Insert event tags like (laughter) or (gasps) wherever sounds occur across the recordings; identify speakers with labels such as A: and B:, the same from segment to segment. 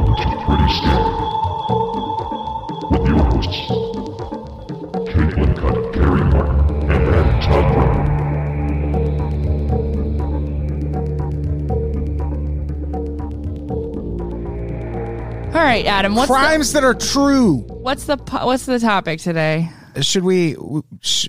A: Evening Star. With your hosts, Caitlin Cutt, Gary Martin, and Matt Todd Martin.
B: All right, Adam. What's
C: crimes that are true.
B: The, what's the po- what's the topic today?
C: Should we? w- Sh-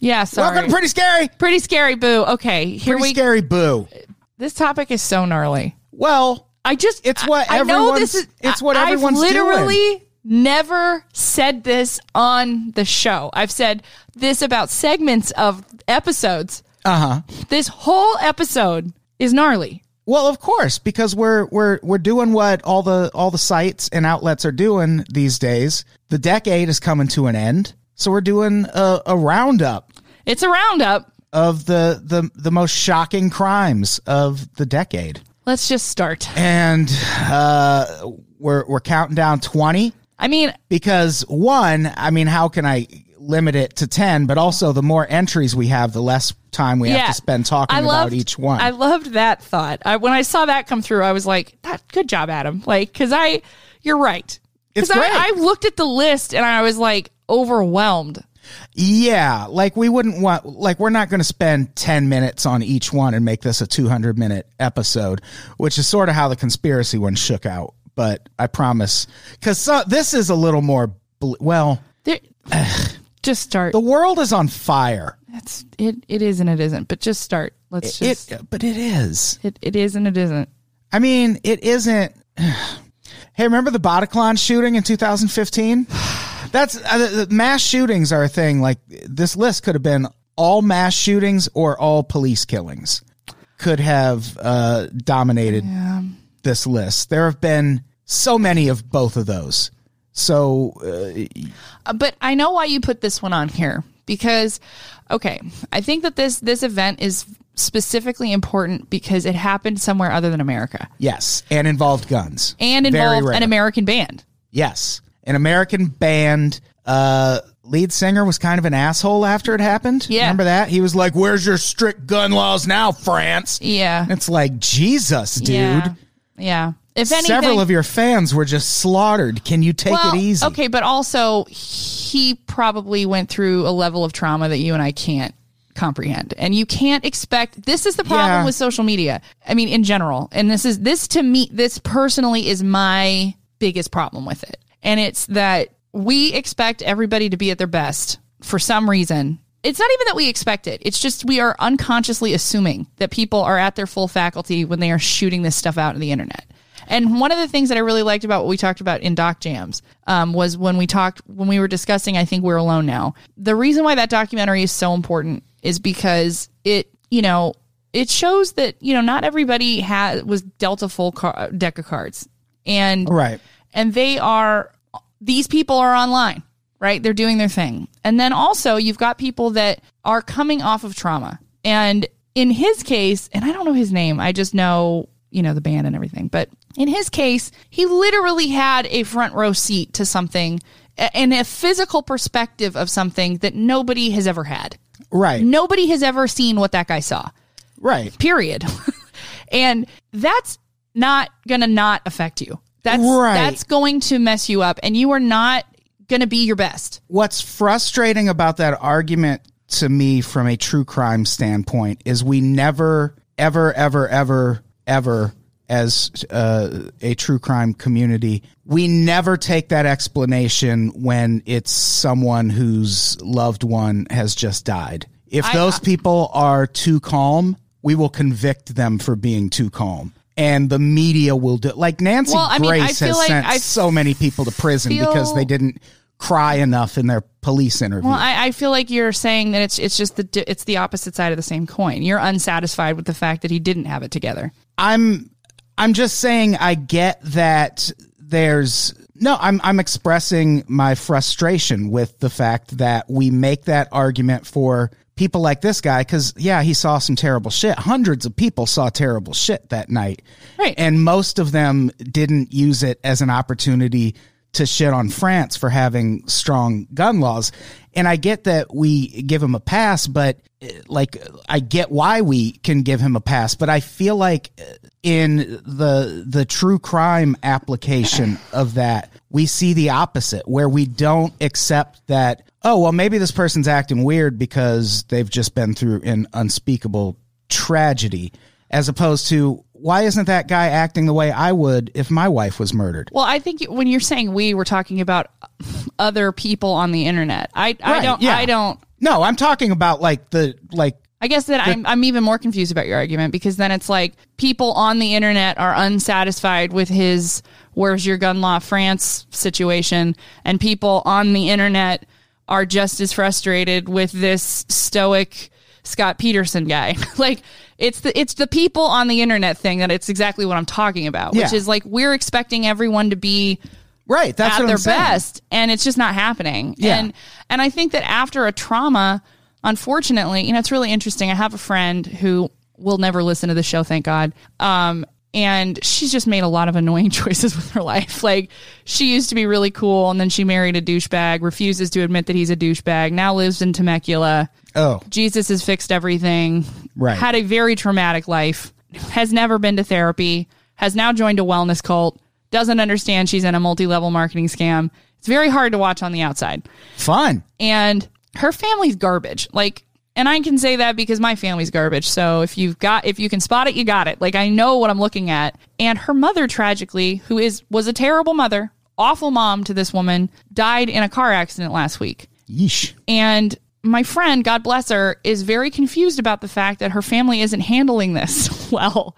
B: Yeah, sorry.
C: welcome to Pretty Scary.
B: Pretty scary. Boo. Okay, here
C: Pretty
B: we.
C: Scary Boo.
B: This topic is so gnarly.
C: Well,
B: I just
C: It's what
B: I, I know this
C: everyone's-
B: is.
C: it's what
B: I-
C: everyone's
B: I've literally never said this on the show. I've said this about segments of episodes.
C: uh huh.
B: This whole episode is gnarly.
C: Well, of course, because we're we're we're doing what all the all the sites and outlets are doing these days. The decade is coming to an end, so we're doing a, a roundup
B: It's a roundup.
C: of the the the most shocking crimes of the decade,
B: Let's just start.
C: and uh, we're we're counting down twenty.
B: I mean,
C: because one, I mean, how can I limit it to 10? But also, the more entries we have, the less time we have to spend talking
B: I
C: about
B: loved-
C: each one.
B: I loved that thought. I, when I saw that come through, I was like, that, good job, Adam. Like, cause I, you're right.
C: It's
B: Cause
C: great.
B: I, I looked at the list and I was like overwhelmed.
C: yeah. Like, we wouldn't want, like, we're not going to spend 10 minutes on each one and make this a 200 minute episode, which is sort of how the conspiracy one shook out. But I promise, because this is a little more, bl- well,
B: There, (sighs) just start.
C: the world is on fire.
B: That's it. It is and it isn't, but just start. Let's just,
C: It, but it is.
B: it, it is and it isn't.
C: I mean, it isn't. (sighs) Hey, remember the Bataclan shooting in 2015? (sighs) That's uh, the- the mass shootings are a thing. Like this list could have been all mass shootings or all police killings could have uh, dominated this list. There have been so many of both of those. So uh,
B: Uh, but I know why you put this one on here because okay, I think that this, this event is specifically important because it happened somewhere other than America
C: yes, and involved guns
B: and
C: Very
B: involved
C: rare.
B: an American band.
C: Yes, an American band. Uh, lead singer was kind of an asshole after it happened.
B: Yeah.
C: remember that he was like, "Where's your strict gun laws now, France?"
B: Yeah.
C: It's like Jesus, dude.
B: Yeah. yeah. If anything,
C: Several of your fans were just slaughtered. Can you take
B: well,
C: it easy?
B: Okay, but also he probably went through a level of trauma that you and I can't comprehend. And you can't expect this is the problem
C: Yeah.
B: with social media. I mean, in general. And this is this to me this personally is my biggest problem with it. And it's that we expect everybody to be at their best for some reason. It's not even that we expect it. It's just we are unconsciously assuming that people are at their full faculty when they are shooting this stuff out on the internet. And one of the things that I really liked about what we talked about in Doc Jams um, was when we talked, when we were discussing, I think we're alone now. The reason why that documentary is so important is because it, you know, it shows that, you know, not everybody has, was dealt a full car, deck of cards. And,
C: Right.
B: and they are, these people are online, right? They're doing their thing. And then also you've got people that are coming off of trauma. And in his case, and I don't know his name, I just know, you know, the band and everything, but in his case, he literally had a front row seat to something a- and a physical perspective of something that nobody has ever had.
C: Right.
B: Nobody has ever seen what that guy saw
C: Right.
B: period. (laughs) and that's not going to not affect you. That's
C: Right.
B: that's going to mess you up and you are not going to be your best.
C: What's frustrating about that argument to me from a true crime standpoint is we never, ever, ever, ever, ever, as uh, a true crime community, we never take that explanation when it's someone whose loved one has just died. If
B: uh,
C: those people are too calm, we will convict them for being too calm. And the media will do like Nancy
B: Well, I mean, I
C: Grace
B: feel
C: has
B: like
C: sent
B: I
C: so many people to prison because
B: feel-
C: they didn't cry enough in their police interview.
B: Well, I, I feel like you're saying that it's it's just the di- it's the opposite side of the same coin. You're unsatisfied with the fact that he didn't have it together.
C: I'm I'm just saying I get that there's no I'm I'm expressing my frustration with the fact that we make that argument for people like this guy cuz yeah, he saw some terrible shit. Hundreds of people saw terrible shit that night.
B: Right.
C: And most of them didn't use it as an opportunity to shit on France for having strong gun laws. And I get that we give him a pass, but eh, like I get why we can give him a pass, but I feel like eh, in the the true crime application of that, we see the opposite where we don't accept that oh well maybe this person's acting weird because they've just been through an unspeakable tragedy as opposed to why isn't that guy acting the way I would if my wife was murdered?
B: Well, I think when you're saying we, we're talking about other people on the internet. I, I
C: Right,
B: don't.
C: yeah.
B: I don't.
C: No, I'm talking about like the like
B: I guess that I'm, I'm even more confused about your argument because then it's like people on the internet are unsatisfied with his "Where's your gun law, France?" situation, and people on the internet are just as frustrated with this stoic Scott Peterson guy. (laughs) like it's the it's the people on the internet thing that it's exactly what I'm talking about, which
C: Yeah.
B: is like we're expecting everyone to be
C: right. That's
B: at
C: what
B: their
C: I'm saying.
B: best and it's just not happening
C: Yeah.
B: and and i think that after a trauma unfortunately you know it's really interesting i have a friend who will never listen to the show thank god um and she's just made a lot of annoying (laughs) choices with her life like she used to be really cool and then she married a douchebag refuses to admit that he's a douchebag now lives in temecula
C: Oh,
B: Jesus has fixed everything.
C: Right.
B: Had a very traumatic life. Has never been to therapy. Has now joined a wellness cult. Doesn't understand she's in a multi-level marketing scam. It's very hard to watch on the outside.
C: fun.
B: And her family's garbage. Like and I can say that because my family's garbage. So if you've got if you can spot it, you got it. Like I know what I'm looking at. And her mother tragically, who is was a terrible mother, awful mom to this woman, died in a car accident last week.
C: Yeesh.
B: And my friend, God bless her, is very confused about the fact that her family isn't handling this (laughs) well.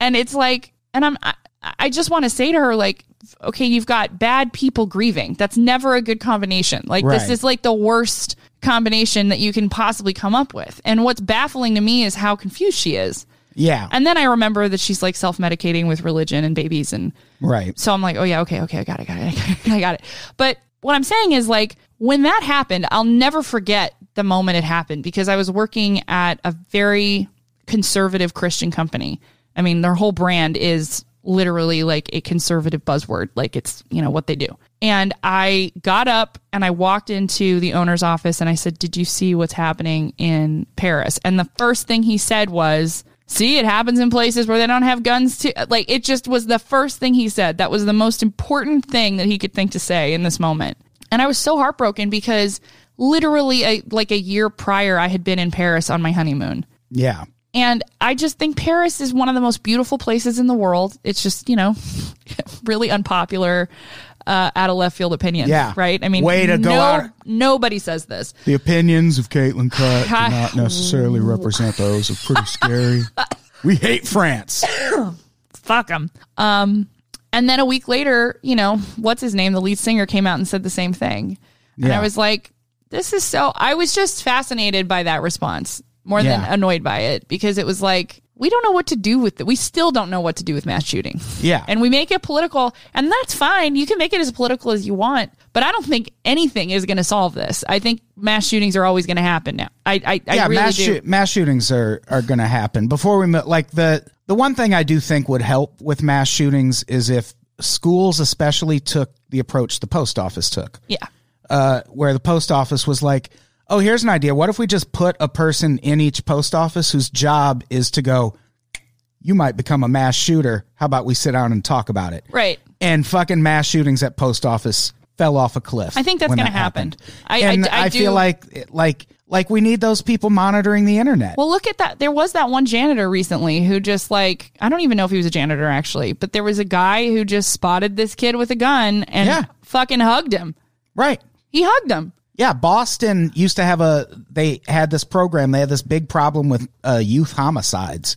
B: And it's like, and I'm, I, I just want to say to her, like, okay, you've got bad people grieving. That's never a good combination. Like, this
C: Right.
B: is like the worst combination that you can possibly come up with. And what's baffling to me is how confused she is.
C: Yeah.
B: And then I remember that she's like self medicating with religion and babies and
C: right.
B: so I'm like, oh yeah, okay, okay, I got it, got it, I got it, (laughs) I got it. But what I'm saying is like when that happened, I'll never forget the moment it happened because I was working at a very conservative Christian company. I mean, their whole brand is literally like a conservative buzzword, like it's, you know, what they do. And I got up and I walked into the owner's office and I said, "Did you see what's happening in Paris?" And the first thing he said was, See, it happens in places where they don't have guns too. Like it just was the first thing he said. That was the most important thing that he could think to say in this moment. And I was so heartbroken because literally a, like a year prior I had been in Paris on my honeymoon.
C: Yeah.
B: And I just think Paris is one of the most beautiful places in the world. It's just, you know, (laughs) really unpopular uh, out of left field opinion.
C: Yeah.
B: Right? I mean,
C: Way to go
B: no-
C: out-
B: Nobody says this.
C: The opinions of Caitlin Cutt
B: (laughs)
C: do
B: Hi-
C: not necessarily represent those of Pretty Scary. We hate France.
B: fuck him. Um, and then a week later, you know, what's his name? The lead singer came out and said the same thing. And
C: Yeah.
B: I was like, this is so, I was just fascinated by that response more than
C: Yeah.
B: annoyed by it because it was like, we don't know what to do with it. We still don't know what to do with mass shooting.
C: Yeah.
B: And we make it political, and that's fine. You can make it as political as you want, but I don't think anything is going to solve this. I think mass shootings are always going to happen now. I, I, I
C: yeah,
B: really
C: mass,
B: do.
C: shoot, mass shootings are, are going to happen. Before we mo- like the the one thing I do think would help with mass shootings is if schools especially took the approach the post office took,
B: Yeah.
C: uh, where the post office was like, "Oh, here's an idea. What if we just put a person in each post office whose job is to go, you might become a mass shooter. How about we sit down and talk about it?"
B: Right.
C: and fucking mass shootings at post office fell off a cliff.
B: I think that's
C: when
B: gonna
C: that
B: happen.
C: happened.
B: I- I-
C: and
B: I do-
C: feel like like like we need those people monitoring the internet.
B: Well, look at that. There was that one janitor recently who just like I don't even know if he was a janitor actually, but there was a guy who just spotted this kid with a gun and
C: Yeah.
B: fucking hugged him.
C: right.
B: He hugged him.
C: Yeah, Boston used to have a they had this program. They had this big problem with uh, youth homicides.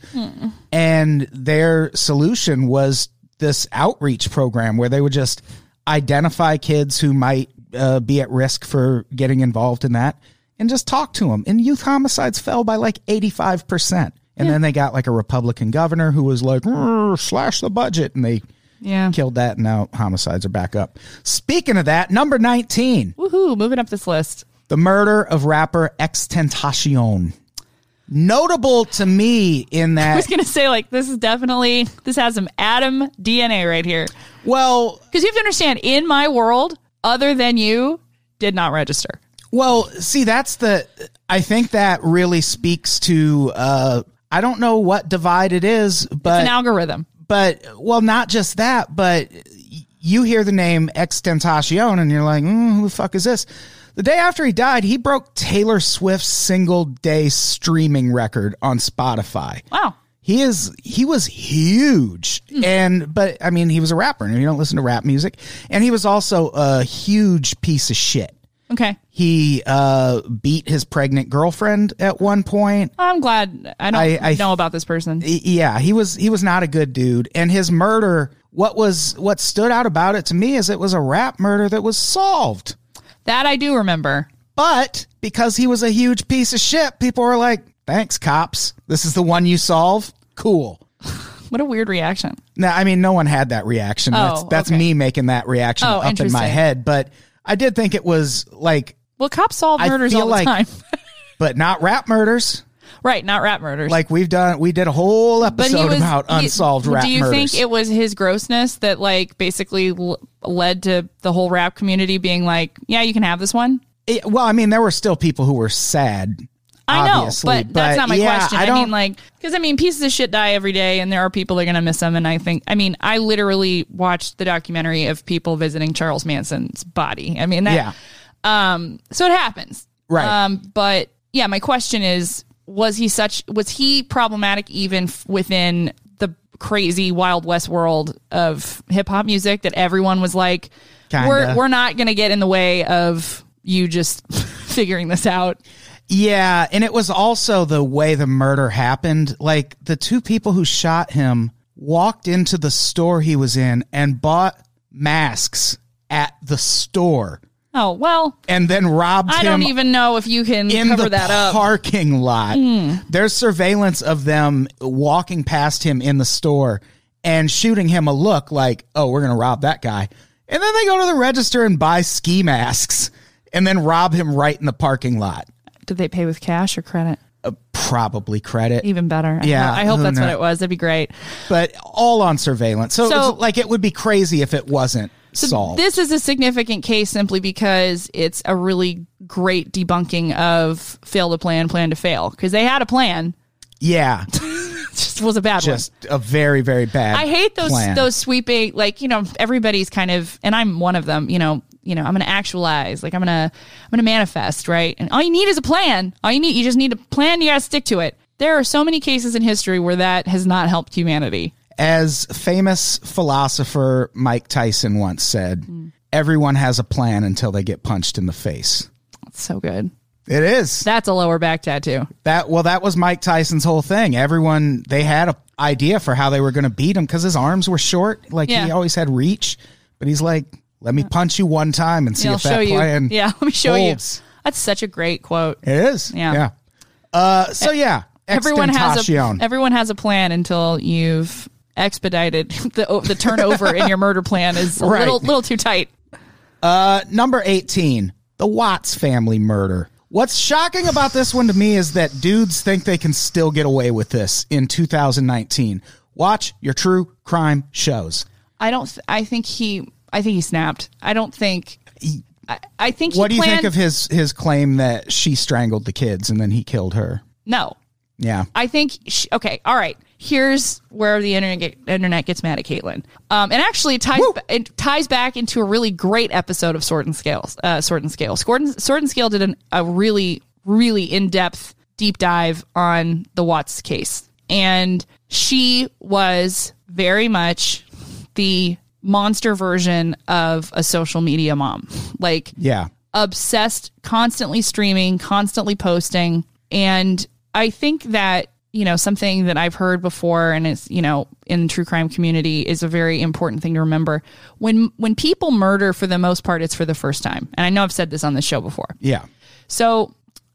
C: And their solution was this outreach program where they would just identify kids who might uh, be at risk for getting involved in that and just talk to them. And youth homicides fell by like 85%. And then they got like a Republican governor who was like, "Rrr, slash the budget. And they
B: Yeah.
C: killed that. And now homicides are back up. Speaking of that, number 19
B: Woohoo, moving up this list.
C: the murder of rapper Extentacion. Notable to me in
B: I
C: that,
B: was gonna say like this is definitely this has some Adam DNA right here.
C: well,
B: Because you have to understand, in my world, other than you, did not register.
C: well, see, that's the. I think that really speaks to. Uh, I don't know what divide it is, but
B: an algorithm.
C: but well, not just that, but y- you hear the name Extentacion and you're like, mm, who the fuck is this? The day after he died, he broke Taylor Swift's single day streaming record on Spotify.
B: Wow.
C: He is he was huge. And but I mean, he was a rapper and you don't listen to rap music. And he was also a huge piece of shit.
B: Okay.
C: He uh, beat his pregnant girlfriend at one point.
B: I'm glad I don't
C: I- I-
B: know about this person.
C: Y- yeah he was he was not a good dude and his murder what was what stood out about it to me is it was a rap murder that was solved
B: That I do remember.
C: but because he was a huge piece of shit people were like thanks cops this is the one you solve cool
B: What a weird reaction.
C: now i mean no one had that reaction that's
B: Oh,
C: that's
B: okay.
C: me making that reaction
B: Oh,
C: up in my
B: interesting.
C: head but i did think it was like
B: Well, cops solve
C: I
B: murders
C: feel
B: all the
C: like-
B: time.
C: but not rap murders
B: right, not rap murders.
C: like we've done we did a whole episode about
B: he-
C: unsolved rap
B: Do you
C: murders
B: think it was his grossness that like basically l- led to the whole rap community being like, yeah, you can have this one?
C: It- well, I mean, there were still people who were sad.
B: I know,
C: obviously,
B: but, that's not my
C: yeah,
B: question. I, mean, like, because I mean, pieces of shit die every day, and there are people that are going to miss them. And I think, I mean, I literally watched the documentary of people visiting Charles Manson's body. I mean, that,
C: yeah,
B: Um, so it happens,
C: Right.
B: Um, but yeah, my question is, was he such? Was he problematic even f- within the crazy Wild West world of hip hop music that everyone was like,
C: Kinda.
B: we're we're not going to get in the way of you just (laughs) figuring this out.
C: yeah, and it was also the way the murder happened. Like the two people who shot him walked into the store he was in and bought masks at the store,
B: Oh well,
C: and then robbed
B: I
C: him
B: don't even know if you can
C: in
B: cover
C: the
B: that up. Hmm.
C: parking lot. There's surveillance of them walking past him in the store and shooting him a look like, "Oh, we're going to rob that guy." And then they go to the register and buy ski masks and then rob him right in the parking lot.
B: Did they pay with cash or credit?
C: Probably credit,
B: Even better. I
C: Yeah,
B: hope- I hope
C: who
B: that's what
C: kno-
B: it was. That'd be great.
C: but all on surveillance. So, it
B: So-
C: was like it would be crazy if it wasn't solved.
B: This is a significant case simply because it's a really great debunking of fail to plan, plan to fail. Because they had a plan,
C: yeah,
B: it just was a bad
C: just a very very bad.
B: one. I hate those
C: plan.
B: those sweeping, like you know, everybody's kind of, and I'm one of them. You know, you know, I'm gonna actualize, like I'm gonna, I'm gonna manifest, right? And all you need is a plan. All you need, you just need a plan. You gotta stick to it. There are so many cases in history where that has not helped humanity.
C: As famous philosopher Mike Tyson once said, everyone has a plan until they get punched in the face.
B: It's so good.
C: It is. That,
B: That's a lower back tattoo.
C: well that was Mike Tyson's whole thing. Everyone they had a idea for how they were going to beat him cuz his arms were short, like he
B: Yeah.
C: always had reach, but he's like, "Let me punch you one time and see
B: Yeah, I'll
C: if that
B: show you.
C: plan
B: Yeah, (laughs) let me show
C: holds.
B: you. That's such a great quote.
C: It is.
B: Yeah.
C: Yeah. Uh so yeah,
B: Everyone has a
C: Extentacion.
B: everyone has a plan until you've expedited (laughs) the the turnover in your murder plan is a
C: Right.
B: little little too tight.
C: Number 18, the Watts family murder. What's shocking about this one to me is that dudes think they can still get away with this in 2019. Watch your true crime shows.
B: I don't. th- I think he. I think he snapped. I don't think. I, I think. He
C: What do you
B: planned,
C: think of his his claim that she strangled the kids and then he killed her?
B: No,
C: Yeah.
B: I think. She, okay, all right. Here's where the internet get, internet gets mad at Caitlin. Um, and actually it ties it ties back into a really great episode of Sword and Scales. Uh, Sword and Scale. Sword and, Sword and Scale did an, a really really in depth deep dive on the Watts case, and she was very much the monster version of a social media mom. Like
C: Yeah.
B: obsessed, constantly streaming, constantly posting. And I think that, you know, something that I've heard before and it's, you know, in the true crime community is a very important thing to remember. When when people murder for the most part, it's for the first time. And I know I've said this on this show before.
C: Yeah.
B: So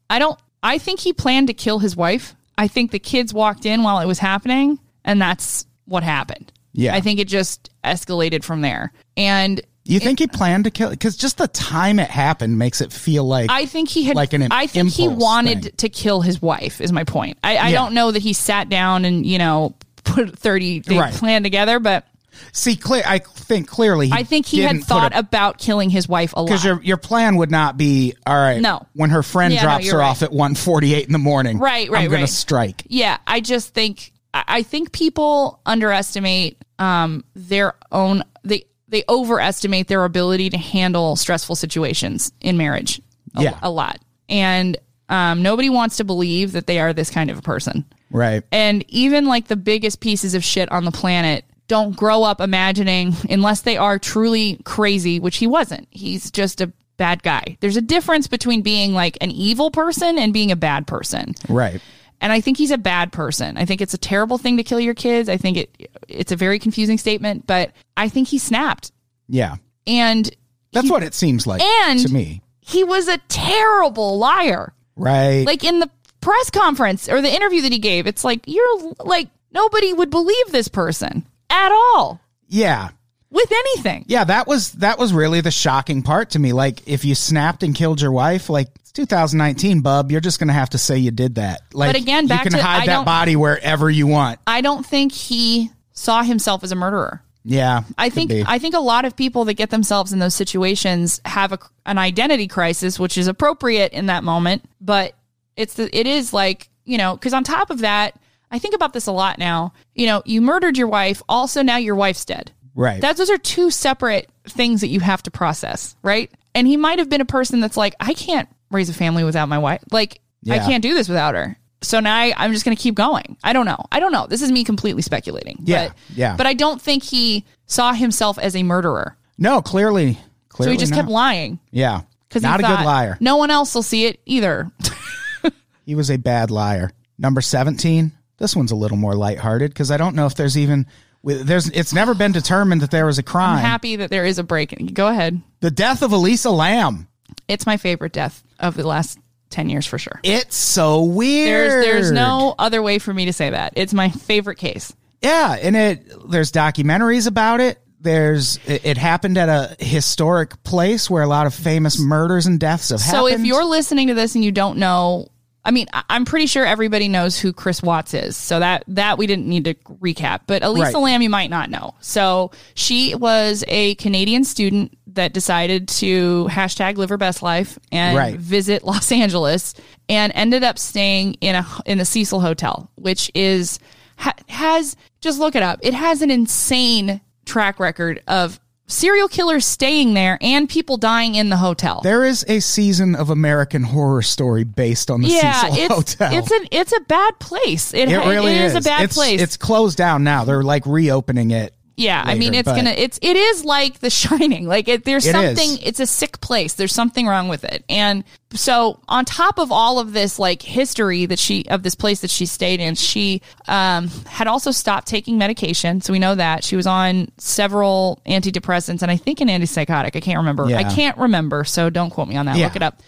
B: I don't I think he planned to kill his wife. I think the kids walked in while it was happening and that's what happened.
C: Yeah.
B: I think it just escalated from there. And
C: You think he planned to kill cuz just the time it happened makes it feel like
B: I think he had
C: Like an
B: I think he
C: impulse
B: wanted
C: thing.
B: to kill his wife is my point. I, I
C: Yeah.
B: don't know that he sat down and you know put thirty they
C: Right.
B: plan together, but
C: See, clear. I think clearly. He
B: I think he had
C: didn't put
B: thought
C: a-
B: about killing his wife a lot.
C: because your your plan would not be all right.
B: No.
C: when her friend
B: Yeah, no,
C: drops
B: you're
C: her
B: right.
C: off at one forty eight in the morning,
B: Right,
C: I'm
B: right,
C: gonna
B: right.
C: strike.
B: yeah, I just think I- I think people underestimate um, their own they they overestimate their ability to handle stressful situations in marriage. A,
C: Yeah.
B: a lot, and um, nobody wants to believe that they are this kind of a person.
C: Right.
B: And even like the biggest pieces of shit on the planet don't grow up imagining, unless they are truly crazy, which he wasn't. He's just a bad guy. There's a difference between being like an evil person and being a bad person.
C: Right.
B: And I think he's a bad person. I think it's a terrible thing to kill your kids. I think it it's a very confusing statement, but I think he snapped.
C: Yeah.
B: And
C: That's what it seems like
B: and-
C: to me.
B: he was a terrible liar.
C: Right.
B: like in the press conference or the interview that he gave it's like you're like nobody would believe this person at all
C: yeah.
B: with anything
C: Yeah, that was that was really the shocking part to me. Like if you snapped and killed your wife, like it's 2019, bub, you're just going to have to say you did that. Like
B: again, back
C: you can
B: to-
C: hide
B: I
C: that
B: don't-
C: body wherever you want.
B: i don't think he saw himself as a murderer
C: Yeah.
B: i
C: could
B: think
C: be.
B: i think a lot of people that get themselves in those situations have a, an identity crisis which is appropriate in that moment but it's the, it is like you know because on top of that i think about this a lot now you know you murdered your wife also now your wife's dead
C: right.
B: That's those are two separate things that you have to process, right? And he might have been a person that's like, I can't raise a family without my wife. Like, I
C: Yeah.
B: can't do this without her. So now I, I'm just going to keep going. I don't know. I don't know. This is me completely speculating.
C: Yeah,
B: But,
C: yeah.
B: But I don't think he saw himself as a murderer.
C: no, clearly
B: So
C: clearly
B: he just
C: not.
B: kept lying
C: Yeah.
B: because
C: Not a good liar.
B: No one else will see it either.
C: He was a bad liar. Number 17. This one's a little more lighthearted because I don't know if there's even with- there's it's never been determined that there was a crime.
B: I'm happy that there is a break. Go ahead.
C: the death of Elisa Lamb.
B: It's my favorite death of the last ten years for sure.
C: It's so weird.
B: There's there's no other way for me to say that. It's my favorite case.
C: Yeah, and it there's documentaries about it. There's it, it happened at a historic place where a lot of famous murders and deaths have
B: So
C: happened.
B: if you're listening to this and you don't know, I mean, I- I'm pretty sure everybody knows who Chris Watts is. So that that we didn't need to recap, but Elisa
C: Right.
B: Lamb you might not know. So she was a Canadian student that decided to hashtag live her best life and
C: Right.
B: visit Los Angeles and ended up staying in a in the Cecil Hotel, which is ha, has just look it up. It has an insane track record of serial killers staying there and people dying in the hotel.
C: there is a season of American Horror Story based on the
B: Yeah,
C: Cecil
B: it's
C: Hotel.
B: it's an it's a bad place. It,
C: it
B: ha-
C: really
B: it is, a bad
C: it's,
B: place.
C: It's closed down now. They're like reopening it.
B: yeah, I mean
C: later,
B: it's
C: but-
B: gonna it's it is like The Shining. Like it, there's
C: It is.
B: something. It's a sick place. There's something wrong with it. And so on top of all of this like history that she of this place that she stayed in, she um, had also stopped taking medication. So we know that she was on several antidepressants and I think an antipsychotic. I can't remember. I
C: Yeah.
B: can't remember. So don't quote me on that.
C: Yeah.
B: Look it up.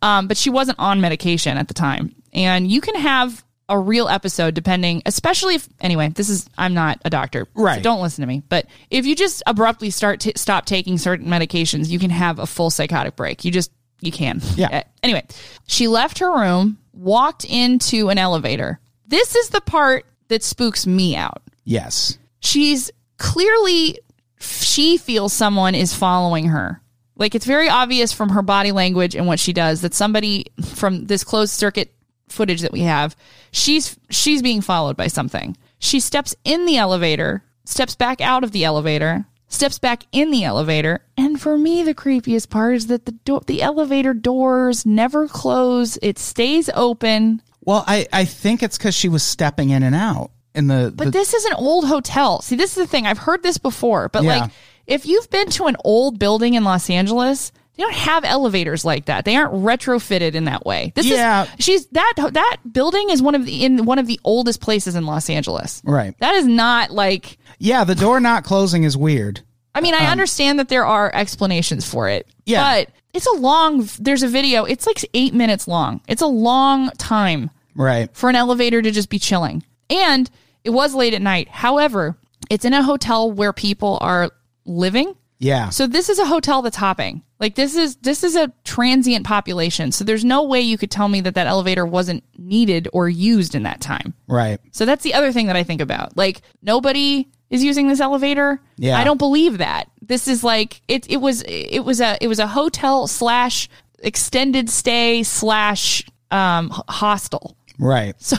B: um, but she wasn't on medication at the time. And you can have a real episode depending, especially if anyway, this is I'm not a doctor, so
C: Right.
B: don't listen to me. But if you just abruptly start to stop taking certain medications, you can have a full psychotic break. You just you can.
C: Yeah.
B: Uh, Anyway, she left her room, walked into an elevator. This is the part that spooks me out.
C: Yes.
B: She's clearly she feels someone is following her. Like it's very obvious from her body language and what she does that somebody from this closed circuit footage that we have, she's she's being followed by something. She steps in the elevator, steps back out of the elevator, steps back in the elevator, and for me the creepiest part is that the door the elevator doors never close. It stays open.
C: Well, I, I think it's because she was stepping in and out in the.
B: But this is an old hotel. See, this is the thing. I've heard this before, but
C: Yeah.
B: like if you've been to an old building in Los Angeles, they don't have elevators like that. They aren't retrofitted in that way. This
C: Yeah.
B: is she's that that building is one of the in one of the oldest places in Los Angeles.
C: Right.
B: That is not like
C: yeah, the door not closing is weird.
B: I mean, I understand that there are explanations for it.
C: Um, Yeah.
B: But it's a long there's a video. It's like 8 minutes long. It's a long time
C: Right.
B: for an elevator to just be chilling. And it was late at night. However, it's in a hotel where people are living.
C: Yeah.
B: So this is a hotel that's hopping. Like this is this is a transient population. So there's no way you could tell me that that elevator wasn't needed or used in that time.
C: right.
B: So that's the other thing that I think about. Like nobody is using this elevator.
C: Yeah.
B: I don't believe that. This is like it. It was it was a it was a hotel slash extended stay slash um h- hostel. (laughs)
C: Right.
B: So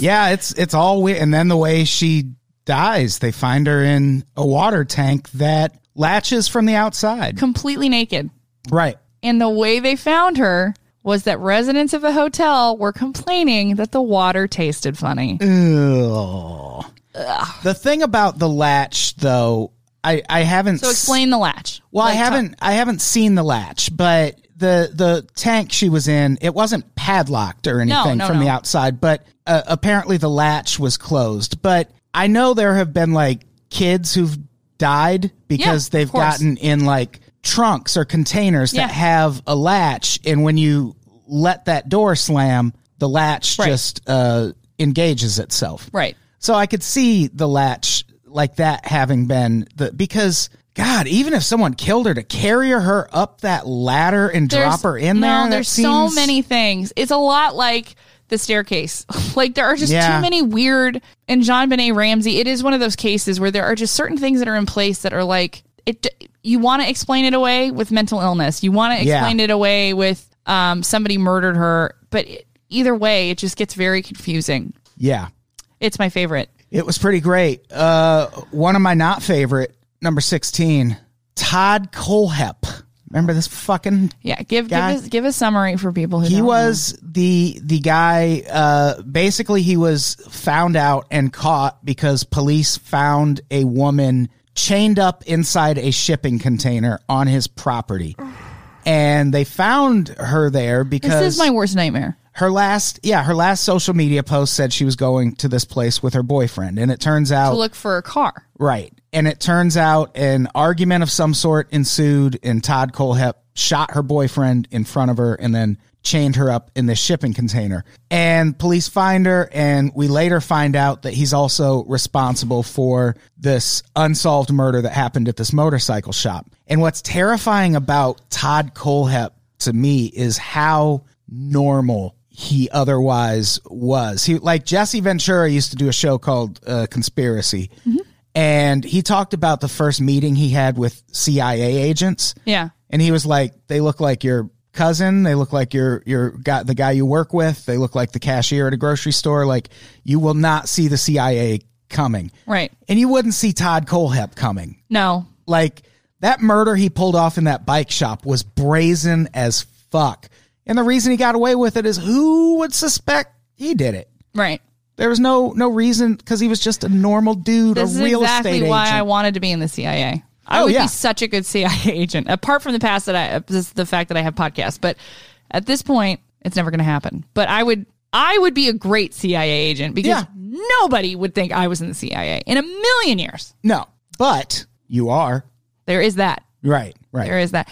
C: Yeah, it's it's all we and then the way she dies, they find her in a water tank that latches from the outside.
B: completely naked.
C: Right.
B: And the way they found her was that residents of the hotel were complaining that the water tasted funny.
C: Ugh. The thing about the latch though, I I haven't
B: So explain the latch.
C: Well, I
B: Like,
C: haven't I haven't seen the latch, but the the tank she was in, it wasn't padlocked or anything
B: no,
C: from the
B: no.
C: outside, but uh, apparently the latch was closed. But I know there have been like kids who've died because
B: of
C: they've
B: course.
C: gotten in like trunks or containers
B: Yeah.
C: that have a latch and when you let that door slam, the latch
B: Right.
C: just uh engages itself.
B: Right.
C: So I could see the latch like that having been the because God, even if someone killed her to carry her up that ladder and drop her in
B: no,
C: there, that
B: There's so
C: seems-
B: many things. It's a lot like the staircase. (laughs) like there are just
C: Yeah.
B: too many weird and John Benet Ramsey. It is one of those cases where there are just certain things that are in place that are like it. You want to explain it away with mental illness. You want to
C: Yeah.
B: explain it away with um, somebody murdered her. But it, either way, it just gets very confusing.
C: Yeah,
B: It's my favorite.
C: it was pretty great. Uh, one of my not favorite number sixteen, Todd Colehep. Remember this fucking
B: Yeah, give give
C: Guy-
B: us, give a summary for people who
C: he
B: don't
C: was the the guy uh basically he was found out and caught because police found a woman chained up inside a shipping container on his property and they found her there
B: know.
C: because
B: This is my worst nightmare.
C: her last yeah her last social media post said she was going to this place with her boyfriend and it turns out
B: To look for a car.
C: Right. And it turns out an argument of some sort ensued, and Todd Colehep shot her boyfriend in front of her and then chained her up in this shipping container. And police find her, and we later find out that he's also responsible for this unsolved murder that happened at this motorcycle shop. And what's terrifying about Todd Colehep to me is how normal he otherwise was. He like Jesse Ventura used to do a show called uh, Conspiracy, and he talked about the first meeting he had with CIA agents.
B: Yeah.
C: and he was like, "They look like your cousin. They look like your your guy, the guy you work with. They look like the cashier at a grocery store. Like you will not see the CIA coming,
B: Right.
C: and you wouldn't see Todd Colehep coming.
B: No.
C: Like that murder he pulled off in that bike shop was brazen as fuck. And the reason he got away with it is who would suspect he did it?
B: Right.
C: There was no no reason because he was just a normal dude,
B: This
C: a
B: is
C: real
B: exactly
C: estate
B: why I
C: agent.
B: wanted to be in the CIA. I
C: Oh,
B: would
C: yeah.
B: be such a (laughs) good CIA agent. Apart from the past that I, this is the fact that I have podcasts, but at this point, it's never going to happen. But I would, I would be a great CIA agent because
C: Yeah.
B: nobody would think I was in the CIA in a million years.
C: no, but you are
B: There is that.
C: right, right.
B: There is that.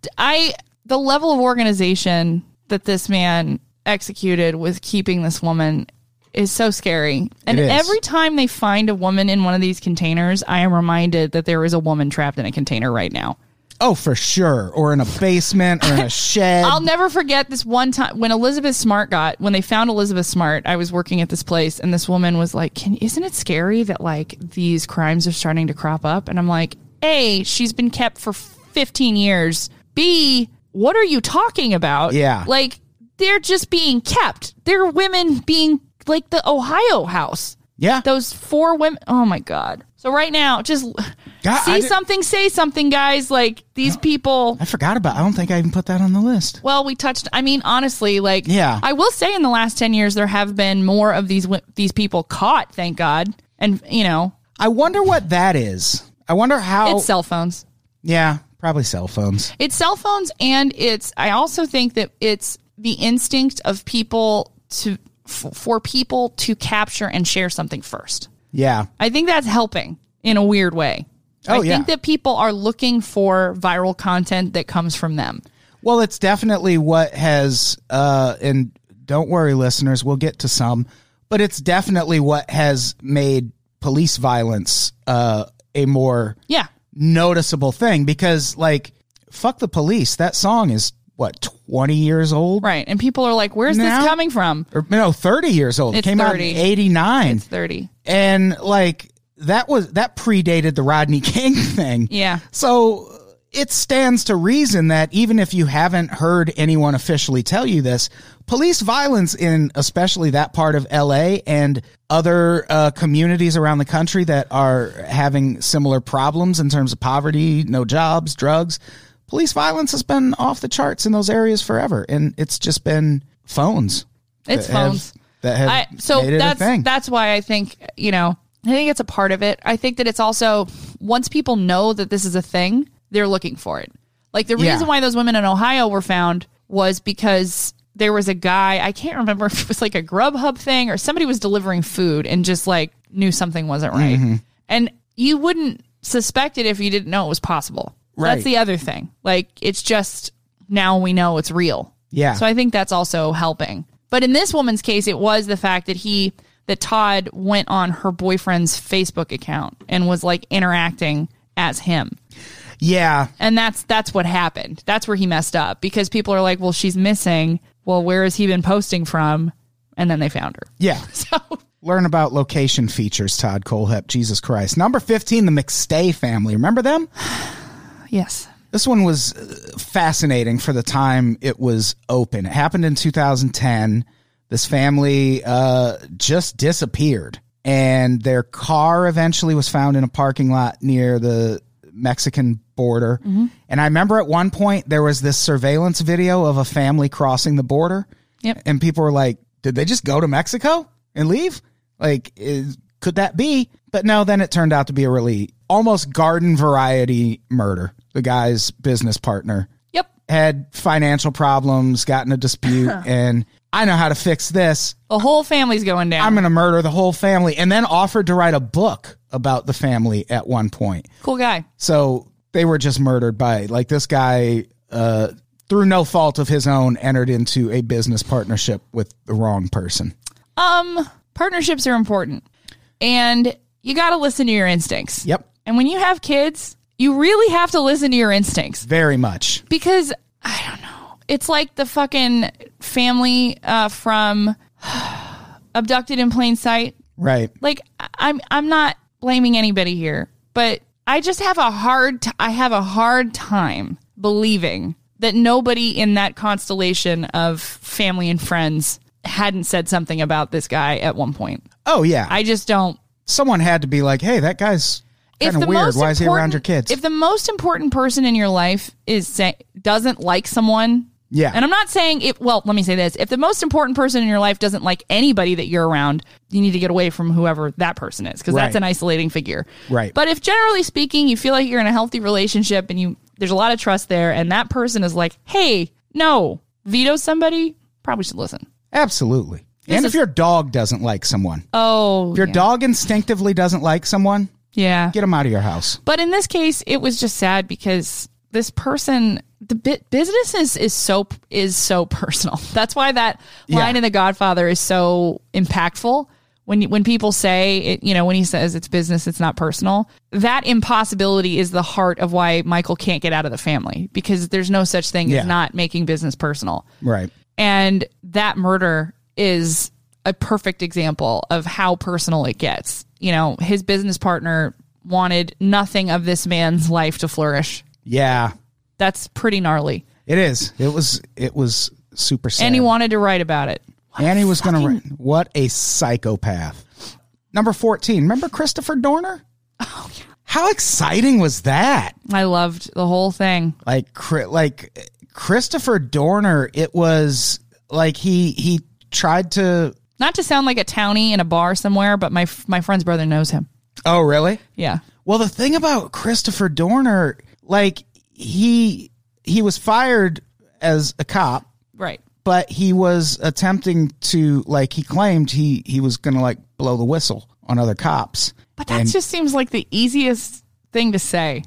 B: D- I the level of organization that this man executed with keeping this woman is so scary. And
C: It is.
B: every time they find a woman in one of these containers, I am reminded that there is a woman trapped in a container right now.
C: Oh, for sure. Or in a basement
B: (laughs)
C: or in a shed.
B: I'll never forget this one time when Elizabeth Smart got when they found Elizabeth Smart. I was working at this place, and this woman was like, "Can isn't it scary that like these crimes are starting to crop up?" And I'm like, "A, she's been kept for 15 years. B, what are you talking about?
C: Yeah.
B: like they're just being kept. They're women being like the Ohio House.
C: yeah.
B: Those four women. Oh my god." So right now, just
C: God, I
B: see
C: did-
B: something, say something, guys. Like these people.
C: I forgot about I don't think I even put that on the list.
B: Well, we touched. I mean, honestly, like,
C: Yeah.
B: I will say in the last ten years there have been more of these wi- these people caught. Thank God, and you know,
C: I wonder what that is. I wonder how.
B: it's cell phones.
C: yeah, probably cell phones.
B: It's cell phones, and it's. I also think that it's the instinct of people to f- for people to capture and share something first.
C: Yeah.
B: I think that's helping in a weird way.
C: Oh,
B: I
C: yeah.
B: think that people are looking for viral content that comes from them.
C: Well, it's definitely what has, uh, and don't worry, listeners, we'll get to some, but it's definitely what has made police violence uh, a more
B: Yeah.
C: noticeable thing because, like, fuck the police. That song is what, 20 years old?
B: Right. And people are like, where's
C: Now-
B: this coming from?
C: Or, no, 30 years old. It
B: It's
C: came out in
B: 30.
C: 89.
B: 30.
C: and, like, that was that predated the Rodney (laughs) King thing.
B: Yeah.
C: So it stands to reason that even if you haven't heard anyone officially tell you this, police violence in especially that part of LA and other uh, communities around the country that are having similar problems in terms of poverty, no jobs, drugs, police violence has been off the charts in those areas forever, and it's just been phones.
B: It's
C: that have-
B: phones.
C: that have
B: I, so
C: made it a
B: that's
C: thing.
B: that's why I think you know I think it's a part of it. I think that it's also once people know that this is a thing, they're looking for it. Like the
C: Yeah.
B: reason why those women in Ohio were found was because there was a guy I can't remember (laughs) if it was like a Grubhub thing or somebody was delivering food and just like knew something wasn't right,
C: Mm-hmm.
B: and you wouldn't suspect it if you didn't know it was possible.
C: Right.
B: That's the other thing. Like it's just now we know it's real.
C: Yeah.
B: So I think that's also helping. But in this woman's case, it was the fact that he, that Todd went on her boyfriend's Facebook account and was like interacting as him.
C: yeah,
B: And that's, that's what happened. That's where he messed up because people are like, well, she's missing. Well, where has he been posting from? And then they found her. (laughs)
C: yeah.
B: So
C: Learn about location features, Todd Colehep. Jesus Christ. Number 15, the McStay family. Remember them?
B: yes.
C: This one was uh, fascinating for the time it was open. It happened in 2010. This family uh, just disappeared, and their car eventually was found in a parking lot near the Mexican border. And I remember at one point there was this surveillance video of a family crossing the border.
B: Yep.
C: And people were like, did they just go to Mexico and leave? Like, is, could that be? But no, then it turned out to be a really almost garden variety murder. The guy's business partner
B: Yep.
C: had financial problems, got in a dispute, and I know how to fix this.
B: The whole family's going down.
C: I'm going to murder the whole family. And then offered to write a book about the family at one point.
B: cool guy.
C: So they were just murdered by like this guy uh through no fault of his own entered into a business partnership with the wrong person.
B: Um, partnerships are important and you got to listen to your instincts.
C: Yep.
B: And when you have kids, you really have to listen to your instincts
C: Very much.
B: because I don't know. It's like the fucking family uh, from (sighs) abducted in plain sight.
C: Right.
B: Like I- I'm I'm not blaming anybody here, but I just have a hard t- I have a hard time believing that nobody in that constellation of family and friends hadn't said something about this guy at one point.
C: Oh yeah.
B: I just don't
C: Someone had to be like, "Hey, that guy's kind of weird.
B: most
C: Why is he around your
B: important-
C: kids?"
B: If the most important person in your life is say, doesn't like someone,
C: Yeah.
B: And I'm not saying it. Well, let me say this: if the most important person in your life doesn't like anybody that you're around, you need to get away from whoever that person is because
C: Right.
B: that's an isolating figure.
C: Right.
B: But if generally speaking, you feel like you're in a healthy relationship and you there's a lot of trust there, and that person is like, "Hey, no, veto somebody." Probably should listen.
C: Absolutely. And if
B: is-
C: your dog doesn't like someone,
B: Oh,
C: if your
B: yeah.
C: dog instinctively doesn't like someone,
B: yeah.
C: get him out of your house.
B: But in this case, it was just sad because this person, the bit business is, is so is so personal. (laughs) That's why that line
C: Yeah.
B: in The Godfather is so impactful. When you- when people say it, you know, when he says it's business, it's not personal. That impossibility is the heart of why Michael can't get out of the family because there's no such thing
C: Yeah.
B: as not making business personal.
C: Right.
B: And that murder is a perfect example of how personal it gets. You know, his business partner wanted nothing of this man's life to flourish.
C: Yeah.
B: That's pretty gnarly.
C: It is. It was it was super sad.
B: And he wanted to write about it.
C: Annie was going to write. What a psychopath. Number 14. Remember Christopher Dorner?
B: Oh,
C: How exciting was that?
B: I loved the whole thing.
C: Like Chri- like Christopher Dorner, it was like he he tried to
B: Not to sound like a townie in a bar somewhere, but my my friend's brother knows him.
C: Oh, really?
B: Yeah.
C: Well, the thing about Christopher Dorner, like he he was fired as a cop
B: Right.
C: but he was attempting to like he claimed he he was gonna like blow the whistle on other cops
B: But that just seems like the easiest thing to say.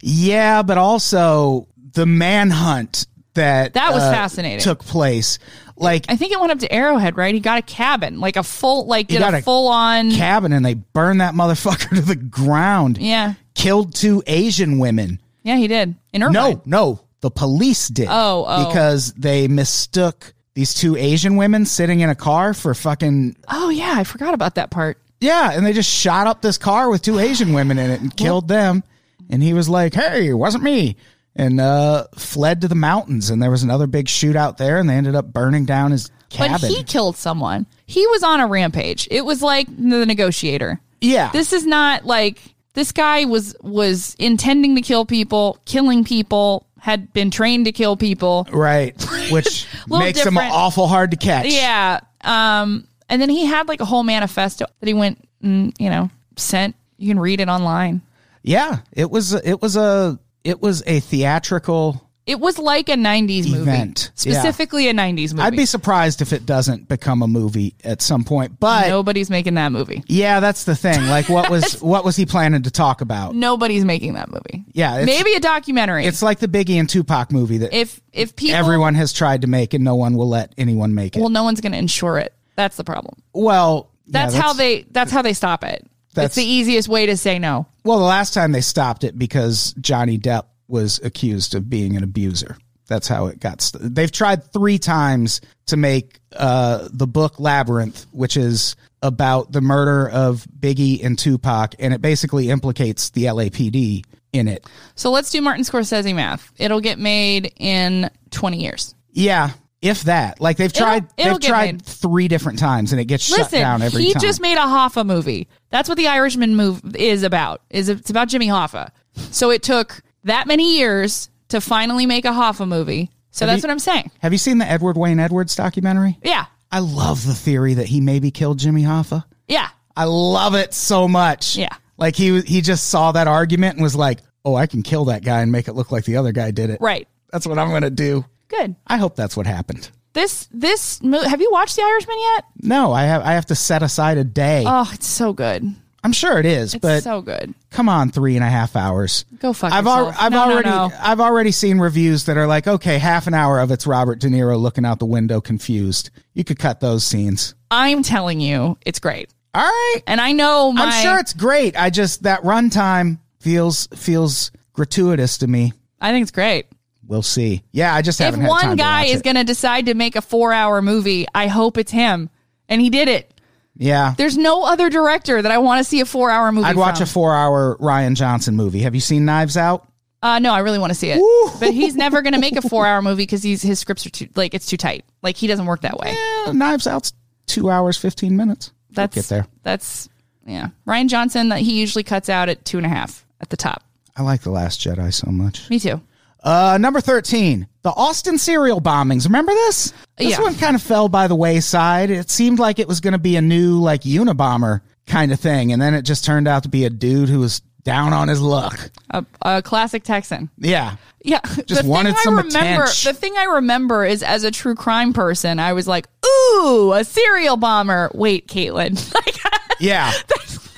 C: yeah but also the manhunt that uh,
B: That was fascinating.
C: took place like
B: I think it went up to Arrowhead, right? He got a cabin, like a full like did
C: got
B: a
C: a
B: full on
C: cabin and they burned that motherfucker (laughs) to the ground
B: Yeah.
C: killed two asian women
B: Yeah, he did. In Irvine.
C: no no the police did
B: Oh, oh.
C: because they mistook these two asian women sitting in a car for fucking
B: Oh yeah, I forgot about that part.
C: Yeah, and they just shot up this car with two Asian women in it and killed them. And he was like, "Hey, it wasn't me." And uh, fled to the mountains, and there was another big shootout there, and they ended up burning down his cabin.
B: But he killed someone. He was on a rampage. It was like the negotiator.
C: yeah,
B: This is not like this guy was was intending to kill people, killing people, had been trained to kill people.
C: right, which
B: (laughs) Little
C: makes him
B: different.
C: awful hard to catch.
B: Yeah. Um and then he had like a whole manifesto that he went and, you know, sent. You can read it online.
C: yeah. It was it was a it was a theatrical
B: It was like a 90s movie.
C: Event. Yeah.
B: Specifically a 90s movie.
C: I'd be surprised if it doesn't become a movie at some point. But
B: Nobody's making that movie.
C: yeah, that's the thing. Like,
B: (laughs)
C: what was what was he planning to talk about?
B: Nobody's making that movie.
C: Yeah, it's-
B: Maybe a documentary.
C: It's like the Biggie and Tupac movie that
B: if if people
C: everyone has tried to make, and no one will let anyone make it.
B: well no one's going to insure it. That's the problem.
C: Well, yeah,
B: That's, how they that's how they stop it.
C: That's-
B: That's the easiest way to say no.
C: Well, the last time they stopped it because Johnny Depp was accused of being an abuser. That's how it got. St- They've tried three times to make uh, the book Labyrinth, which is about the murder of Biggie and Tupac, and it basically implicates the LAPD in it.
B: So let's do Martin Scorsese math. It'll get made in 20 years.
C: Yeah, if that. Like they've tried,
B: it'll
C: they've
B: get
C: tried
B: made.
C: three different times, and it gets shut down
B: Listen,
C: every
B: he
C: time.
B: just made a Hoffa movie. That's what the Irishman move is about. Is it's about Jimmy Hoffa. So it took that many years to finally make a Hoffa movie. So that's
C: you-
B: what I'm saying.
C: Have you seen the Edward Wayne Edwards documentary?
B: Yeah.
C: I love the theory that he maybe killed Jimmy Hoffa.
B: Yeah.
C: I love it so much.
B: Yeah.
C: Like he he just saw that argument and was like, "Oh, I can kill that guy and make it look like the other guy did it."
B: Right.
C: That's what I'm going to do.
B: Good.
C: I hope that's what happened.
B: This this mo- have you watched The Irishman yet?
C: No, I have I have to set aside a day.
B: Oh, it's so good.
C: I'm sure it is, but
B: so good.
C: come on, three and a half hours.
B: Go fuck
C: I've, al-
B: yourself.
C: I've
B: No, no,
C: already
B: no.
C: I've already seen reviews that are like, okay, half an hour of it's Robert De Niro looking out the window confused. You could cut those scenes.
B: I'm telling you, it's great.
C: All right.
B: And I know my
C: I'm sure it's great. I just that runtime feels feels gratuitous to me.
B: I think it's great.
C: We'll see. Yeah, I just
B: if
C: haven't had time
B: one guy
C: to watch
B: is
C: it.
B: going to decide to make a four hour movie, I hope it's him. And he did it.
C: yeah,
B: There's no other director that I want to see a four hour movie.
C: I'd watch
B: from.
C: a four-hour Ryan Johnson movie. Have you seen Knives Out?
B: uh, no, I really want to see it. But he's never going to make a four hour movie because he's his scripts are too like it's too tight. Like he doesn't work that way.
C: Eh, Knives Out's two hours fifteen minutes. We'll
B: That's
C: get there.
B: That's yeah. Ryan Johnson that he usually cuts out at two and a half at the top.
C: I like the Last Jedi so much.
B: Me too.
C: Uh, number thirteen, the Austin serial bombings. Remember this? This
B: Yeah.
C: one kind of fell by the wayside. It seemed like it was going to be a new like Unabomber kind of thing, and then it just turned out to be a dude who was down on his luck.
B: A, a classic Texan.
C: Yeah.
B: Yeah,
C: Just wanted some
B: remember,
C: attention.
B: The thing I remember is, as a true crime person, I was like, "Ooh, a serial bomber." Wait, Caitlin, (laughs) like,
C: Yeah.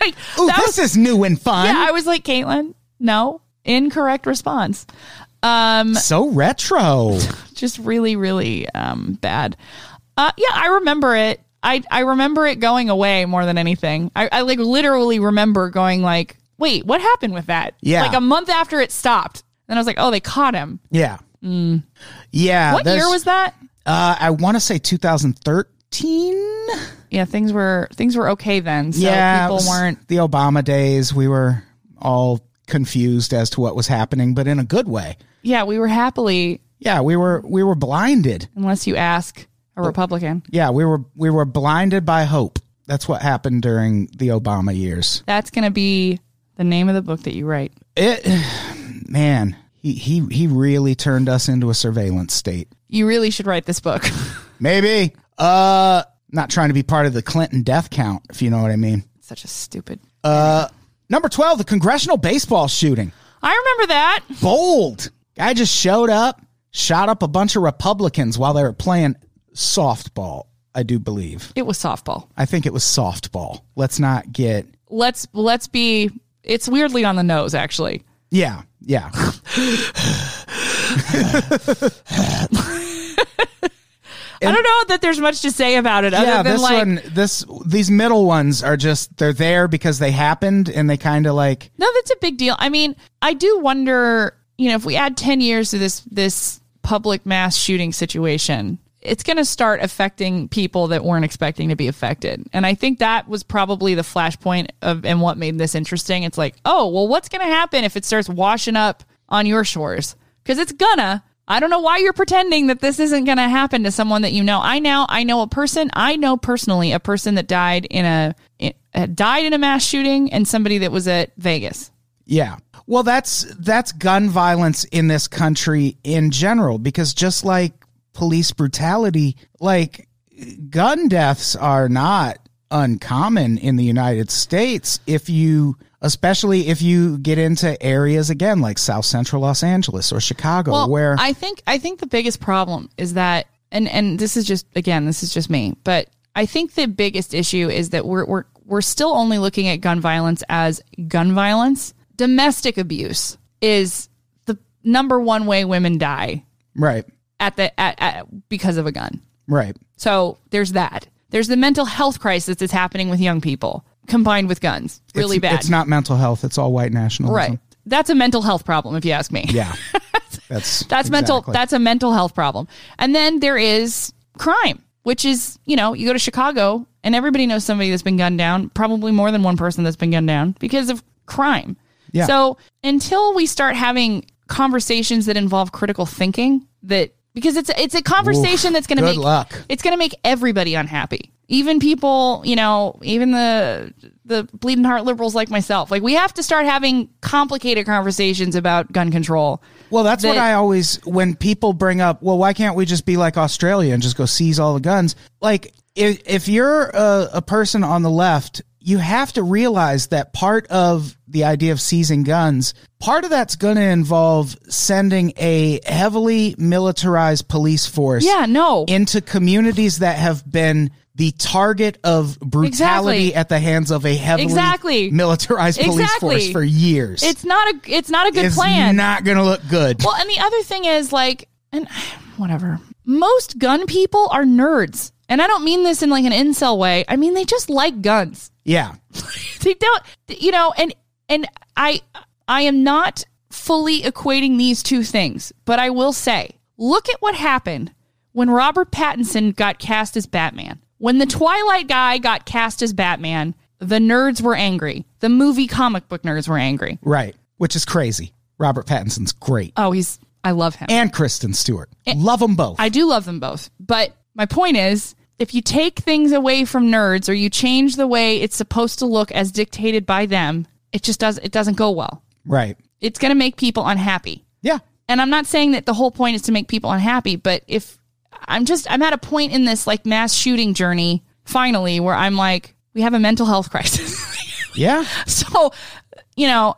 B: like
C: Ooh,
B: that
C: this is new and fun.
B: Yeah, I was like, Caitlin, no, incorrect response. Um,
C: so retro.
B: just really, really um, bad. Uh, yeah, I remember it. I, I remember it going away more than anything. I, I like literally remember going like, wait, what happened with that?
C: Yeah.
B: Like a month after it stopped. And I was like, oh, they caught him.
C: Yeah. Yeah.
B: Hmm. What year
C: there's-
B: was that?
C: Uh, I want to say 2013.
B: Yeah, things were things were okay then. So
C: yeah. it
B: people
C: was
B: weren't
C: the Obama days. We were all confused as to what was happening, but in a good way.
B: Yeah, we were happily
C: Yeah, we were we were blinded.
B: unless you ask a Republican.
C: Yeah, we were we were blinded by hope. That's what happened during the Obama years.
B: That's gonna be the name of the book that you write.
C: It (sighs) man, he he he really turned us into a surveillance state.
B: You really should write this book. (laughs)
C: Maybe. Uh not trying to be part of the Clinton death count, if you know what I mean.
B: Such a stupid
C: Number 12, the congressional baseball shooting.
B: I remember that.
C: Bold. Guy just showed up, shot up a bunch of Republicans while they were playing softball, I do believe.
B: It was softball.
C: I think it was softball. Let's not get
B: Let's let's be it's weirdly on the nose actually.
C: Yeah,
B: (laughs)
C: yeah.
B: I don't know that there's much to say about it
C: yeah,
B: other than
C: this
B: like
C: one this these middle ones are just they're there because they happened and they kind of like
B: No, that's a big deal. I mean, I do wonder, you know, if we add 10 years to this this public mass shooting situation, it's going to start affecting people that weren't expecting to be affected. And I think that was probably the flashpoint of and what made this interesting. It's like, oh, well, what's going to happen if it starts washing up on your shores? Because it's gonna. I don't know why you're pretending that this isn't going to happen to someone that you know. I now I know a person I know personally a person that died in a in, uh, died in a mass shooting and somebody that was at Vegas.
C: Yeah. Well, that's that's gun violence in this country in general because just like police brutality, like gun deaths are not uncommon in the United States if you especially if you get into areas again like South Central Los Angeles or Chicago
B: Well,
C: where
B: I think I think the biggest problem is that and and this is just again this is just me, but I think the biggest issue is that we're we're we're still only looking at gun violence as gun violence. Domestic abuse is the number one way women die
C: right
B: at the at, at because of a gun.
C: right
B: So there's that. There's the mental health crisis that's happening with young people combined with guns. Really
C: it's,
B: bad.
C: It's not mental health, it's all white nationalism.
B: right. That's a mental health problem if you ask me. (laughs)
C: Yeah. That's
B: That's mental.
C: exactly.
B: That's a mental health problem. And then there is crime, which is you know you go to Chicago and everybody knows somebody that's been gunned down. Probably more than one person that's been gunned down because of crime.
C: Yeah.
B: So until we start having conversations that involve critical thinking, that because it's it's a conversation that's going to
C: good
B: make
C: luck.
B: it's going to make everybody unhappy. Even people, you know, even the the bleeding heart liberals like myself. Like we have to start having complicated conversations about gun control.
C: Well, that's what
B: that-
C: I always when people bring up. Well, why can't we just be like Australia and just go seize all the guns? Like if if you're a, a person on the left, you have to realize that part of the idea of seizing guns, part of that's going to involve sending a heavily militarized police force
B: Yeah, no.
C: into communities that have been the target of brutality
B: Exactly.
C: at the hands of a heavily
B: Exactly.
C: militarized police force
B: Exactly.
C: for years.
B: It's not a it's not a good
C: It's
B: plan.
C: not going to look good.
B: well, and the other thing is like and (sighs) whatever. Most gun people are nerds. And I don't mean this in like an incel way. I mean they just like guns. (laughs)
C: yeah.
B: they don't you know and and i i am not fully equating these two things but i will say look at what happened when robert pattinson got cast as batman when the twilight guy got cast as batman the nerds were angry the movie comic book nerds were angry
C: Right. Which is crazy. Robert Pattinson's great.
B: oh he's i love him
C: and Kristen Stewart. Love them both.
B: I do love them both. But my point is, if you take things away from nerds or you change the way it's supposed to look as dictated by them, it just does it doesn't go well.
C: right.
B: It's going to make people unhappy.
C: Yeah.
B: And I'm not saying that the whole point is to make people unhappy, but if I'm just I'm at a point in this like mass shooting journey finally where I'm like we have a mental health crisis. (laughs)
C: Yeah.
B: so, you know,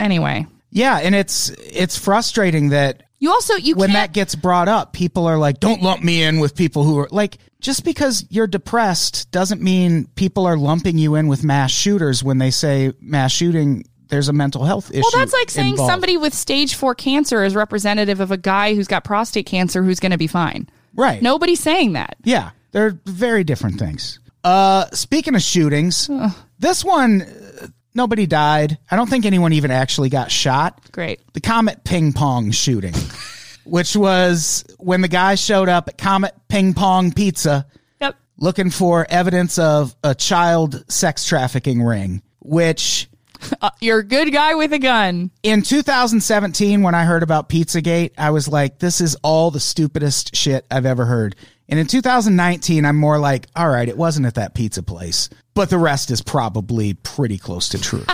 B: anyway,
C: Yeah, and it's it's frustrating that
B: you also you
C: when
B: can't
C: that gets brought up, people are like, "Don't lump me in with people who are like." Just because you're depressed doesn't mean people are lumping you in with mass shooters when they say mass shooting. There's a mental health issue.
B: Well, that's like saying
C: involved.
B: somebody with stage four cancer is representative of a guy who's got prostate cancer who's going to be fine.
C: right?
B: Nobody's saying that.
C: Yeah, they're very different things. Uh, speaking of shootings, this one uh, nobody died. I don't think anyone even actually got shot.
B: Great.
C: The Comet Ping Pong shooting, which was when the guy showed up at Comet Ping Pong Pizza
B: Yep.
C: looking for evidence of a child sex trafficking ring, which
B: Uh, you're a good guy with a gun.
C: in 2017 when i heard about pizzagate i was like this is all the stupidest shit i've ever heard and in 2019 i'm more like all right it wasn't at that pizza place but the rest is probably pretty close to true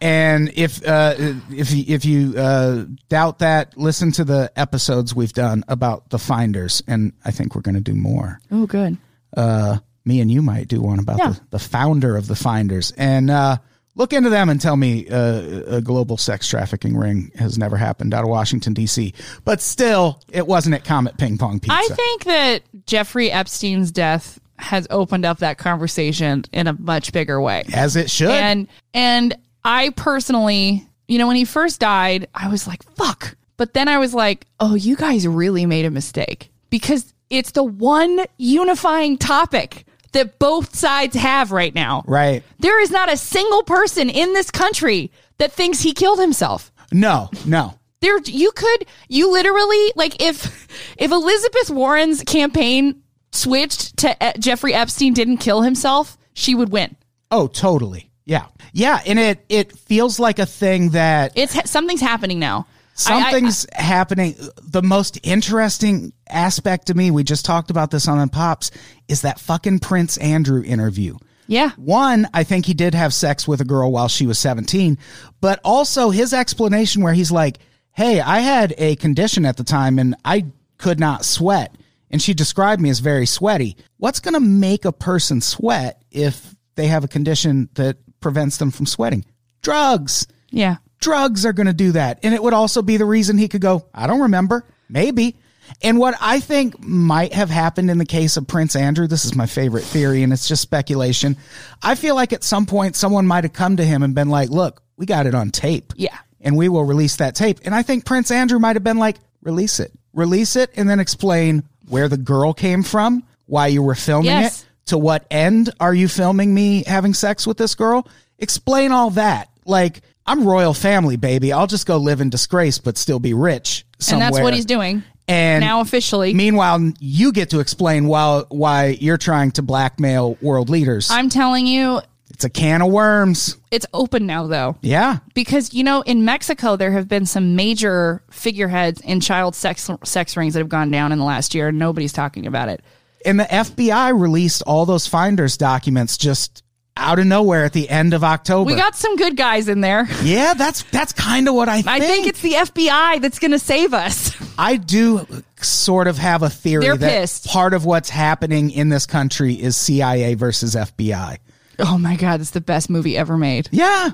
C: and if uh, if you- if you uh, doubt that listen to the episodes we've done about the finders and i think we're going to do more
B: Oh, good.
C: uh, me and you might do one about
B: Yeah.
C: the, the founder of the Finders. And uh, look into them and tell me uh, a global sex trafficking ring has never happened out of Washington, D.C. But still, it wasn't at Comet Ping Pong Pizza.
B: I think that Jeffrey Epstein's death has opened up that conversation in a much bigger way.
C: As it should.
B: And and I personally, you know, when he first died, I was like, "Fuck." But then I was like, "Oh, you guys really made a mistake because it's the one unifying topic that both sides have right now."
C: right.
B: There is not a single person in this country that thinks he killed himself.
C: No, no.
B: There you could you literally like if if Elizabeth Warren's campaign switched to E- Jeffrey Epstein didn't kill himself, she would win.
C: Oh, totally. Yeah. Yeah. And it, it feels like a thing that
B: It's ha- something's happening now. I- I-
C: Something's happening. The most interesting aspect to me, we just talked about this on Pops, is that fucking Prince Andrew interview.
B: yeah.
C: One, I think he did have sex with a girl while she was 17, but also his explanation where he's like, Hey, I had a condition at the time and I could not sweat. And she described me as very sweaty. What's going to make a person sweat if they have a condition that prevents them from sweating? Drugs
B: Yeah.
C: drugs are going to do that. And it would also be the reason he could go, I don't remember, maybe. And what I think might have happened in the case of Prince Andrew, this is my favorite theory and it's just speculation. I feel like at some point someone might have come to him and been like, look, we got it on tape.
B: Yeah.
C: And we will release that tape. And I think Prince Andrew might have been like, release it, release it, and then explain where the girl came from, why you were filming
B: Yes.
C: it, to what end are you filming me having sex with this girl? Explain all that. Like, I'm royal family, baby. I'll just go live in disgrace, but still be rich
B: And
C: somewhere.
B: that's what he's doing.
C: And
B: now officially.
C: meanwhile, you get to explain while, why you're trying to blackmail world leaders.
B: I'm telling you,
C: it's a can of worms.
B: it's open now though.
C: Yeah.
B: because you know in Mexico there have been some major figureheads in child sex sex rings that have gone down in the last year and nobody's talking about it.
C: and the FBI released all those finders documents just out of nowhere at the end of October.
B: We got some good guys in there.
C: yeah, that's that's kind of what I think.
B: I think it's the FBI that's going to save us. (laughs)
C: I do sort of have a theory
B: They're
C: that
B: pissed.
C: part of what's happening in this country is CIA versus FBI.
B: Oh my god, it's the best movie ever made.
C: Yeah,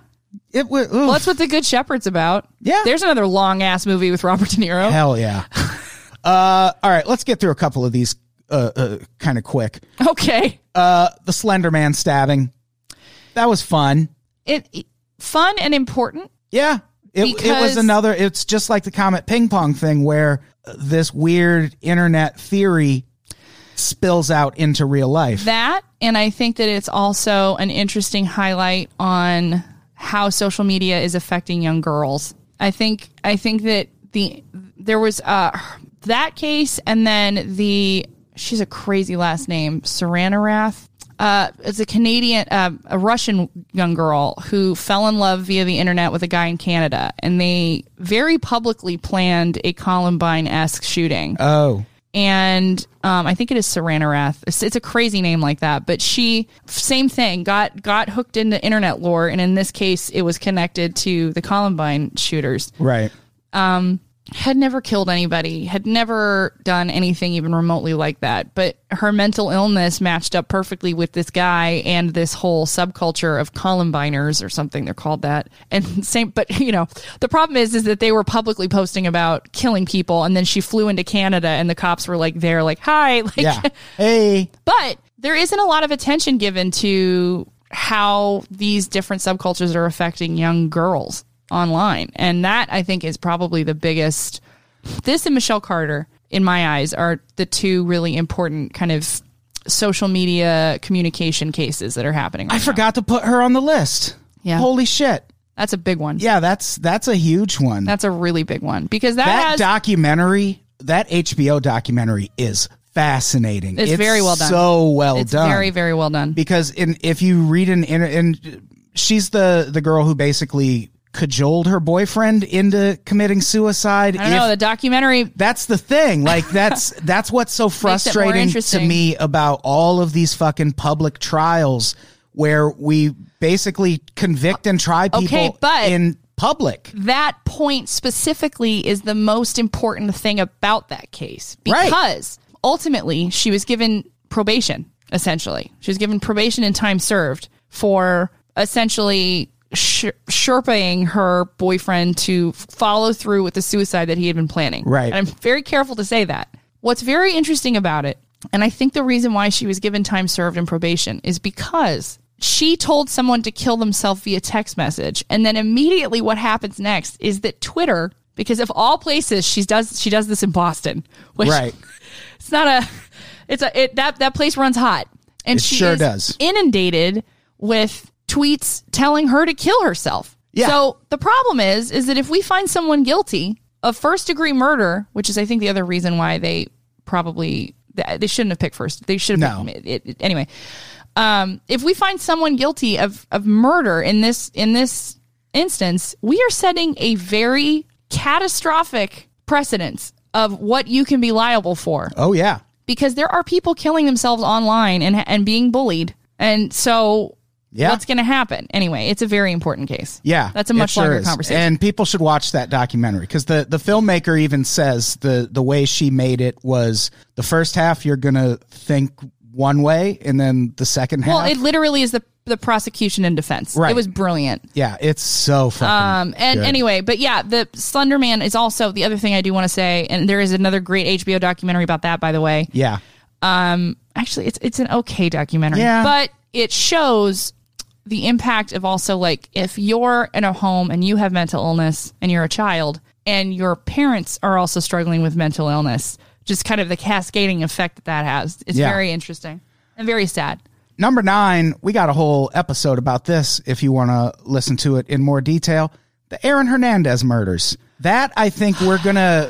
C: it would.
B: Well, that's what The Good Shepherd's about.
C: Yeah.
B: There's another long ass movie with Robert De Niro. (laughs)
C: Hell yeah. uh, all right, let's get through a couple of these uh, uh, kind of quick.
B: Okay.
C: Uh, the Slender Man stabbing. That was fun.
B: It, it- fun and important.
C: Yeah. It, it
B: Because-
C: was another, it's just like the comet ping pong thing where uh, this weird internet theory spills out into real life.
B: That and I think that it's also an interesting highlight on how social media is affecting young girls. I think I think that the there was uh that case and then the she's a crazy last name Saranarath. Uh, it's a Canadian, uh, a Russian young girl who fell in love via the internet with a guy in Canada, and they very publicly planned a Columbine-esque shooting
C: oh,
B: and um, I think it is Saranarath. It's, it's a crazy name like that, but she same thing got got hooked into internet lore, and in this case, it was connected to the Columbine shooters.
C: right.
B: Had never killed anybody, had never done anything even remotely like that, but her mental illness matched up perfectly with this guy and this whole subculture of Columbiners or something they're called that. And (laughs) same, but you know, the problem is is that they were publicly posting about killing people, and then she flew into Canada, and the cops were like there, like hi, (laughs) like.
C: Yeah. hey.
B: But there isn't a lot of attention given to how these different subcultures are affecting young girls online. And that I think is probably the biggest. This and Michelle Carter, in my eyes, are the two really important kind of social media communication cases that are happening.
C: I
B: Right now.
C: forgot to put her on the list.
B: Yeah.
C: Holy shit.
B: That's a big one.
C: Yeah, that's that's a huge one.
B: That's a really big one because that,
C: that
B: has.
C: documentary, that HBO documentary is fascinating.
B: It's very well done.
C: So well
B: it's
C: done.
B: very, very well done.
C: because in if you read an inter- and she's the the girl who basically cajoled her boyfriend into committing suicide
B: I don't know.
C: if-
B: The documentary
C: that's the thing like
B: (laughs)
C: that's that's what's so frustrating to
B: interesting.
C: me about all of these fucking public trials where we basically convict and try people
B: Okay, but-
C: in
B: (laughs)
C: public
B: that point specifically is the most important thing about that case
C: Right.
B: because ultimately she was given probation essentially she was given probation and time served for essentially sh- sherping her boyfriend to follow through with the suicide that he had been planning
C: Right.
B: and i'm very careful to say that what's very interesting about it and i think the reason why she was given time served and probation is because she told someone to kill themselves via text message and then immediately what happens next is that twitter because of all places she does she does this in boston which
C: right
B: it's not a it's a it that that place runs hot and
C: It
B: she
C: sure
B: is
C: does.
B: inundated with tweets telling her to kill herself
C: Yeah.
B: so the problem is is that if we find someone guilty of first degree murder, which is I think the other reason why they probably they shouldn't have picked first. They should have
C: No.
B: picked, it, it- anyway. Um, if we find someone guilty of of murder in this in this instance, we are setting a very catastrophic precedence of what you can be liable for
C: Oh yeah.
B: because there are people killing themselves online and and being bullied. And so
C: Yeah.
B: what's going to happen? Anyway, it's a very important case.
C: Yeah,
B: That's a
C: it
B: much
C: sure
B: longer
C: is.
B: conversation.
C: And people should watch that documentary because the the filmmaker even says the the way she made it was the first half you're gonna think one way, and then the second half.
B: well, it literally is the the prosecution and defense.
C: Right.
B: It was brilliant.
C: yeah, it's so fucking.
B: Um, and
C: good.
B: anyway, but yeah, the Slender Man is also the other thing I do want to say, and there is another great HBO documentary about that, by the way.
C: yeah,
B: Actually, it's it's an okay documentary,
C: Yeah.
B: but it shows the impact of also like if you're in a home and you have mental illness and you're a child and your parents are also struggling with mental illness, just kind of the cascading effect that that has. It's
C: Yeah.
B: very interesting and very sad.
C: number nine, we got a whole episode about this. If you want to listen to it in more detail, the Aaron Hernandez murders. That I think we're gonna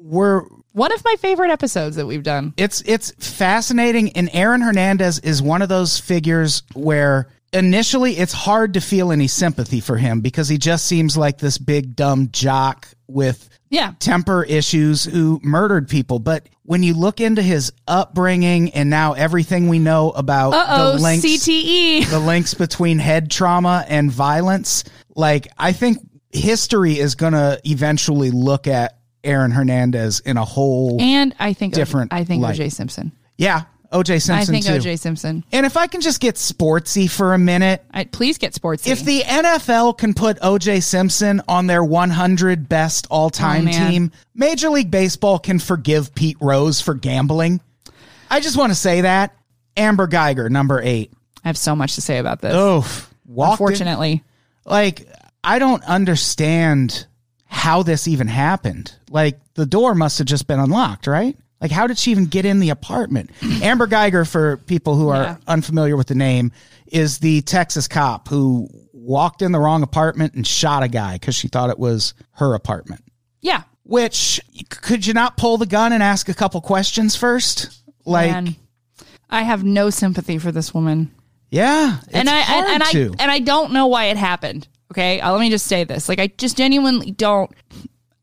C: we're
B: One of my favorite episodes that we've done.
C: It's it's fascinating, and Aaron Hernandez is one of those figures where initially it's hard to feel any sympathy for him because he just seems like this big dumb jock with
B: Yeah.
C: temper issues who murdered people. But when you look into his upbringing and now everything we know about
B: Uh oh,
C: the links,
B: CTE.
C: the links between head trauma and violence, like I think history is going to eventually look at Aaron Hernandez in a whole
B: And I think
C: Different
B: I think
C: light.
B: OJ Simpson.
C: yeah. OJ Simpson
B: I think
C: too.
B: OJ Simpson.
C: And if I can just get sportsy for a minute,
B: I, please get sportsy.
C: if the NFL can put OJ Simpson on their 100 best all
B: Oh,
C: time
B: man.
C: team, Major League Baseball can forgive Pete Rose for gambling. I just want to say that. Amber Geiger, number eight.
B: I have so much to say about this.
C: Oof. Oh, Walked in-
B: Unfortunately,
C: like, I don't understand how this even happened. Like, the door must have just been unlocked, right? Like, how did she even get in
B: (clears throat)
C: the apartment? Amber Geiger, for people who are
B: Yeah.
C: unfamiliar with the name, is the Texas cop who walked in the wrong apartment and shot a guy because she thought it was her apartment.
B: yeah.
C: Which, could you not pull the gun and ask a couple questions first? Like,
B: man. I have no sympathy for this woman.
C: yeah.
B: and
C: it's
B: I
C: hard
B: and, and I
C: to.
B: and I don't know why it happened. Okay, Uh, let me just say this: like, I just genuinely don't.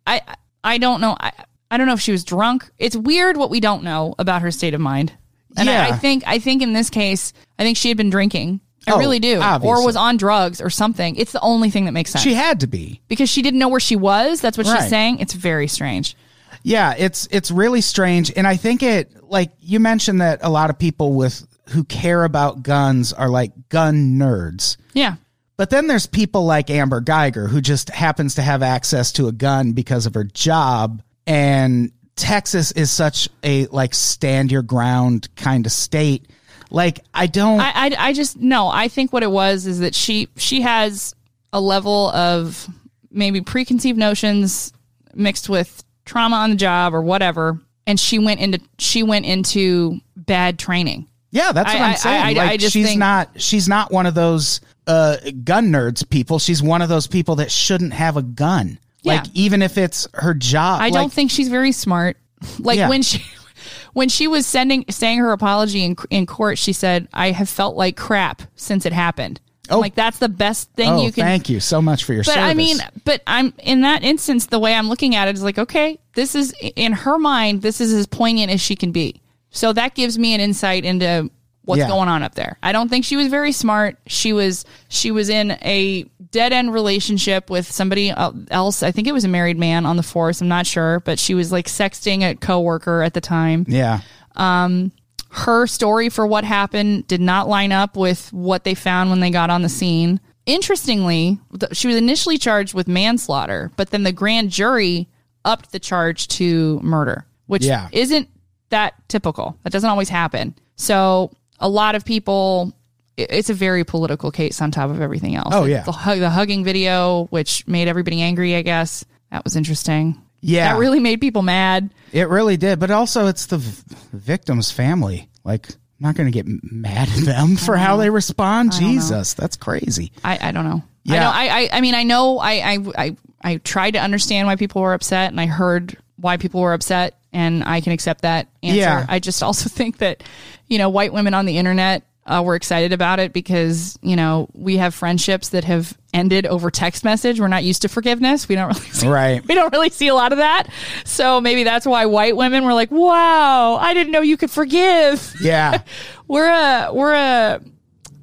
B: I I don't know. I I don't know if she was drunk. It's weird what we don't know about her state of mind. And I- I,
C: Yeah.
B: think I think in this case, I think she had been drinking. I
C: Oh,
B: really do, or
C: obviously.
B: was on drugs or something. It's the only thing that makes sense
C: she had to be.
B: because she didn't know where she was. That's what she's
C: Right.
B: saying. It's very strange.
C: Yeah, it's it's really strange, and I think it like you mentioned that a lot of people with who care about guns are like gun nerds,
B: Yeah,
C: but then there's people like Amber Geiger who just happens to have access to a gun because of her job, and Texas is such a like stand your ground kind of state. Like I don't,
B: I, I, I just no. I think what it was is that she she has a level of maybe preconceived notions mixed with trauma on the job or whatever, and she went into she went into bad training.
C: yeah, that's what
B: I-
C: I,
B: I-
C: am saying.
B: I- I
C: like,
B: just
C: she's
B: think-
C: not she's not one of those uh, gun nerds people. She's one of those people that shouldn't have a gun.
B: Yeah.
C: Like even if it's her job,
B: I
C: like,
B: don't think she's very smart. Like
C: Yeah.
B: when she when she was sending saying her apology in in court, she said, "I have felt like crap since it happened." I'm
C: Oh.
B: like that's the best thing
C: Oh,
B: you can
C: thank you so much for your
B: But
C: service.
B: I mean, but I'm in that instance, the way I'm looking at it is like, okay, this is in her mind, this is as poignant as she can be. So that gives me an insight into what's
C: Yeah.
B: going on up there. I don't think she was very smart. She was she was in a dead end relationship with somebody el- else. I think it was a married man on the force. I'm not sure, but she was like sexting a coworker at the time
C: yeah,
B: her story for what happened did not line up with what they found when they got on the scene. Interestingly, th- she was initially charged with manslaughter, but then the grand jury upped the charge to murder, which
C: Yeah.
B: isn't that typical. That doesn't always happen. So, a lot of people, i- it's a very political case on top of everything else.
C: Oh, yeah.
B: The, hug, the hugging video, which made everybody angry, I guess. That was interesting.
C: yeah,
B: That really made people mad.
C: it really did. But also, it's the v- victim's family. Like, I'm not going to get m- mad at them for how they respond. Jesus, that's crazy.
B: I, I don't know. I
C: Yeah.
B: know. I, I I mean I know I, I I I tried to understand why people were upset and I heard why people were upset and I can accept that answer.
C: Yeah.
B: I just (laughs) also think that you know white women on the internet uh, were excited about it because you know we have friendships that have ended over text message. We're not used to forgiveness. We don't (laughs) really see,
C: Right.
B: we don't really see a lot of that. So maybe that's why white women were like, "Wow, I didn't know you could forgive." (laughs)
C: Yeah.
B: we're a we're a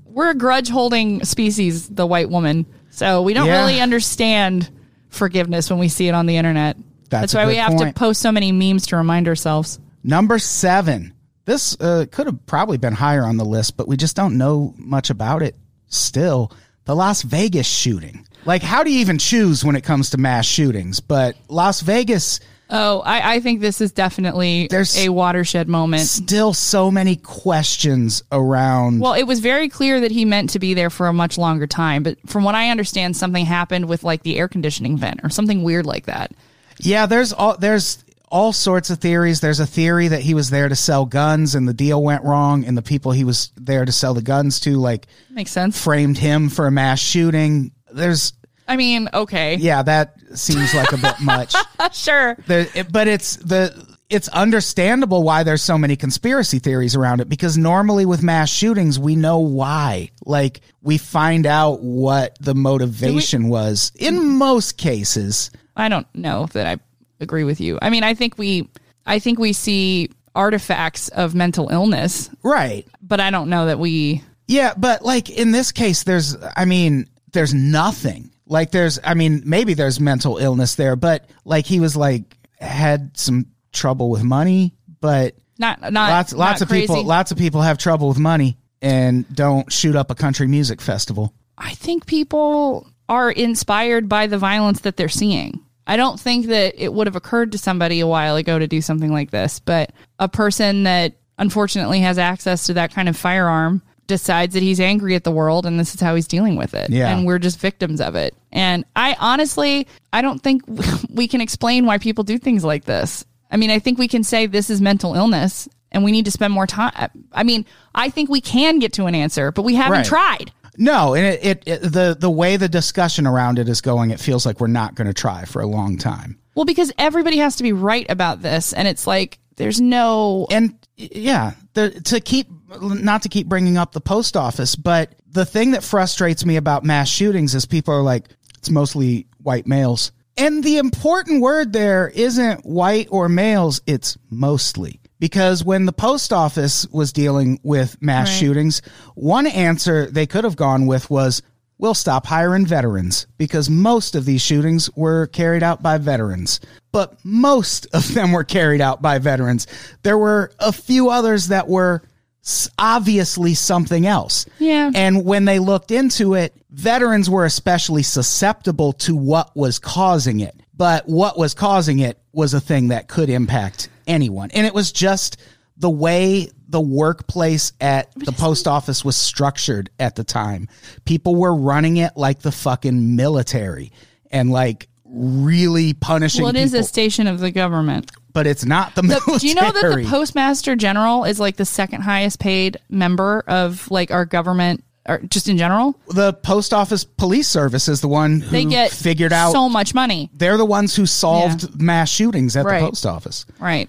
B: we're a grudge holding species the white woman so we don't
C: Yeah.
B: really understand forgiveness when we see it on the internet
C: That's
B: that's,
C: a
B: why we
C: good
B: have to
C: point.
B: post so many memes to remind ourselves
C: Number seven. This uh, could have probably been higher on the list, but we just don't know much about it still. The Las Vegas shooting. Like, how do you even choose when it comes to mass shootings? But Las Vegas,
B: oh i, I think this is definitely
C: There's-
B: a watershed moment
C: still so many questions around.
B: well it was very clear that he meant to be there for a much longer time but from what i understand something happened with like the air conditioning vent or something weird like that
C: yeah, there's all there's all sorts of theories. There's a theory that he was there to sell guns, and the deal went wrong, and the people he was there to sell the guns to, like,
B: makes sense
C: framed him for a mass shooting. There's
B: i mean okay
C: yeah, that seems like a bit much.
B: (laughs) sure
C: There, it- but it's the it's understandable why there's so many conspiracy theories around it because normally with mass shootings we know why. Like we find out what the motivation was in most cases.
B: I don't know that I agree with you. I mean, I think we I think we see artifacts of mental illness,
C: Right.
B: but I don't know that we
C: Yeah, but like in this case there's I mean there's nothing. Like there's I mean maybe there's mental illness there, but like he was like had some trouble with money, but
B: not not
C: lots lots
B: not
C: of people
B: crazy.
C: lots of people have trouble with money and don't shoot up a country music festival.
B: I think people are inspired by the violence that they're seeing. I don't think that it would have occurred to somebody a while ago to do something like this, but a person that unfortunately has access to that kind of firearm decides that he's angry at the world and this is how he's dealing with it.
C: Yeah.
B: And we're just victims of it. And I honestly, I don't think (laughs) we can explain why people do things like this. I mean, I think we can say this is mental illness and we need to spend more time. I mean, I think we can get to an answer, but we haven't
C: Right.
B: tried.
C: No, and it, it, it the the way the discussion around it is going, it feels like we're not going to try for a long time.
B: Well, because everybody has to be right about this, and it's like there's no
C: And y- yeah, the, to keep not to keep bringing up the post office, but the thing that frustrates me about mass shootings is people are like, it's mostly white males, and the important word there isn't white or males; it's mostly. Because when the post office was dealing with mass shootings, one answer they could have gone with was we'll stop hiring veterans because most of these shootings were carried out by veterans. But most of (laughs) them were carried out by veterans. There were a few others that were s- obviously something else.
B: Yeah.
C: And when they looked into it, veterans were especially susceptible to what was causing it. But what was causing it was a thing that could impact anyone. And it was just the way the workplace at the post office was structured at the time. People were running it like the fucking military and like really punishing
B: well, it
C: people.
B: is a station of the
C: (laughs)
B: government.
C: but it's not the, military.
B: Do you know that the postmaster general is like the second highest paid member of like our government, or just in general?
C: the post office police service is the one who
B: They get
C: figured out
B: so much money,
C: they're the ones who solved mass shootings at
B: Right.
C: the post office.
B: right?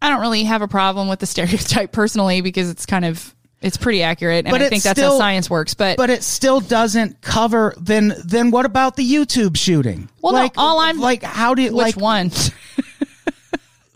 B: I don't really have a problem with the stereotype personally because it's kind of it's pretty accurate, and
C: But
B: I
C: it's
B: think that's how
C: still-
B: science works. But,
C: But it still doesn't cover then then what about the YouTube shooting?
B: Well, no,
C: like
B: all I'm-
C: like how do you
B: which
C: like (laughs)
B: one?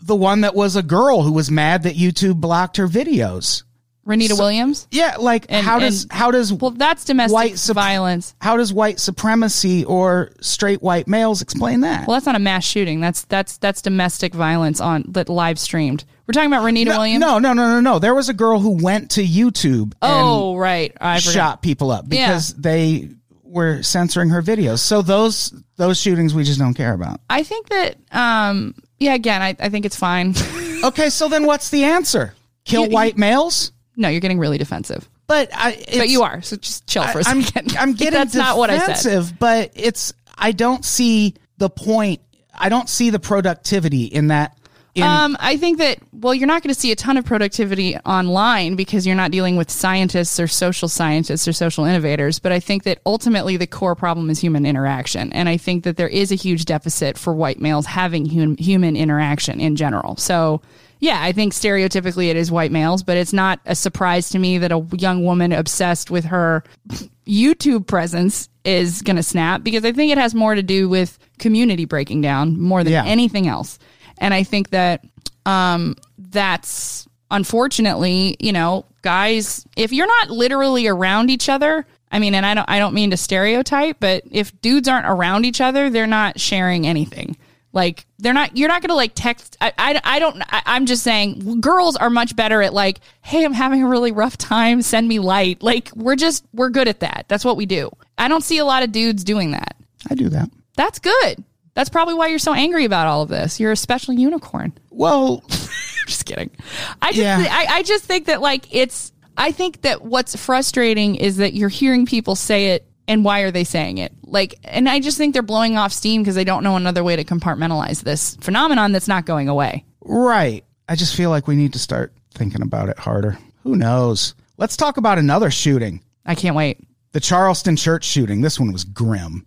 C: the one that was a girl who was mad that YouTube blocked her videos?
B: Renita Williams.
C: Yeah, like
B: And-
C: how does
B: and-
C: how does
B: Well, that's domestic
C: White sup-
B: violence.
C: how does white supremacy or straight white males explain that?
B: Well, that's not a mass shooting. That's that's that's domestic violence on that live streamed. We're talking about Renita
C: no,
B: Williams.
C: no, no, no, no, no. There was a girl who went to YouTube and
B: Oh, right. I forgot.
C: shot people up because they were censoring her videos. So those those shootings we just don't care about.
B: I think that. Um. Yeah. Again, I, I think it's fine. (laughs)
C: Okay, so then what's the answer? Kill
B: You- you-
C: white males?
B: no, you're getting really defensive,
C: But I it's,
B: but you are. So just chill for a
C: I'm,
B: second. (laughs)
C: I'm getting
B: that's not what I said.
C: defensive, but it's I don't see the point. I don't see the productivity in that in
B: um, I think that well, you're not going to see a ton of productivity online because you're not dealing with scientists or social scientists or social innovators. But I think that ultimately the core problem is human interaction, and I think that there is a huge deficit for white males having hum- human interaction in general. So. Yeah, I think stereotypically it is white males, but it's not a surprise to me that a young woman obsessed with her YouTube presence is going to snap because I think it has more to do with community breaking down more than
C: Yeah.
B: anything else. And I think that um, that's unfortunately, you know, guys, if you're not literally around each other, I mean, and I don't, I don't mean to stereotype, but if dudes aren't around each other, they're not sharing anything. Like they're not, you're not going to like text. I, I, I don't, I, I'm just saying girls are much better at like, Hey, I'm having a really rough time. Send me light. Like we're just, we're good at that. That's what we do. I don't see a lot of dudes doing that.
C: I do that.
B: That's good. That's probably why you're so angry about all of this. You're a special unicorn. (laughs)
C: Well,
B: just kidding. I just,
C: Yeah.
B: I, I just think that like it's. I think that what's frustrating is that you're hearing people say it, and why are they saying it? Like, and I just think they're blowing off steam because they don't know another way to compartmentalize this phenomenon that's not going away.
C: right. I just feel like we need to start thinking about it harder. Who knows? Let's talk about another shooting.
B: I can't wait.
C: The Charleston church shooting. This one was grim.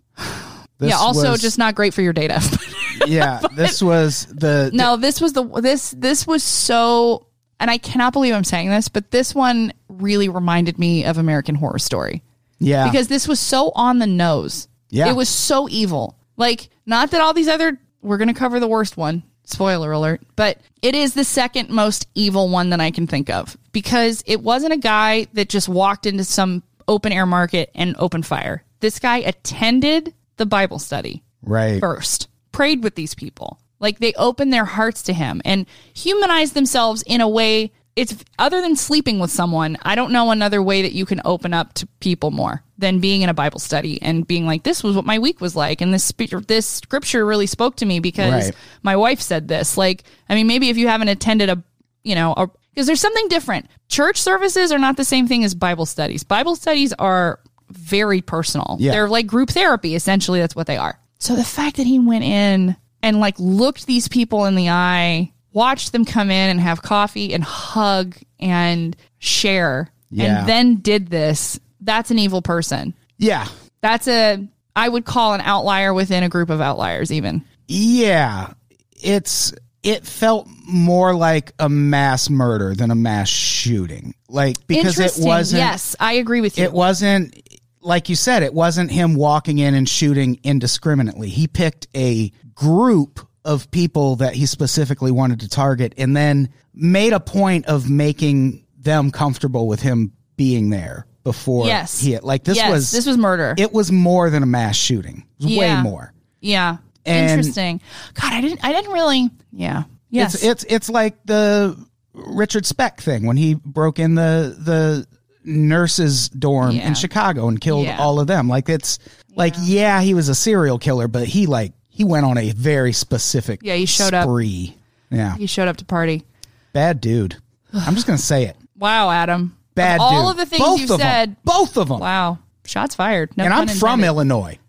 B: (sighs)
C: This
B: yeah. Also,
C: was-
B: just not great for your data.
C: (laughs)
B: (laughs)
C: yeah. This was the
B: no, this was the this this was so, and I cannot believe I'm saying this, but this one really reminded me of American Horror Story.
C: yeah
B: because this was so on the nose.
C: Yeah.
B: It was so evil. Like, not that all these other, we're going to cover the worst one, spoiler alert, but it is the second most evil one that I can think of because it wasn't a guy that just walked into some open air market and opened fire. This guy attended the Bible study
C: right.
B: first, prayed with these people. Like they opened their hearts to him and humanized themselves in a way. It's other than sleeping with someone, I don't know another way that you can open up to people more than being in a Bible study and being like, this was what my week was like. And this, spe- this scripture really spoke to me because
C: Right.
B: my wife said this. Like, I mean, maybe if you haven't attended a, you know, a, because there's something different. Church services are not the same thing as Bible studies. Bible studies are very personal.
C: Yeah.
B: They're like group therapy, essentially. That's what they are. So the fact that he went in and like looked these people in the eye, watched them come in and have coffee and hug and share,
C: Yeah.
B: and then did this, that's an evil person.
C: Yeah.
B: That's a, I would call an outlier within a group of outliers, even.
C: Yeah. It's it felt more like a mass murder than a mass shooting. Like because it
B: Interesting.
C: wasn't
B: Yes, I agree with you.
C: it wasn't like you said it wasn't him walking in and shooting indiscriminately. He picked a group of people that he specifically wanted to target and then made a point of making them comfortable with him being there before
B: Yes.
C: he like this
B: yes,
C: was
B: this was murder.
C: it was more than a mass shooting. It was
B: Yeah.
C: Way more.
B: yeah.
C: And-
B: Interesting. God, I didn't, I didn't really, yeah. Yes.
C: It's it's it's like the Richard Speck thing when he broke in the the nurses dorm
B: Yeah.
C: in Chicago and killed
B: Yeah.
C: all of them. Like it's like yeah, he was a serial killer, but he like he went on a very specific
B: Yeah, he showed up.
C: spree. Yeah.
B: he showed up to party.
C: Bad dude. I'm just going to say it.
B: Wow, Adam.
C: Bad
B: Of all
C: dude.
B: of the things
C: Both
B: you
C: of 'em.
B: said.
C: Both of them.
B: Wow, shots fired. No
C: And I'm
B: pun
C: from
B: intended.
C: Illinois.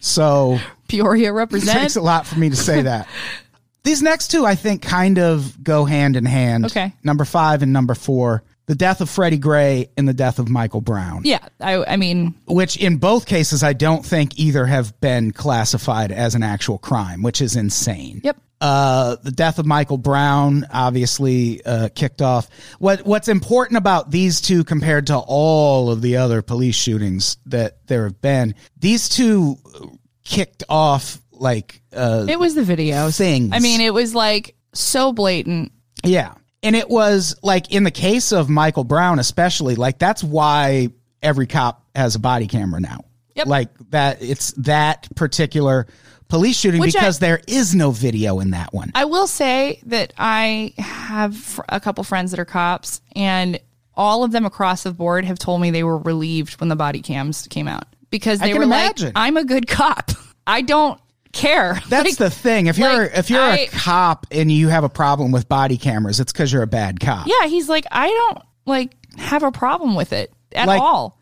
C: So
B: Peoria.
C: It takes
B: Represent.
C: a lot for me
B: (laughs)
C: to say that. These next two, I think, kind of go hand in hand.
B: Okay.
C: Number five and number four the death of Freddie Gray and the death of Michael Brown,
B: yeah, I, I mean,
C: which in both cases, I don't think either have been classified as an actual crime, which is insane.
B: Yep.
C: Uh, the death of Michael Brown obviously uh, kicked off. What What's important about these two compared to all of the other police shootings that there have been, these two kicked off like uh,
B: it was the video
C: Things.
B: I mean, it was like so blatant.
C: Yeah. And it was like in the case of Michael Brown, especially, like that's why every cop has a body camera now.
B: Yep.
C: Like that, it's that particular police shooting
B: Which I-
C: because there is no video in that one.
B: I will say that I have fr- a couple friends that are cops, and all of them across the board have told me they were relieved when the body cams came out because they
C: can
B: were
C: imagine.
B: like, "I'm a good cop. I don't care."
C: That's
B: Like,
C: the thing. If you're
B: like,
C: if you're a
B: I-
C: cop and you have a problem with body cameras, it's because you're a bad cop.
B: yeah. He's like, I don't like have a problem with it at
C: Like,
B: all.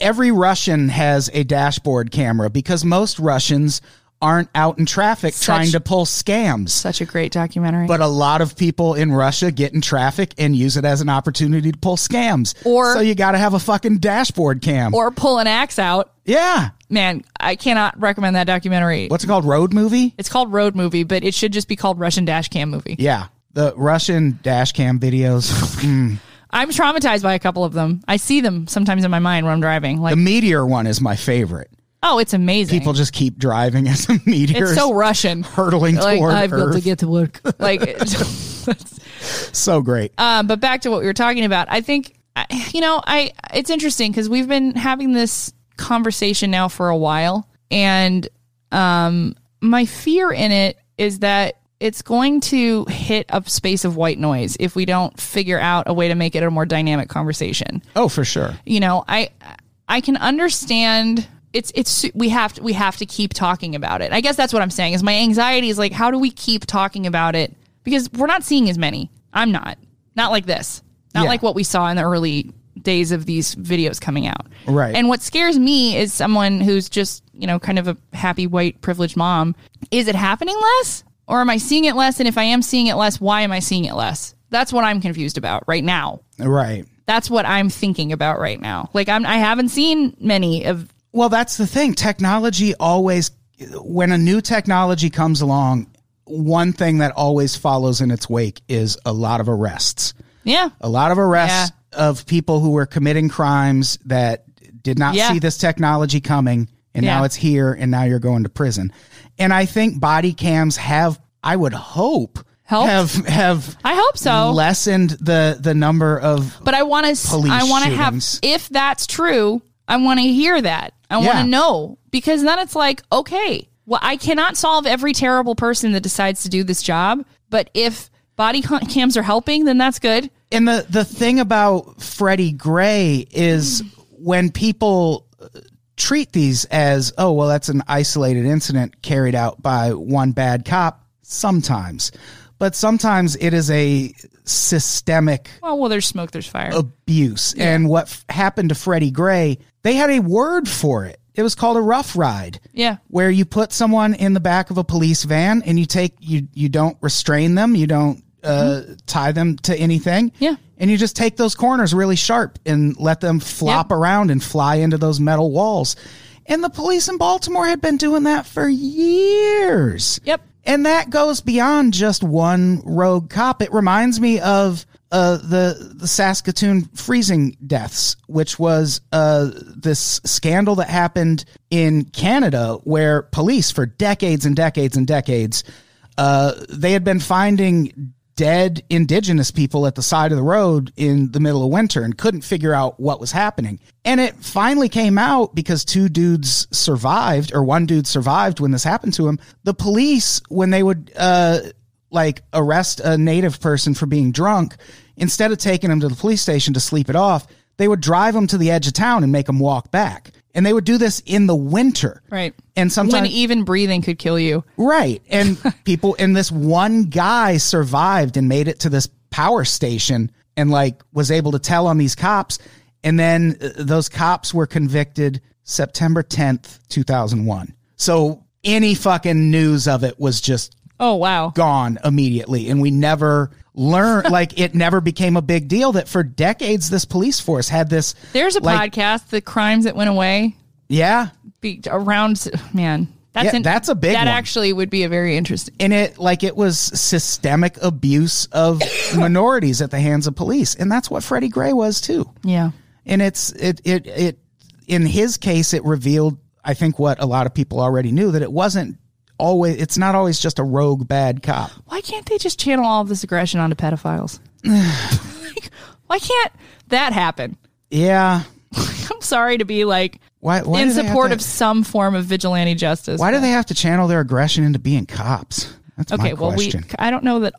C: every Russian has a dashboard camera because most Russians aren't out in traffic
B: Such-
C: trying to pull scams.
B: Such a great documentary.
C: But a lot of people in Russia get in traffic and use it as an opportunity to pull scams.
B: Or-
C: so you got to have a fucking dashboard cam.
B: or pull an axe out.
C: yeah,
B: Man, I cannot recommend that documentary.
C: what's it called? Road movie?
B: It's called Road Movie, but it should just be called Russian Dash Cam Movie.
C: Yeah, the Russian dash cam videos. (laughs)
B: I'm traumatized by a couple of them. I see them sometimes in my mind when I'm driving. Like,
C: the meteor one is my favorite.
B: oh, it's amazing.
C: People just keep driving (laughs) as a meteor.
B: it's so Russian. (laughs)
C: hurtling
B: Like,
C: toward
B: I've
C: Earth.
B: got to get to work. (laughs) Like,
C: so great.
B: Um, but back to what we were talking about, I think I- you know, I it's interesting because we've been having this conversation now for a while, and um, my fear in it is that it's going to hit a space of white noise if we don't figure out a way to make it a more dynamic conversation
C: oh, for sure.
B: you know i i can understand it's it's we have to we have to keep talking about it i guess that's what i'm saying is my anxiety is like how do we keep talking about it because we're not seeing as many i'm not not like this not
C: Yeah.
B: like what we saw in the early days of these videos coming out
C: Right.
B: and what scares me is someone who's just you know kind of a happy white privileged mom is it happening less or am i seeing it less and if i am seeing it less why am i seeing it less that's what i'm confused about right now
C: Right.
B: that's what I'm thinking about right now. Like I'm I haven't seen many of
C: Well, that's the thing. Technology always, when a new technology comes along, one thing that always follows in its wake is a lot of arrests.
B: yeah.
C: A lot of arrests of people who were committing crimes that did not
B: Yeah.
C: see this technology coming, and now
B: Yeah.
C: it's here, and now you're going to prison. And I think body cams have, I would hope,
B: Helped? Oh.
C: have have
B: I hope so.
C: lessened the the number of
B: but I want to
C: Police
B: I want to have
C: shootings.
B: if that's true, I want to hear that. I
C: Yeah.
B: want to know because then it's like, okay, well I cannot solve every terrible person that decides to do this job, but if body ca- cams are helping, then that's good.
C: And the the thing about Freddie Gray is when people uh, treat these as oh well that's an isolated incident carried out by one bad cop sometimes but sometimes it is a systemic
B: Well, well there's smoke, there's fire.
C: Oh, abuse and what f- happened to Freddie Gray they had a word for it it was called a rough ride
B: yeah.
C: where you put someone in the back of a police van and you take you you don't restrain them, you don't uh, tie them to anything.
B: Mm-hmm. Yeah.
C: And you just take those corners really sharp and let them flop
B: Yep.
C: around and fly into those metal walls. And the police in Baltimore had been doing that for years.
B: Yep.
C: And that goes beyond just one rogue cop. It reminds me of uh, the the Saskatoon freezing deaths, which was uh, this scandal that happened in Canada, where police for decades and decades and decades, uh, they had been finding dead indigenous people at the side of the road in the middle of winter and couldn't figure out what was happening. And it finally came out because two dudes survived or one dude survived when this happened to him. The police, when they would, uh, like arrest a native person for being drunk, instead of taking them to the police station to sleep it off, they would drive them to the edge of town and make them walk back. And they would do this in the winter.
B: Right.
C: And
B: When
C: sometimes
B: even breathing could kill you.
C: Right. And people and this one guy survived and made it to this power station and like was able to tell on these cops and then uh, those cops were convicted September 10th, 2001. So any fucking news of it was just
B: Oh wow.
C: gone immediately and we never learned like it never became a big deal that for decades this police force had this
B: There's a
C: like-
B: podcast, The Crimes That Went Away.
C: yeah
B: be around man that's
C: Yeah,
B: an-
C: that's a big
B: that
C: one.
B: actually would be a very interesting
C: and it like it was systemic abuse
B: (coughs)
C: of minorities at the hands of police and that's what freddie gray was too
B: yeah
C: and it's it it it in his case it revealed i think what a lot of people already knew that it wasn't always it's not always just a rogue bad cop
B: why can't they just channel all of this aggression onto
C: (sighs)
B: pedophiles Like, why can't that happen
C: yeah
B: i'm sorry to be like
C: why, why
B: in
C: do they have
B: support
C: to-
B: of some form of vigilante justice
C: why do they have to channel their aggression into being cops that's
B: okay
C: my
B: well
C: question.
B: (laughs) we i don't know that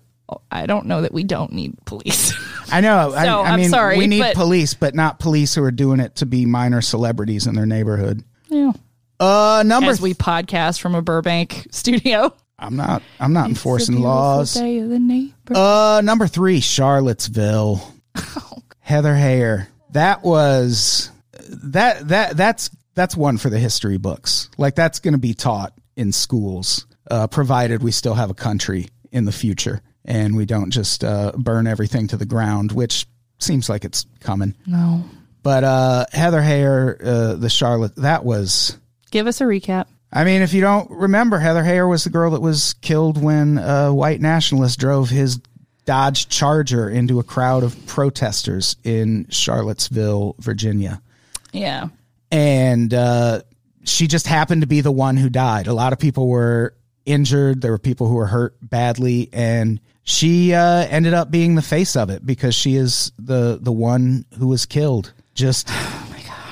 B: i don't know that we don't need police (laughs)
C: I know. I,
B: So,
C: I
B: I'm
C: mean,
B: sorry,
C: we need
B: but-
C: police, but not police who are doing it to be minor celebrities in their neighborhood.
B: Yeah.
C: Uh, number
B: as we podcast from a burbank studio
C: I'm not. I'm not enforcing
B: It's a beautiful
C: laws.
B: day of the neighbor-
C: Uh, number
B: (laughs)
C: three, Charlottesville.
B: Oh,
C: Heather Hare. That was that that that's that's one for the history books. Like that's going to be taught in schools, uh, provided we still have a country in the future and we don't just uh, burn everything to the ground, which seems like it's coming.
B: No.
C: But uh, Heather Hare, uh, the Charlotte, that was.
B: Give us a recap.
C: I mean, if you don't remember, Heather Hare was the girl that was killed when a white nationalist drove his Dodge Charger into a crowd of protesters in Charlottesville, Virginia
B: Yeah.
C: and uh, she just happened to be the one who died. A lot of people were injured. There were people who were hurt badly, and she uh, ended up being the face of it because she is the the one who was killed. Just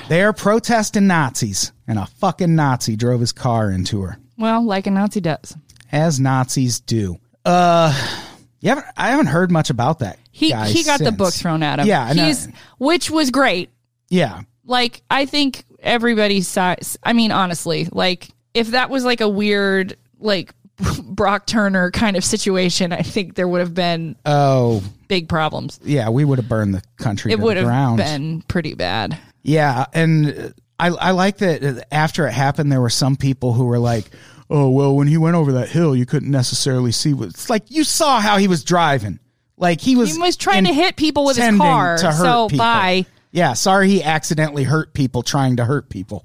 C: they're protesting Nazis, and a fucking Nazi drove his car into her,
B: Well, like a Nazi does.
C: as Nazis do. Uh, you haven't, I haven't heard much about that.
B: He
C: guy
B: he got the
C: since.
B: book thrown at him.
C: Yeah, I know.
B: He's, which was great.
C: Yeah,
B: Like I think everybody saw. I mean, honestly, like if that was like a weird like (laughs) Brock Turner kind of situation, I think there would have been
C: oh
B: big problems.
C: yeah, we would have burned the country.
B: It
C: to
B: would
C: the
B: have
C: ground.
B: been pretty bad.
C: Yeah, and I I like that after it happened, there were some people who were like, "Oh well, when he went over that hill, you couldn't necessarily see what." It's like you saw how he was driving. Like he was
B: He was trying to hit people with his
C: intending
B: car.
C: to hurt
B: so
C: people.
B: bye.
C: Yeah, sorry he accidentally hurt people trying to hurt people.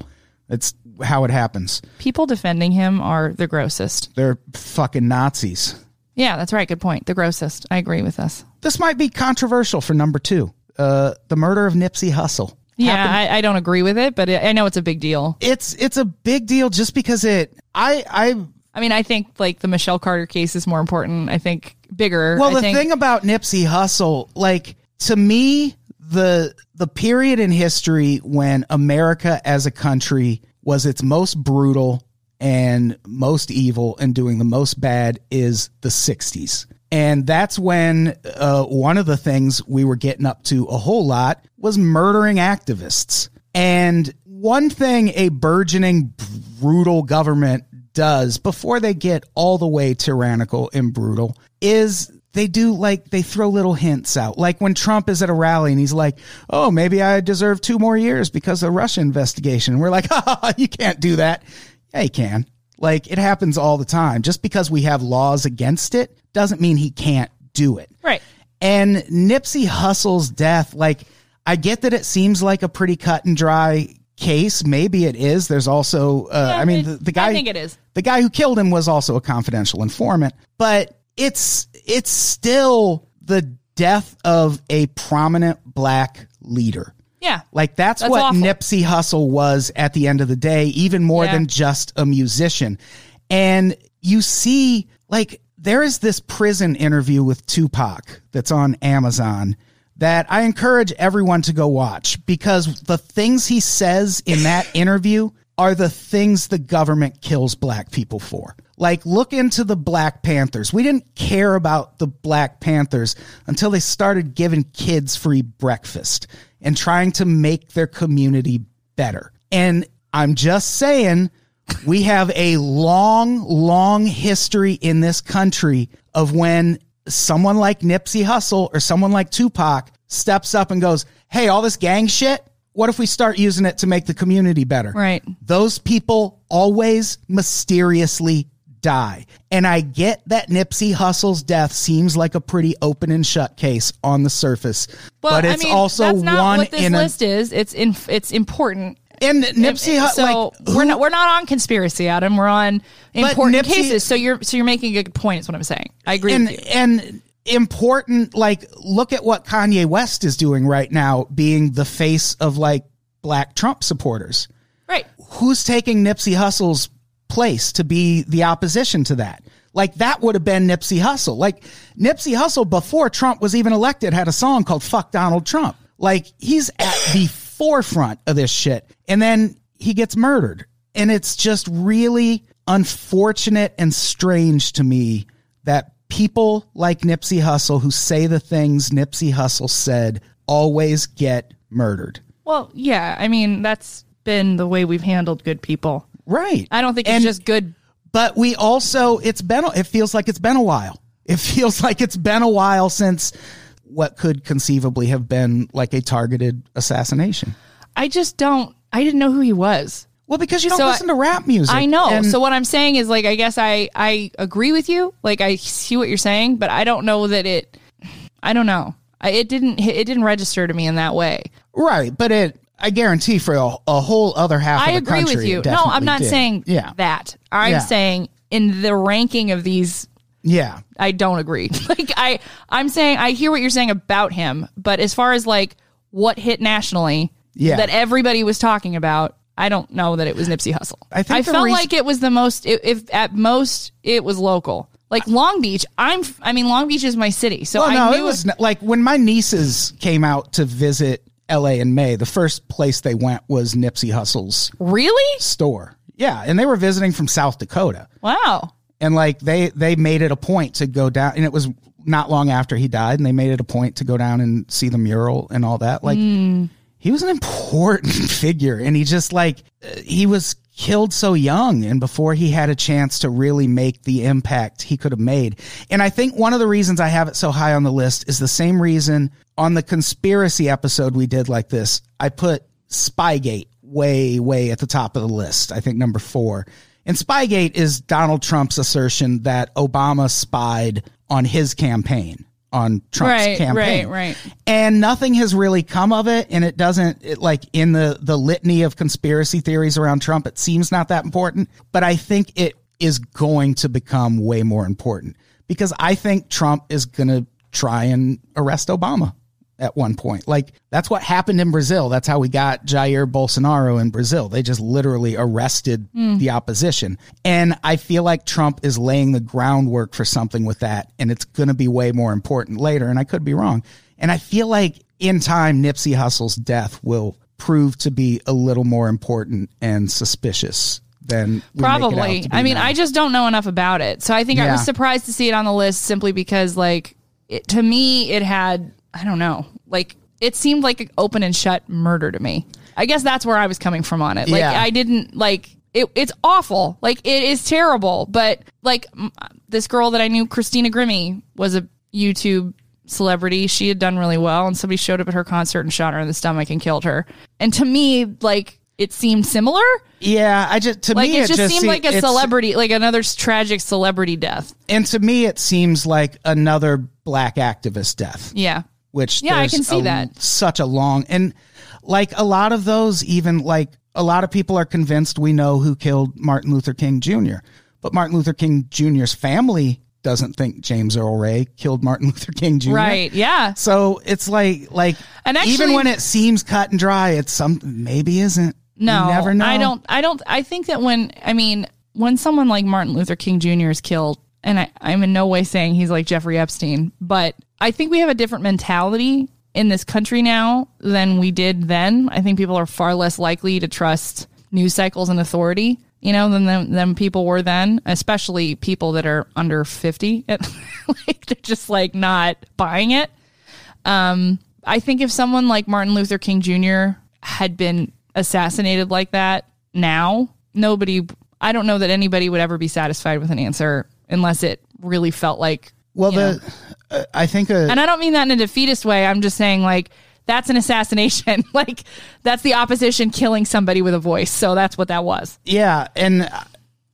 C: It's how it happens.
B: People defending him are the grossest.
C: They're fucking Nazis.
B: Yeah, that's right. Good point. The grossest. I agree with us.
C: This might be controversial for number two. Uh, the murder of Nipsey Hussle.
B: Yeah, I, I don't agree with it, but it, I know it's a big deal.
C: It's it's a big deal just because it. I I
B: I mean, I think like the Michelle Carter case is more important. I think bigger.
C: Well,
B: I
C: the
B: think,
C: thing about Nipsey Hussle, like to me, the the period in history when America as a country was its most brutal and most evil and doing the most bad is the 60s. And that's when uh, one of the things we were getting up to a whole lot was murdering activists. And one thing a burgeoning, brutal government does before they get all the way tyrannical and brutal is they do like they throw little hints out. Like when Trump is at a rally and he's like, "Oh, maybe I deserve two more years because of the Russia investigation." And we're like, (laughs) "Ah, you can't do that." Yeah, he can. Like it happens all the time. Just because we have laws against it doesn't mean he can't do it.
B: Right.
C: And Nipsey Hussle's death, like, I get that it seems like a pretty cut and dry case. Maybe it is. There's also, uh, I mean,
B: it-
C: the, the
B: I
C: guy,
B: think it is.
C: The guy who killed him was also a confidential informant, but it's it's still the death of a prominent black leader.
B: Yeah.
C: Like that's,
B: That's
C: what
B: awful.
C: Nipsey Hussle was at the end of the day, even more
B: Yeah.
C: than just a musician. And you see, like, there is this prison interview with Tupac that's on Amazon that I encourage everyone to go watch because the things he says in that interview are the things the government kills black people for. Like, look into the Black Panthers. We didn't care about the Black Panthers until they started giving kids free breakfast and trying to make their community better. And I'm just saying, we have a long, long history in this country of when someone like Nipsey Hussle or someone like Tupac steps up and goes, Hey, all this gang shit, what if we start using it to make the community better?
B: Right.
C: Those people always mysteriously die. And I get that Nipsey Hussle's death seems like a pretty open and shut case on the surface,
B: Well,
C: but it's
B: I mean,
C: also
B: that's not
C: one
B: what this
C: in
B: list is. It's in, it's important.
C: a. And Nipsey Hussle,
B: so
C: like,
B: we're not we're not on conspiracy, Adam. We're on important
C: Nipsey-
B: cases. So you're so you're making a good point. Is what I'm saying. I agree
C: and
B: with you.
C: and important like look at what Kanye West is doing right now being the face of like black Trump supporters
B: Right.
C: who's taking Nipsey Hussle's place to be the opposition to that like that would have been Nipsey Hussle like Nipsey Hussle before Trump was even elected had a song called fuck Donald Trump like he's at the forefront of this shit and then he gets murdered and it's just really unfortunate and strange to me that people like Nipsey Hussle who say the things Nipsey Hussle said always get murdered.
B: Well, yeah. I mean, that's been the way we've handled good people.
C: Right.
B: I don't think
C: And-
B: it's just good.
C: but we also it's been it feels like it's been a while. It (laughs) feels like it's been a while since what could conceivably have been like a targeted assassination.
B: I just don't. I didn't know who he was.
C: Well, because you don't
B: So I-
C: listen to rap music.
B: I know.
C: And-
B: so what I'm saying is like I guess I I agree with you. Like I see what you're saying, but I don't know that it I don't know. I, it didn't hit- it didn't register to me in that way.
C: right, but it I guarantee for a, a whole other half
B: I
C: of the
B: agree
C: country.
B: with
C: it
B: you. No,
C: definitely
B: I'm not
C: did.
B: saying
C: Yeah.
B: that. I'm
C: Yeah.
B: saying in the ranking of these
C: Yeah.
B: I don't agree. (laughs) like I I'm saying I hear what you're saying about him, but as far as like what hit nationally
C: Yeah.
B: that everybody was talking about, I don't know that it was Nipsey Hussle.
C: I think the
B: felt
C: reas-
B: like it was the most if, if at most it was local. Like Long Beach, I'm f- I mean Long Beach is my city. So
C: Well,
B: I
C: Oh, no,
B: knew
C: it was n- like when my nieces came out to visit L.A. in May. The first place they went was Nipsey Hussle's
B: really?
C: store. Yeah, and they were visiting from South Dakota,
B: Wow.
C: and like they they made it a point to go down, and it was not long after he died, and they made it a point to go down and see the mural and all that. Like he was an important (laughs) figure, and he just like uh, he was killed so young and before he had a chance to really make the impact he could have made. And I think one of the reasons I have it so high on the list is the same reason on the conspiracy episode we did like this, I put Spygate way, way at the top of the list. I think number four. And Spygate is Donald Trump's assertion that Obama spied on his campaign, on Trump's
B: Right, right,
C: campaign.
B: right.
C: And nothing has really come of it. And it doesn't, it, like, in the, the litany of conspiracy theories around Trump, it seems not that important. But I think it is going to become way more important because I think Trump is going to try and arrest Obama at one point. Like, that's what happened in Brazil. That's how we got Jair Bolsonaro in Brazil. They just literally arrested
B: Mm.
C: the opposition. And I feel like Trump is laying the groundwork for something with that. And it's going to be way more important later. And I could be wrong. And I feel like in time, Nipsey Hussle's death will prove to be a little more important and suspicious than we make it out
B: Probably.
C: to be
B: I mean,
C: now.
B: I just don't know enough about it. So I think I
C: Yeah.
B: was surprised to see it on the list simply because, like, it, to me, it had, I don't know, like, it seemed like an open and shut murder to me. I guess that's where I was coming from on it. Like,
C: Yeah.
B: I didn't, like, it, it's awful. Like, it is terrible. But, like, m- this girl that I knew, Christina Grimmie, was a YouTube celebrity. She had done really well, and somebody showed up at her concert and shot her in the stomach and killed her. And to me, like, it seemed similar.
C: yeah, I just to
B: Like
C: me
B: it just seemed like a
C: it's-
B: celebrity, like another s- tragic celebrity death.
C: and to me it seems like another black activist death.
B: Yeah,
C: which
B: Yeah, I
C: there's
B: can see
C: a-
B: that.
C: such a long and like a lot of those even like a lot of people are convinced we know who killed Martin Luther King Jr. But Martin Luther King Jr.'s family doesn't think James Earl Ray killed Martin (laughs) Luther King Jr.
B: right. Yeah,
C: So it's like like
B: And
C: even
B: actually-
C: when it seems cut and dry, it's some maybe isn't. You
B: no,
C: never know.
B: I don't. I don't. I think that when I mean when someone like Martin Luther King Jr. is killed, and I, I'm in no way saying he's like Jeffrey Epstein, but I think we have a different mentality in this country now than we did then. I think people are far less likely to trust news cycles and authority. You know, than, than than people were then, especially people that are under fifty. (laughs) like they're just like not buying it. I think if someone like Martin Luther King Jr. had been assassinated like that now, nobody, I don't know that anybody would ever be satisfied with an answer unless it really felt like,
C: Well,
B: you know.
C: the uh, I think a,
B: and I don't mean that in a defeatist way. I'm just saying, like, that's an assassination. (laughs) like, that's the opposition killing somebody with a voice. So that's what that was.
C: Yeah, and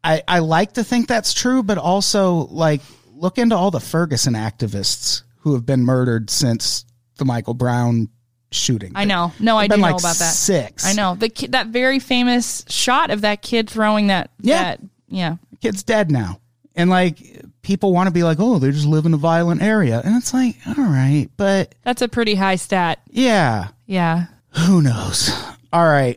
C: I I like to think that's true, but also like look into all the Ferguson activists who have been murdered since the Michael Brown shooting.
B: I know. No, I
C: There've
B: do
C: been,
B: know
C: like,
B: about that.
C: Six.
B: I know. The kid, that very famous shot of that kid throwing that.
C: Yeah.
B: That, yeah.
C: Kid's dead now, and like people want to be like, oh, they just live in a violent area, and it's like, all right, but
B: That's a pretty high stat.
C: yeah,
B: Yeah.
C: who knows? All
B: (laughs)
C: right.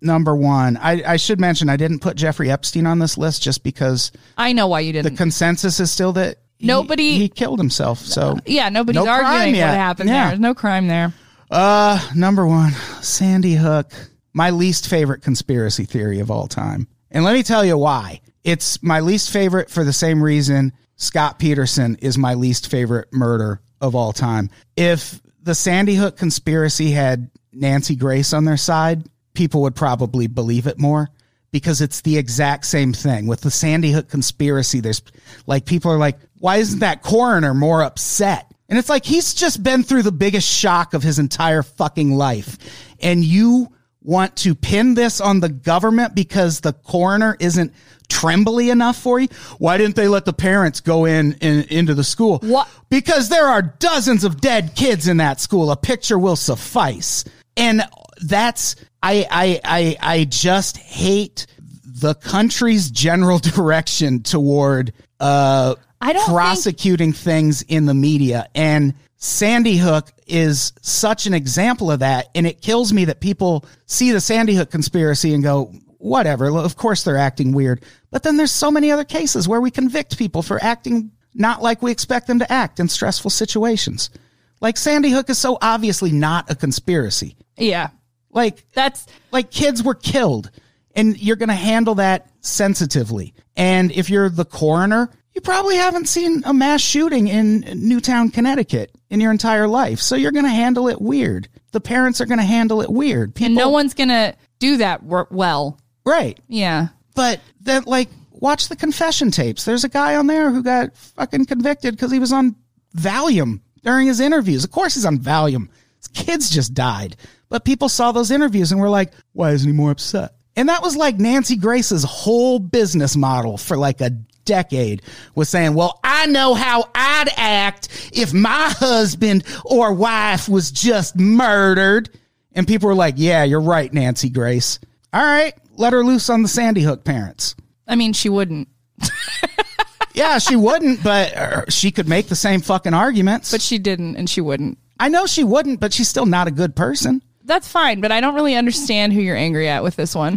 C: Number one, I, I should mention I didn't put Jeffrey Epstein on this list just because
B: I know why you didn't.
C: the consensus is still that he-
B: Nobody-
C: he killed himself. So
B: Yeah, nobody's
C: No crime
B: arguing what
C: yet.
B: happened
C: Yeah.
B: there. There's no crime there.
C: Uh, number one, Sandy Hook, my least favorite conspiracy theory of all time. And let me tell you why. It's my least favorite for the same reason Scott Peterson is my least favorite murder of all time. If the Sandy Hook conspiracy had Nancy Grace on their side, people would probably believe it more because it's the exact same thing with the Sandy Hook conspiracy. There's like people are like, why isn't that coroner more upset? And it's like he's just been through the biggest shock of his entire fucking life, and you want to pin this on the government because the coroner isn't trembly enough for you? Why didn't they let the parents go in, in into the school?
B: What-
C: Because there are dozens of dead kids in that school. A picture will suffice. And that's I I I I just hate the country's general (laughs) direction toward uh
B: I don't think-
C: prosecuting things in the media and Sandy Hook is such an example of that and it kills me that people see the Sandy Hook conspiracy and go whatever of course they're acting weird but then there's so many other cases where we convict people for acting not like we expect them to act in stressful situations like Sandy Hook is so obviously not a conspiracy
B: Yeah.
C: like
B: That's
C: like kids were killed and you're going to handle that sensitively and if you're the coroner you probably haven't seen a mass shooting in newtown connecticut in your entire life so you're going to handle it weird the parents are going to handle it weird people
B: and no one's going to do that wor- well.
C: right
B: Yeah.
C: but that like watch the confession tapes there's a guy on there who got fucking convicted because he was on valium during his interviews of course he's on valium his kids just died but people saw those interviews and were like why isn't he more upset and that was like nancy grace's whole business model for like a decade was saying well i know how i'd act if my husband or wife was just murdered and people were like yeah you're right nancy grace all right let her loose on the sandy hook parents
B: I mean, she wouldn't.
C: yeah, she wouldn't, (laughs) but uh, she could make the same fucking arguments.
B: But she didn't and she wouldn't.
C: I know she wouldn't, but she's still not a good person.
B: That's fine, but I don't really understand who you're angry at with this one.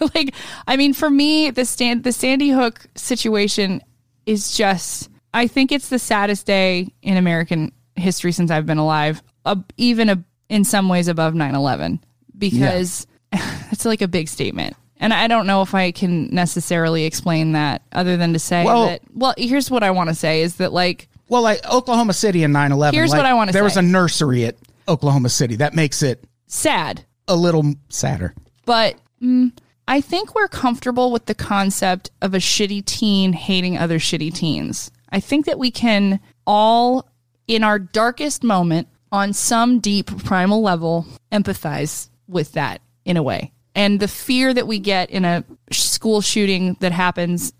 B: (laughs) like, I mean, for me, the stand the Sandy Hook situation is just I think it's the saddest day in American history since I've been alive, uh, even a, in some ways above 9/11 because (laughs) it's like a big statement. And I don't know if I can necessarily explain that other than to say
C: Well-
B: that well, here's what I want to say is that like
C: Well, like Oklahoma City in 9 11.
B: Here's what I wanna
C: There was
B: say.
C: a nursery at Oklahoma City. That makes it
B: sad
C: a little sadder.
B: but mm, I think we're comfortable with the concept of a shitty teen hating other shitty teens. I think that we can all, in our darkest moment, on some deep primal level, empathize with that in a way. And the fear that we get in a school shooting that happens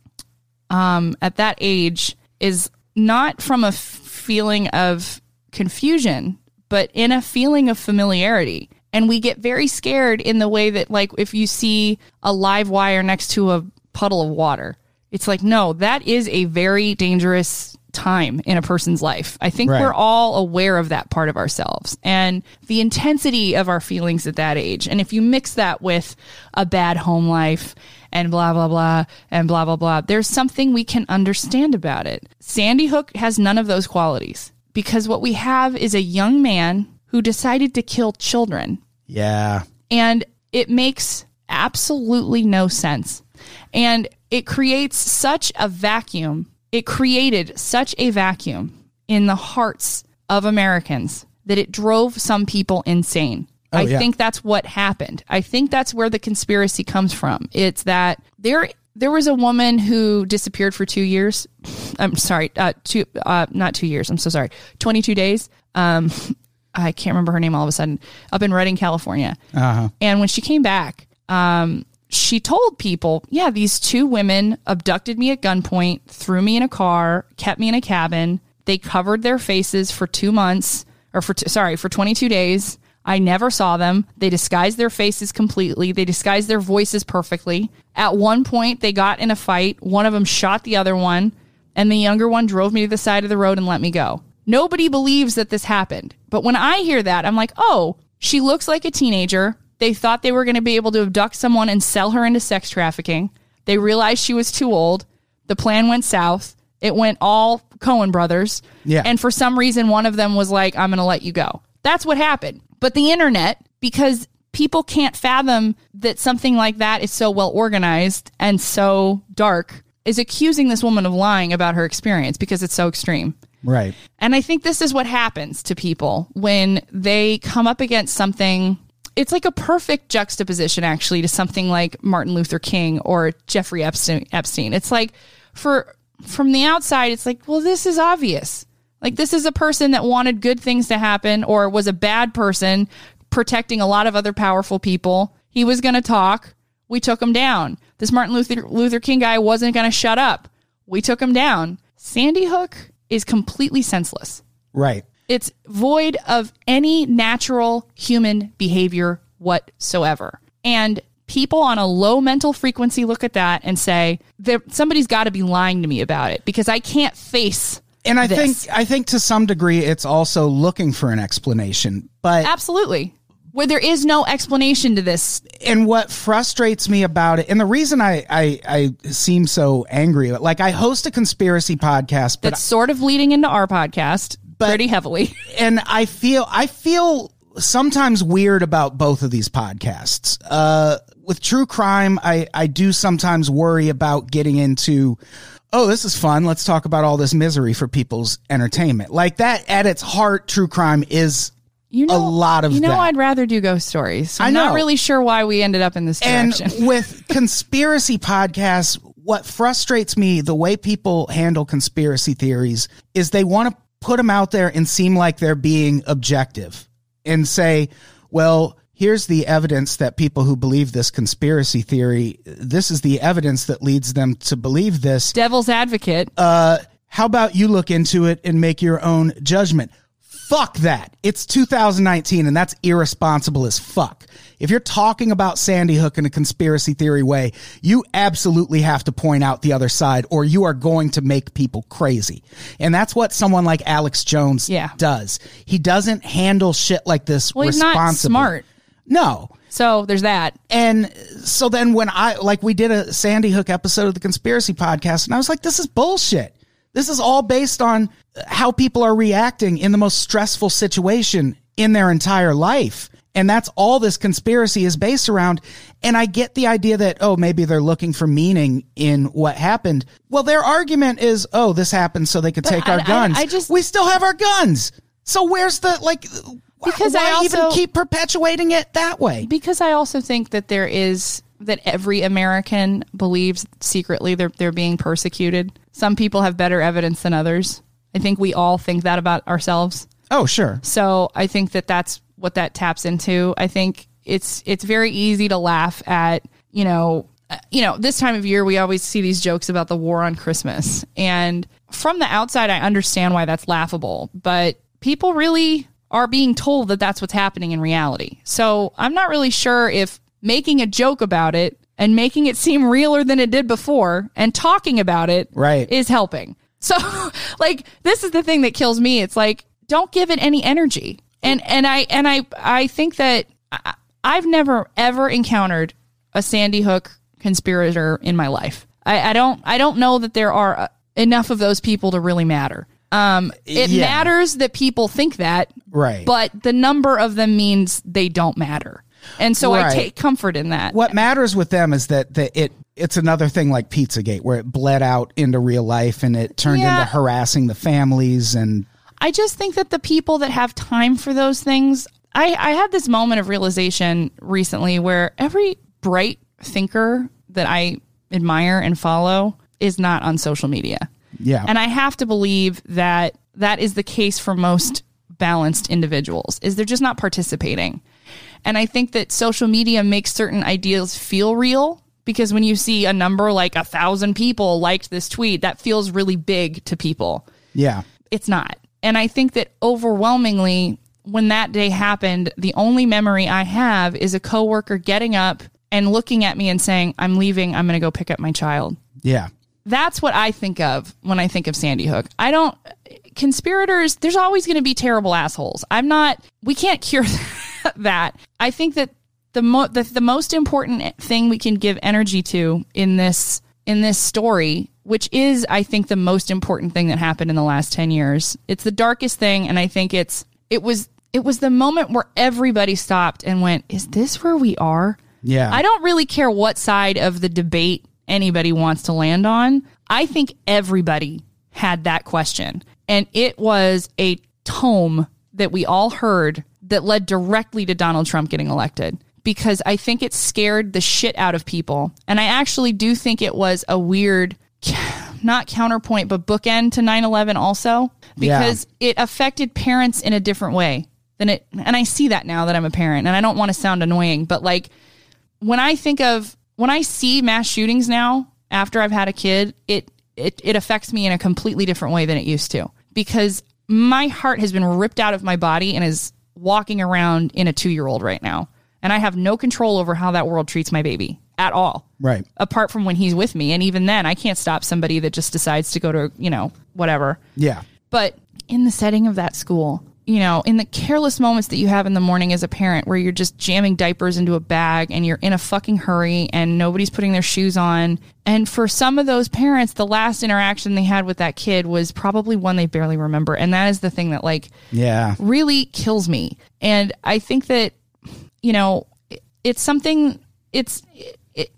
B: um, at that age is not from a f- feeling of confusion, but in a feeling of familiarity. And we get very scared in the way that, like, if you see a live wire next to a puddle of water, it's like, no, that is a very dangerous time in a person's life. I think
C: Right.
B: we're all aware of that part of ourselves and the intensity of our feelings at that age. And if you mix that with a bad home life and blah, blah, blah, and blah, blah, blah, there's something we can understand about it. Sandy Hook has none of those qualities because what we have is a young man who decided to kill children
C: Yeah.
B: and it makes absolutely no sense. And it creates such a vacuum. It created such a vacuum in the hearts of Americans that it drove some people insane. I
C: yeah.
B: think that's what happened. I think that's where the conspiracy comes from. It's that there there was a woman who disappeared for 2 years. I'm sorry, uh two uh not 2 years. I'm so sorry. 22 days. Um I can't remember her name all of a sudden, up in Redding, California. And when she came back, um, she told people, yeah, these two women abducted me at gunpoint, threw me in a car, kept me in a cabin. They covered their faces for two months, or for, t- sorry, for 22 days. I never saw them. They disguised their faces completely. They disguised their voices perfectly. At one point, they got in a fight. One of them shot the other one and the younger one drove me to the side of the road and let me go. Nobody believes that this happened. But when I hear that, I'm like, oh, she looks like a teenager. They thought they were going to be able to abduct someone and sell her into sex trafficking. They realized she was too old. The plan went south. It went all Cohen brothers.
C: Yeah.
B: And for some reason, one of them was like, I'm going to let you go. That's what happened. But the internet, because people can't fathom that something like that is so well organized and so dark, is accusing this woman of lying about her experience because it's so extreme.
C: Right.
B: And I think this is what happens to people when they come up against something. It's like a perfect juxtaposition, actually, to something like Martin Luther King or Jeffrey Epstein. Epstein. It's like, for from the outside, it's like, well, this is obvious. Like this is a person that wanted good things to happen or was a bad person protecting a lot of other powerful people. He was going to talk. We took him down. This Martin Luther, Luther King guy wasn't going to shut up. We took him down. Sandy Hook is completely senseless.
C: Right.
B: It's void of any natural human behavior whatsoever. And people on a low mental frequency look at that and say, "There- somebody's got to be lying to me about it because I can't face.
C: And I
B: this."
C: think I think to some degree it's also looking for an explanation. But
B: Absolutely. Where there is no explanation to this.
C: and what frustrates me about it, and the reason I I, I seem so angry, like I host a conspiracy podcast, but
B: That's sort of leading into our podcast pretty heavily. (laughs)
C: and I feel I feel sometimes weird about both of these podcasts. Uh, with true crime, I I do sometimes worry about getting into. Oh, this is fun. Let's talk about all this misery for people's entertainment. Like that, at its heart, true crime is
B: You know,
C: a lot of
B: you know,
C: that.
B: I'd rather do ghost stories. So I'm
C: I
B: not
C: know.
B: really sure why we ended up in this
C: And
B: direction. (laughs)
C: with conspiracy podcasts, what frustrates me the way people handle conspiracy theories is they want to put them out there and seem like they're being objective and say, well, here's the evidence that people who believe this conspiracy theory, this is the evidence that leads them to believe this.
B: Devil's advocate.
C: How about you look into it and make your own judgment? Fuck that. It's 2019 and that's irresponsible as fuck. If you're talking about Sandy Hook in a conspiracy theory way, you absolutely have to point out the other side or you are going to make people crazy. And that's what someone like Alex Jones
B: Yeah.
C: does. He doesn't handle shit like this
B: well, he's not
C: responsibly.
B: smart.
C: No.
B: So there's that.
C: And so then when I like we did a Sandy Hook episode of the conspiracy podcast and I was like this is bullshit. This is all based on how people are reacting in the most stressful situation in their entire life. And that's all this conspiracy is based around. And I get the idea that, oh, maybe they're looking for meaning in what happened. Well, their argument is, oh, this happened so they could take
B: I-
C: our
B: I-
C: guns.
B: I just-
C: we still have our guns. So where's the, like,
B: Because
C: because
B: I
C: why even
B: also-
C: keep perpetuating it that way?
B: because I also think that there is that every American believes secretly they're they're being persecuted. Some people have better evidence than others. I think we all think that about ourselves.
C: Oh, sure.
B: So I think that that's what that taps into. I think it's it's very easy to laugh at, you know, uh, you know, this time of year we always see these jokes about the war on Christmas. And from the outside I understand why that's laughable, but people really are being told that that's what's happening in reality. So I'm not really sure if making a joke about it and making it seem realer than it did before and talking about it
C: Right.
B: is helping. So (laughs) like this is the thing that kills me. It's like don't give it any energy. And and I and I I think that I, I've never ever encountered a Sandy Hook conspirator in my life. I, I don't I don't know that there are uh, enough of those people to really matter. Um, it
C: Yeah.
B: matters that people think that,
C: Right.
B: But the number of them means they don't matter, and so I
C: Right.
B: take comfort in that.
C: what matters with them is that, that it it's another thing like Pizzagate where it bled out into real life and it turned
B: Yeah.
C: into harassing the families and
B: I just think that the people that have time for those things, I, I had this moment of realization recently where every bright thinker that I admire and follow is not on social media.
C: yeah
B: And I have to believe that that is the case for most balanced individuals is they're just not participating. And I think that social media makes certain ideas feel real because when you see a number like a thousand people liked this tweet, that feels really big to people
C: yeah
B: it's not. And I think that overwhelmingly, when that day happened, the only memory I have is a coworker getting up and looking at me and saying, I'm leaving. I'm going to go pick up my child.
C: yeah
B: That's what I think of when I think of Sandy Hook. I don't, conspirators, there's always going to be terrible assholes. I'm not, we can't cure (laughs) that. I think that the, mo- the, the most important thing we can give energy to in this, in this story, which is, I think, the most important thing that happened in the last 10 years. It's the darkest thing. And I think it's, it was, it was the moment where everybody stopped and went, is this where we are?
C: Yeah.
B: I don't really care what side of the debate anybody wants to land on. I think everybody had that question. And it was a tome that we all heard that led directly to Donald Trump getting elected because I think it scared the shit out of people. And I actually do think it was a weird, (sighs) not counterpoint, but bookend to 9 11 also
C: Yeah.
B: because it affected parents in a different way than it. And I see that now that I'm a parent and I don't want to sound annoying, but like, when I think of when I see mass shootings now after I've had a kid, it it it affects me in a completely different way than it used to because my heart has been ripped out of my body and is walking around in a 2-year-old right now. And I have no control over how that world treats my baby at all
C: Right.
B: apart from when he's with me. And even then, I can't stop somebody that just decides to go to, you know, whatever.
C: Yeah.
B: But in the setting of that school, you know, in the careless moments that you have in the morning as a parent where you're just jamming diapers into a bag and you're in a fucking hurry and nobody's putting their shoes on. And for some of those parents, the last interaction they had with that kid was probably one they barely remember. And that is the thing that, like,
C: Yeah.
B: really kills me. And I think that, you know, it, it's something, it's, it, it-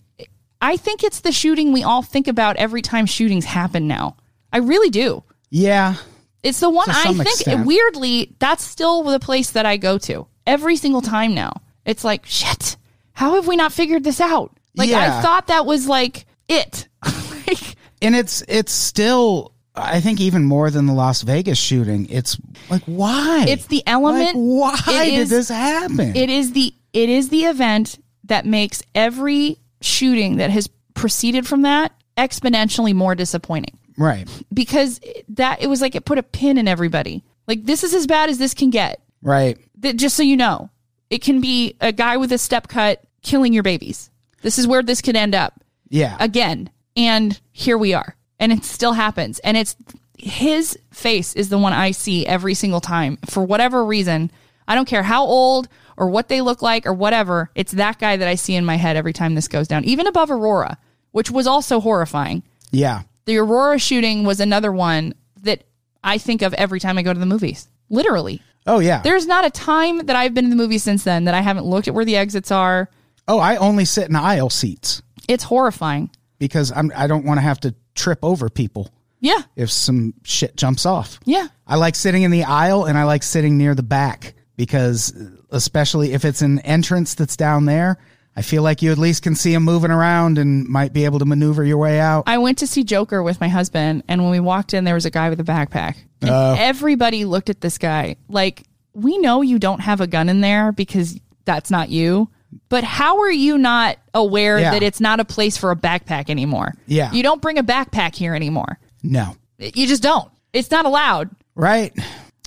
B: I think it's the shooting we all think about every time shootings happen now. I really do.
C: Yeah.
B: It's the one
C: To
B: I
C: some
B: think,
C: extent.
B: weirdly, that's still the place that I go to every single time now. It's like, shit, how have we not figured this out? Like, I
C: Yeah.
B: thought that was like it. (laughs) like,
C: And it's it's still I think even more than the Las Vegas shooting. It's like why?
B: it's the
C: like,
B: element.
C: why
B: It
C: did
B: is-
C: this happen?
B: It is the it is the event that makes every shooting that has proceeded from that exponentially more disappointing
C: right.
B: because that it was like it put a pin in everybody. Like this is as bad as this can get.
C: Right.
B: That just so you know, it can be a guy with a step cut killing your babies. This is where this could end up
C: Yeah.
B: again. And here we are. And it still happens. And it's his face is the one I see every single time for whatever reason. I don't care how old or what they look like or whatever. It's that guy that I see in my head every time this goes down, even above Aurora, which was also horrifying.
C: yeah.
B: The Aurora shooting was another one that I think of every time I go to the movies. Literally.
C: Oh yeah.
B: There's not a time that I've been in the movie since then that I haven't looked at where the exits are.
C: oh, I only sit in aisle seats
B: It's horrifying.
C: because I'm I don't want to have to trip over people
B: Yeah.
C: if some shit jumps off.
B: Yeah.
C: I like sitting in the aisle and I like sitting near the back because especially if it's an entrance that's down there, I feel like you at least can see them moving around and might be able to maneuver your way out.
B: I went to see Joker with my husband, and when we walked in, there was a guy with a backpack. And
C: Uh.
B: everybody looked at this guy like, we know you don't have a gun in there because that's not you. But how are you not aware
C: Yeah.
B: that it's not a place for a backpack anymore?
C: Yeah.
B: You don't bring a backpack here anymore.
C: No.
B: You just don't. It's not allowed.
C: Right?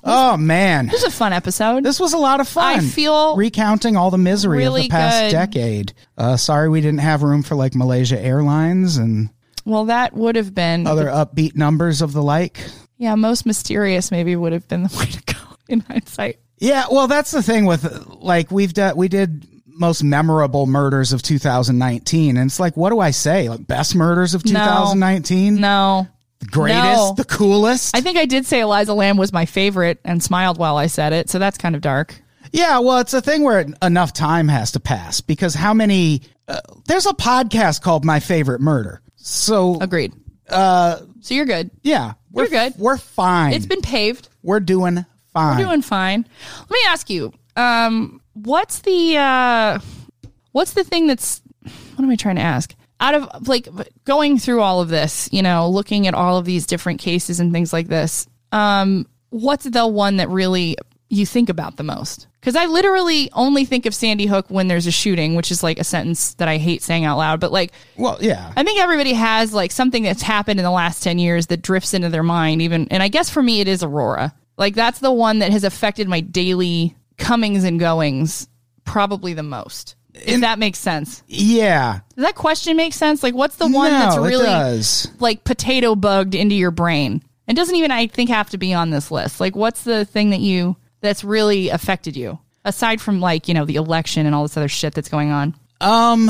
C: Oh man.
B: It was a fun episode.
C: This was a lot of
B: I
C: fun.
B: feel
C: recounting all the misery of
B: really
C: the past
B: good.
C: decade. Uh, sorry we didn't have room for like Malaysia Airlines and
B: well, that would have been,
C: other upbeat numbers of the like.
B: yeah, most mysterious maybe would have been the (laughs) way to go in hindsight.
C: Yeah, well, that's the thing with uh, like we've done we did most memorable murders of 2019, and it's like, what do I say? Like best murders of 2019,
B: No.
C: the greatest,
B: No.
C: the coolest.
B: I think I did say Eliza Lamb was my favorite and smiled while I said it, so that's kind of dark.
C: yeah, well, it's a thing where enough time has to pass because how many? Uh, there's a podcast called My Favorite Murder, so
B: Agreed. Uh, so you're good.
C: yeah, we're
B: You're good.
C: We're fine.
B: It's been paved.
C: we're doing fine.
B: We're doing fine. Let me ask you, um, what's the uh, what's the thing that's what am I trying to ask? Out of like going through all of this, you know, looking at all of these different cases and things like this, um, what's the one that really you think about the most? Because I literally only think of Sandy Hook when there's a shooting, which is like a sentence that I hate saying out loud. But like,
C: well, yeah,
B: I think everybody has like something that's happened in the last 10 years that drifts into their mind even and I guess for me it is Aurora. Like that's the one that has affected my daily comings and goings probably the most. If that makes sense.
C: yeah.
B: Does that question make sense? Like what's the one
C: no,
B: that's
C: it
B: really
C: does.
B: like potato bugged into your brain? It doesn't even I think have to be on this list. Like what's the thing that you that's really affected you aside from like, you know, the election and all this other shit that's going on?
C: Um,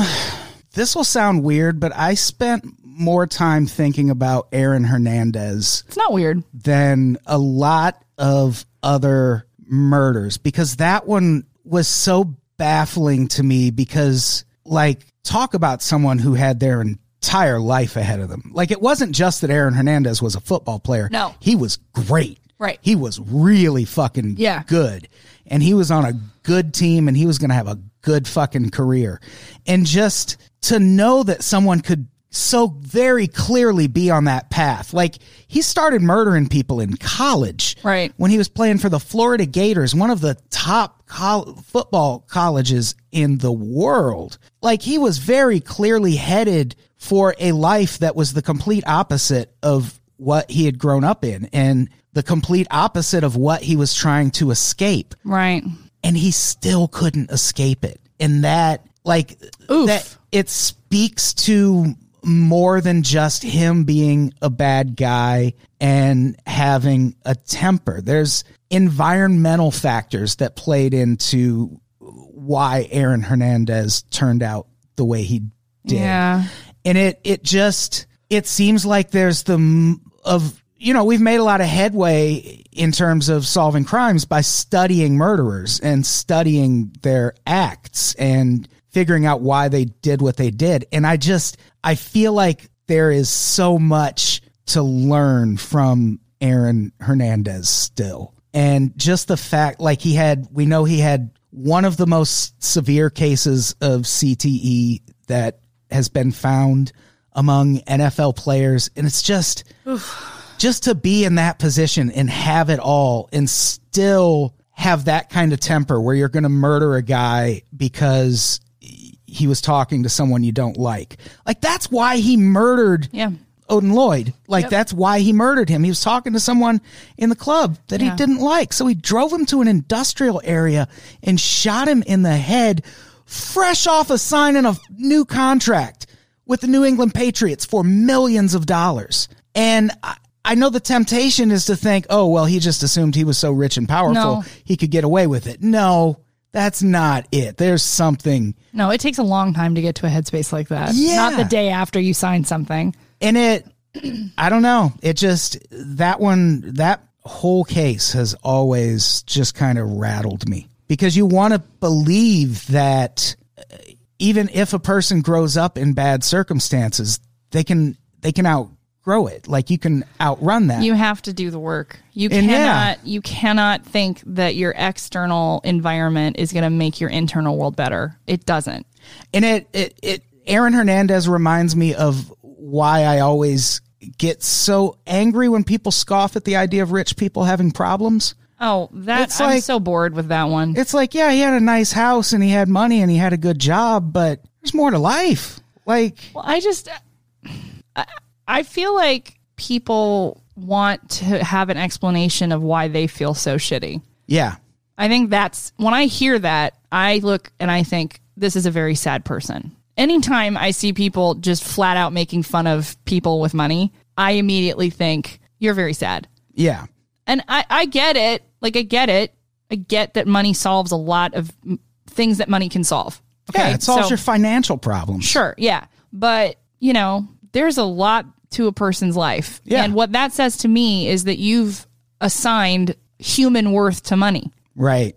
C: This will sound weird, but I spent more time thinking about Aaron Hernandez
B: It's not weird.
C: than a lot of other murders because that one was so baffling to me because like talk about someone who had their entire life ahead of them. Like it wasn't just that Aaron Hernandez was a football player.
B: No.
C: He was great.
B: Right.
C: He was really fucking
B: Yeah.
C: good. And he was on a good team and he was going to have a good fucking career. And just to know that someone could so very clearly be on that path. Like he started murdering people in college,
B: Right.
C: When he was playing for the Florida Gators, one of the top col- football colleges in the world. Like he was very clearly headed for a life that was the complete opposite of what he had grown up in and the complete opposite of what he was trying to escape
B: Right.
C: and he still couldn't escape it. And that, like,
B: Oof.
C: that it speaks to more than just him being a bad guy and having a temper. There's environmental factors that played into why Aaron Hernandez turned out the way he did
B: Yeah.
C: and it it just it seems like there's the m- of you know we've made a lot of headway in terms of solving crimes by studying murderers and studying their acts and figuring out why they did what they did and i just i feel like there is so much to learn from aaron hernandez still and just the fact like he had we know he had one of the most severe cases of cte that has been found among NFL players and it's just just to be in that position and have it all and still have that kind of temper where you're going to murder a guy because he was talking to someone you don't like. Like that's why he murdered
B: Yeah.
C: Odin Lloyd. Like that's why he murdered him. He was talking to someone in the club that he
B: Yeah.
C: didn't like. So he drove him to an industrial area and shot him in the head fresh off of signing a new contract with the New England Patriots for millions of dollars. And I, I know the temptation is to think, "Oh, well, he just assumed he was so rich and powerful,
B: No.
C: he could get away with it." No, that's not it. There's something
B: No, it takes a long time to get to a headspace like that.
C: Yeah.
B: Not the day after you sign something.
C: and it i don't know it just that one that whole case has always just kind of rattled me because you want to believe that uh, even if a person grows up in bad circumstances they can they can outgrow it like you can outrun that
B: You have to do the work. You
C: And
B: cannot
C: yeah.
B: you cannot think that your external environment is going to make your internal world better. It doesn't.
C: and it it it Aaron Hernandez reminds me of why I always get so angry when people scoff at the idea of rich people having problems
B: Oh, that
C: It's
B: I'm
C: like-
B: so bored with that one.
C: it's like yeah he had a nice house and he had money and he had a good job but there's more to life like
B: Well, I just I, I feel like people want to have an explanation of why they feel so shitty.
C: yeah
B: I think that's when I hear that, I look and I think this is a very sad person. Anytime I see people just flat out making fun of people with money, I immediately think, you're very sad.
C: yeah
B: And I, I get it. Like, I get it. I get that money solves a lot of m- things that money can solve.
C: yeah it solves
B: So-
C: your financial problems
B: Sure, yeah. But, you know, there's a lot to a person's life.
C: Yeah.
B: And what that says to me is that you've assigned human worth to money.
C: right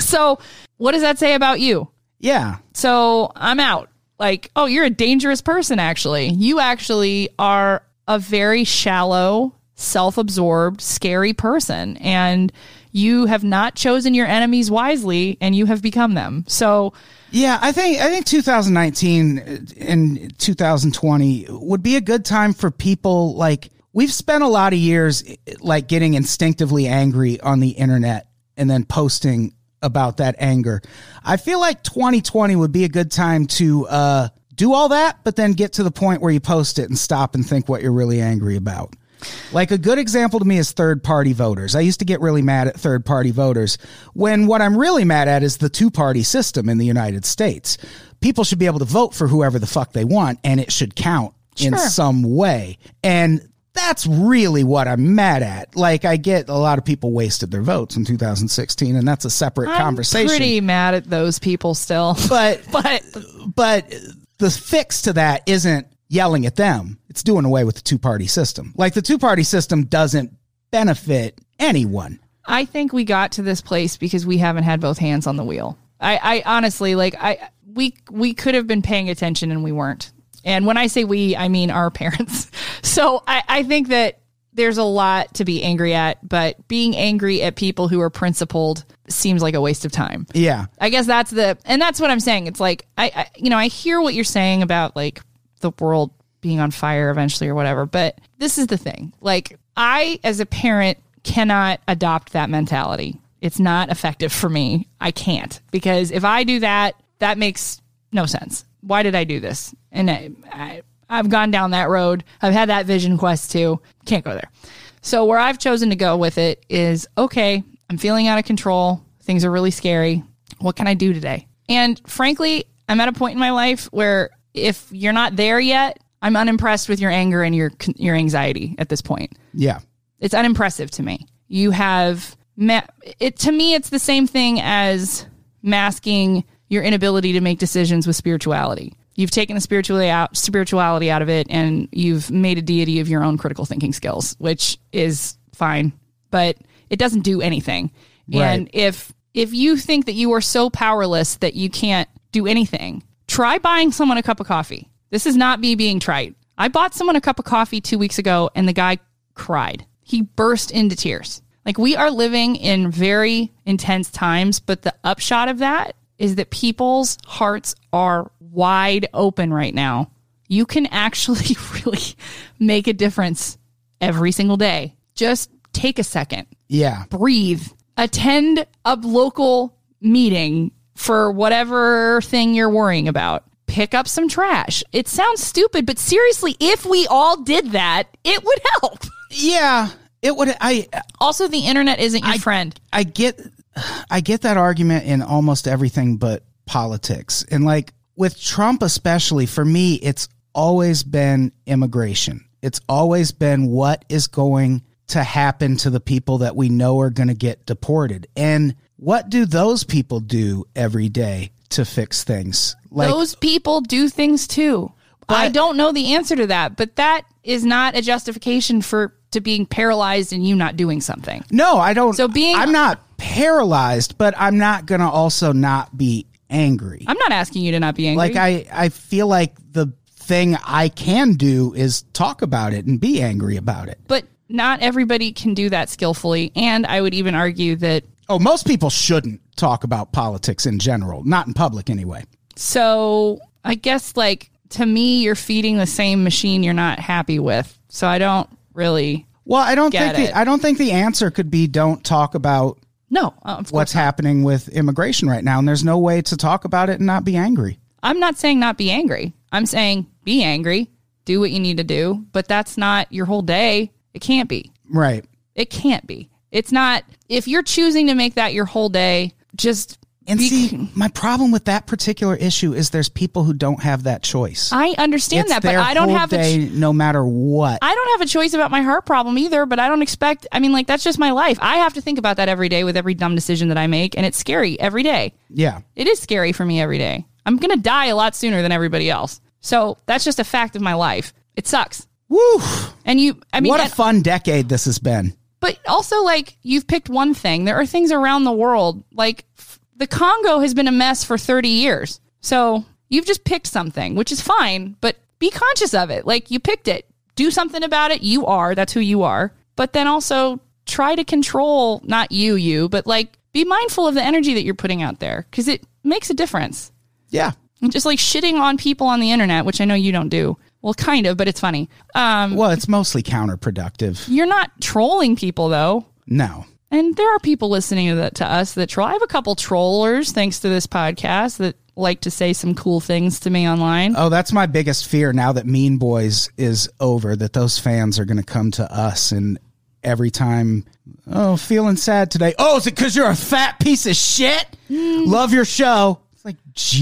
B: So, what does that say about you?
C: yeah
B: So, I'm out. Like, oh, you're a dangerous person, actually. You actually are a very shallow, self absorbed, scary person. And you have not chosen your enemies wisely and you have become them. So,
C: Yeah, I think I think 2019 uh, and 2020 would be a good time for people like we've spent a lot of years like getting instinctively angry on the internet and then posting about that anger. I feel like 2020 would be a good time to uh do all that but then get to the point where you post it and stop and think what you're really angry about. Like a good example to me is third party voters. I used to get really mad at third party voters when what I'm really mad at is the two party system in the United States. People should be able to vote for whoever the fuck they want and it should count in
B: Sure.
C: some way. And that's really what I'm mad at. Like I get a lot of people wasted their votes in 2016 and that's a separate conversation.
B: I'm pretty mad at those people still. (laughs)
C: but
B: but
C: but the fix to that isn't yelling at them. It's doing away with the two party system. Like the two party system doesn't benefit anyone.
B: I think we got to this place because we haven't had both hands on the wheel. I, I honestly like I we we could have been paying attention and we weren't. And when I say we, I mean our (laughs) parents. So I, I think that there's a lot to be angry at, but being angry at people who are principled seems like a waste of time.
C: Yeah.
B: I guess that's the and that's what I'm saying. It's like I, I you know I hear what you're saying about like the world being on fire eventually or whatever. But this is the thing. Like I as a parent cannot adopt that mentality. It's not effective for me. I can't because if I do that, that makes no sense. Why did I do this? And I, I I've gone down that road. I've had that vision quest too. Can't go there. So where I've chosen to go with it is okay, I'm feeling out of control. Things are really scary. What can I do today? And frankly, I'm at a point in my life where if you're not there yet, I'm unimpressed with your anger and your your anxiety at this point.
C: Yeah.
B: It's unimpressive to me. You have ma- it to me it's the same thing as masking your inability to make decisions with spirituality. You've taken the spirituality out spirituality out of it and you've made a deity of your own critical thinking skills, which is fine, but it doesn't do anything. And
C: Right.
B: if if you think that you are so powerless that you can't do anything, try buying someone a cup of coffee. This is not me being trite. I bought someone a cup of coffee 2 weeks ago and the guy cried. He burst into tears. Like we are living in very intense times, but the upshot of that is that people's hearts are wide open right now. You can actually (laughs) really make a difference every single day. Just take a second
C: Yeah.
B: breathe, attend a local meeting for whatever thing you're worrying about. Pick up some trash. It sounds stupid, but seriously, if we all did that, it would help.
C: Yeah. It would I
B: Also, the internet isn't your friend.
C: I get I get that argument in almost everything but politics. And like with Trump especially for me it's always been immigration. It's always been what is going to happen to the people that we know are going to get deported. And what do those people do every day to fix things? Like
B: Those people do things too. I don't know the answer to that, but that is not a justification for to being paralyzed and you not doing something.
C: No, I don't.
B: So being-
C: I'm not paralyzed, but I'm not going to also not be angry.
B: I'm not asking you to not be angry.
C: like I, I feel like the thing I can do is talk about it and be angry about it.
B: but not everybody can do that skillfully. And I would even argue that
C: Oh, most people shouldn't talk about politics in general, not in public anyway.
B: So I guess like to me, you're feeding the same machine you're not happy with. So I don't really
C: Well, I don't
B: Get
C: think
B: it.
C: the, I don't think the answer could be don't talk about
B: no. uh, Of course,
C: what's happening with immigration right now, and there's no way to talk about it and not be angry.
B: I'm not saying not be angry. I'm saying be angry, do what you need to do, but that's not your whole day. It can't be.
C: Right.
B: It can't be. It's not. If you're choosing to make that your whole day, just
C: And
B: be-
C: see, my problem with that particular issue is there's people who don't have that choice.
B: I understand
C: It's
B: that, but
C: their
B: I don't
C: whole
B: have a ch-
C: day, no matter what.
B: I don't have a choice about my heart problem either, but I don't expect, I mean, like, that's just my life. I have to think about that every day with every dumb decision that I make, and it's scary every day.
C: yeah,
B: It is scary for me every day. I'm going to die a lot sooner than everybody else. So that's just a fact of my life. It sucks.
C: woo!
B: And you, I mean,
C: what a
B: and-
C: fun decade this has been.
B: but also, like, you've picked one thing. There are things around the world. Like, f- the Congo has been a mess for 30 years. So you've just picked something, which is fine, but be conscious of it. Like, you picked it. Do something about it. You are. That's who you are. But then also try to control, not you, you, but like, be mindful of the energy that you're putting out there because it makes a difference.
C: Yeah.
B: And just like shitting on people on the internet, which I know you don't do. Well, kind of, but it's funny. Um,
C: Well, it's mostly counterproductive.
B: you're not trolling people though.
C: No.
B: And there are people listening to, that, to us that troll. I have a couple trollers, thanks to this podcast, that like to say some cool things to me online.
C: Oh, that's my biggest fear now that Mean Boys is over, that those fans are going to come to us and every time, oh, feeling sad today. Oh, is it because you're a fat piece of shit?
B: Mm.
C: Love your show. It's like,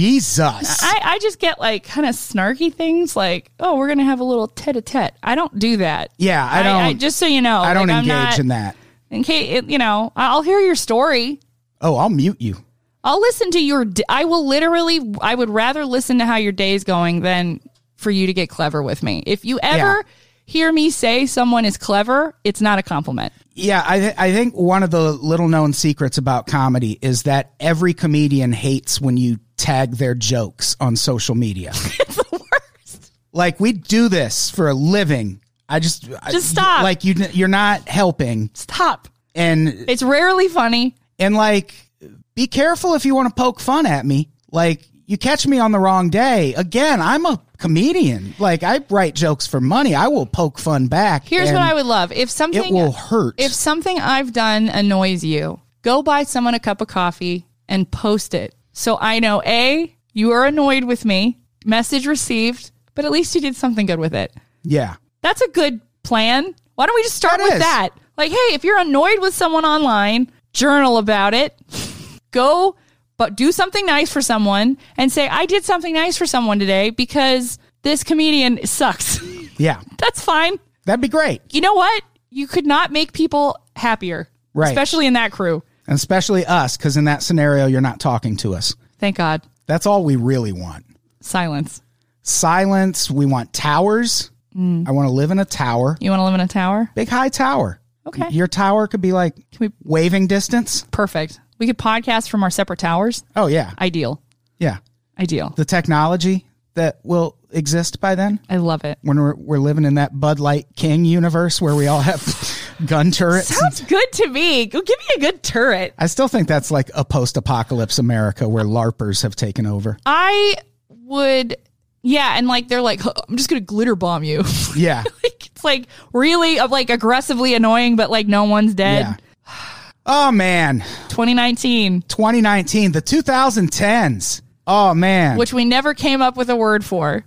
C: Jesus.
B: I, I just get like kind of snarky things like, oh, we're going to have a little tete a tete. I don't do that.
C: Yeah, I
B: I,
C: don't-
B: just so you know,
C: I don't
B: like, I'm
C: engage
B: not-
C: in that.
B: In case, you know, I'll hear your story.
C: Oh, I'll mute you.
B: I'll listen to your. d- I will literally. I would rather listen to how your day's going than for you to get clever with me. If you ever hear me say someone is clever, it's not a compliment. (laughs)
C: Yeah, I th- I think one of the little known secrets about comedy is that every comedian hates when you tag their jokes on social media. it's the worst. Like we do this for a living. I just I-
B: Just stop.
C: Like you, you're not helping,
B: Stop.
C: and
B: It's rarely funny.
C: and like be careful if you want to poke fun at me. Like you catch me on the wrong day. Again, I'm a comedian. Like I write jokes for money. I will poke fun back.
B: Here's what
C: and
B: I would love. If something
C: It will hurt.
B: If something I've done annoys you, go buy someone a cup of coffee and post it. So I know A, you are annoyed with me, message received, but at least you did something good with it.
C: yeah.
B: That's a good plan. Why don't we just start
C: That
B: with
C: is.
B: that? Like, hey, if you're annoyed with someone online, journal about it. (laughs) Go but do something nice for someone and say, I did something nice for someone today because this comedian sucks. (laughs)
C: Yeah.
B: That's fine
C: That'd be great.
B: you know what? You could not make people happier,
C: Right.
B: Especially in that crew.
C: And especially us, because in that scenario, you're not talking to us.
B: Thank God,
C: That's all we really want.
B: silence.
C: Silence. We want towers.
B: Mm.
C: I want to live in a tower,
B: You want to live in a tower?
C: big high tower.
B: Okay.
C: Your tower could be like
B: we-
C: waving distance.
B: Perfect. We could podcast from our separate towers.
C: Oh, yeah.
B: Ideal,
C: Yeah.
B: ideal.
C: The technology that will exist by then
B: I love it.
C: when we're, we're living in that Bud Light King universe where we all have (laughs) gun turrets.
B: Sounds good to me. Go give me a good turret.
C: I still think that's like a post apocalypse America where LARPers have taken over.
B: I would. Yeah, and like they're like, I'm just gonna glitter bomb you. (laughs)
C: Yeah.
B: like it's like really uh, like aggressively annoying, but like no one's dead.
C: Yeah. Oh, man.
B: 2019,
C: 2019, the 2010s. Oh man,
B: which we never came up with a word for.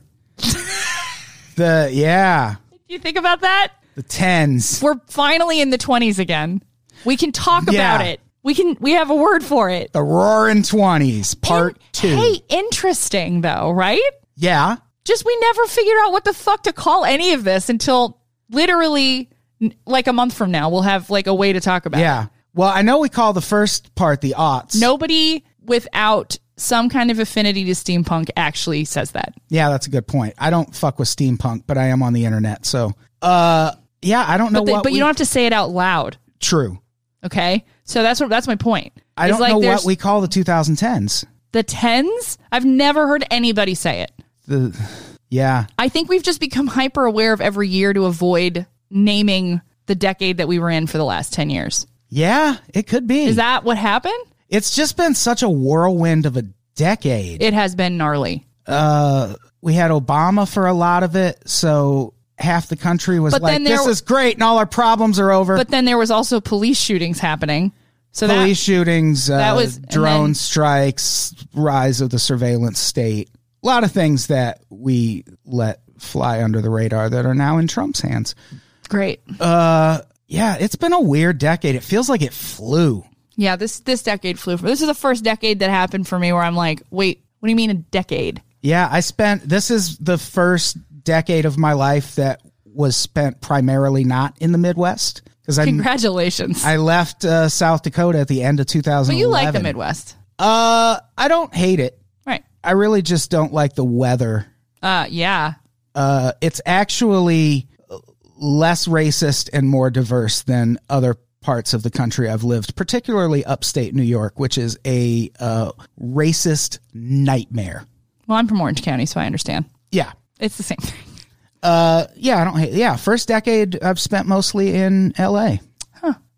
C: the yeah,
B: Do you think about that?
C: the tens.
B: we're finally in the 20s again. We can talk
C: Yeah.
B: about it. We can we have a word for it.
C: The roaring 20s, part
B: In-
C: 2.
B: Hey, interesting though, right?
C: Yeah.
B: Just we never figured out what the fuck to call any of this until literally n- like a month from now we'll have like a way to talk about it.
C: Yeah. Well, I know we call the first part the aughts.
B: Nobody without some kind of affinity to steampunk actually says that.
C: Yeah, that's a good point. I don't fuck with steampunk, but I am on the internet, so uh yeah, I don't know
B: But, they-
C: what
B: but
C: we-
B: you don't have to say it out loud,
C: true.
B: okay? So that's what that's my point.
C: I
B: It's
C: don't
B: like
C: know
B: there's
C: what we call the 2010s.
B: the tens. I've never heard anybody say it.
C: The yeah.
B: I think we've just become hyper aware of every year to avoid naming the decade that we were in for the last 10 years.
C: Yeah, it could be.
B: Is that what happened?
C: it's just been such a whirlwind of a decade.
B: It has been gnarly.
C: uh, we had Obama for a lot of it, so half the country was
B: But
C: like,
B: then there
C: "This
B: w-
C: is great, and all our problems are over."
B: But then there was also police shootings happening. So that-
C: Police shootings, uh,
B: that was- and
C: drone
B: then-
C: strikes, rise of the surveillance state, a lot of things that we let fly under the radar that are now in Trump's hands. Uh,
B: great.
C: Yeah, it's been a weird decade. It feels like it flew.
B: yeah, this this decade flew. For, this is the first decade that happened for me where I'm like, "Wait, what do you mean a decade?"
C: Yeah, I spent this is the first decade of my life that was spent primarily not in the Midwest because I
B: Congratulations.
C: I left uh, South Dakota at the end of 2011.
B: but you like the Midwest.
C: Uh, I don't hate it.
B: Right.
C: I really just don't like the weather.
B: Uh yeah.
C: Uh, it's actually less racist and more diverse than other parts of the country I've lived, particularly upstate New York, which is a uh, racist nightmare.
B: Well, I'm from Orange County, so I understand.
C: Yeah.
B: It's the same thing. (laughs)
C: Uh, yeah, I don't hate. Yeah, first decade I've spent mostly in L.A.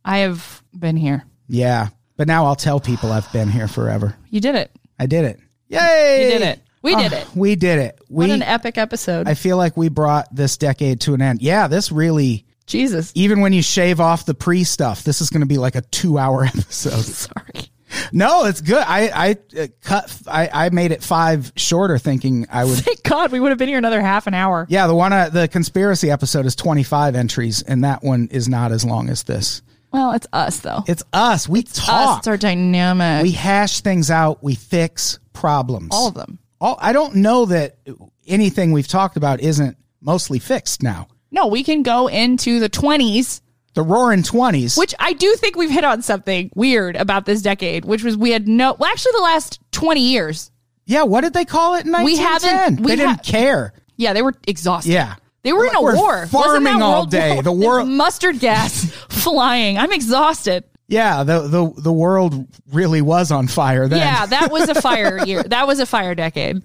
B: I have been here.
C: Yeah, but now I'll tell people I've been here forever.
B: You did it.
C: I did it. Yay!
B: You did it. We did
C: Ah,
B: it.
C: We did it.
B: What
C: We.
B: an epic episode.
C: I feel like we brought this decade to an end. Yeah, this really.
B: Jesus.
C: (laughs) Even when you shave off the pre stuff, this is going to be like a two-hour (laughs) episode.
B: Sorry.
C: no, it's good. I I uh, cut. I I made it five shorter, thinking I would.
B: Thank God we would have been here another half an hour.
C: Yeah, the one uh, the conspiracy episode is twenty-five entries, and that one is not as long as this.
B: Well, it's us though.
C: It's us. We
B: us.
C: talk.
B: It's our dynamic.
C: we hash things out. We fix problems.
B: all of them.
C: All, I don't know that anything we've talked about isn't mostly fixed now.
B: No, we can go into the twenties,
C: The roaring twenties.
B: which I do think we've hit on something weird about this decade, which was we had no. Well, actually, the last twenty years.
C: Yeah, what did they call it in
B: We
C: 1910?
B: haven't- we
C: they didn't
B: ha-
C: care.
B: Yeah, they were exhausted.
C: Yeah.
B: They were in a
C: We're
B: war. Wasn't
C: farming
B: that
C: all
B: World
C: day.
B: War-
C: The
B: (laughs)
C: wor-
B: mustard gas flying. I'm exhausted.
C: Yeah, the the the world really was on fire then.
B: Yeah, that was
C: (laughs)
B: a fire year. That was a fire decade.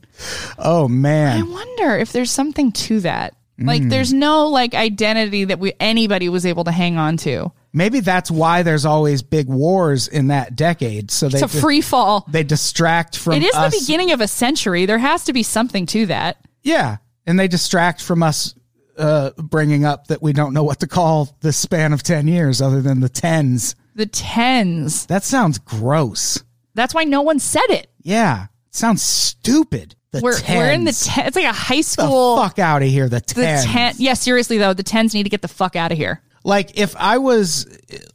C: Oh
B: I
C: man.
B: wonder if there's
C: Mm.
B: something to that. Like, there's no like identity that we anybody was able to hang on to.
C: Maybe that's why there's always big wars in that decade. So they
B: It's a
C: di-
B: free fall.
C: they distract from
B: It is
C: us.
B: the beginning of a century. There has to be something to that.
C: Yeah, and they distract from us uh, bringing up that we don't know what to call the span of ten years other than the tens.
B: The tens.
C: That sounds gross.
B: That's why no one said it.
C: Yeah, it sounds stupid. The
B: We're, we're in the
C: tens.
B: ten. It's like a high
C: the
B: school.
C: fuck out of here. The
B: the
C: tens.
B: ten. Yeah, seriously though, the tens need to get the fuck out of here.
C: Like if I was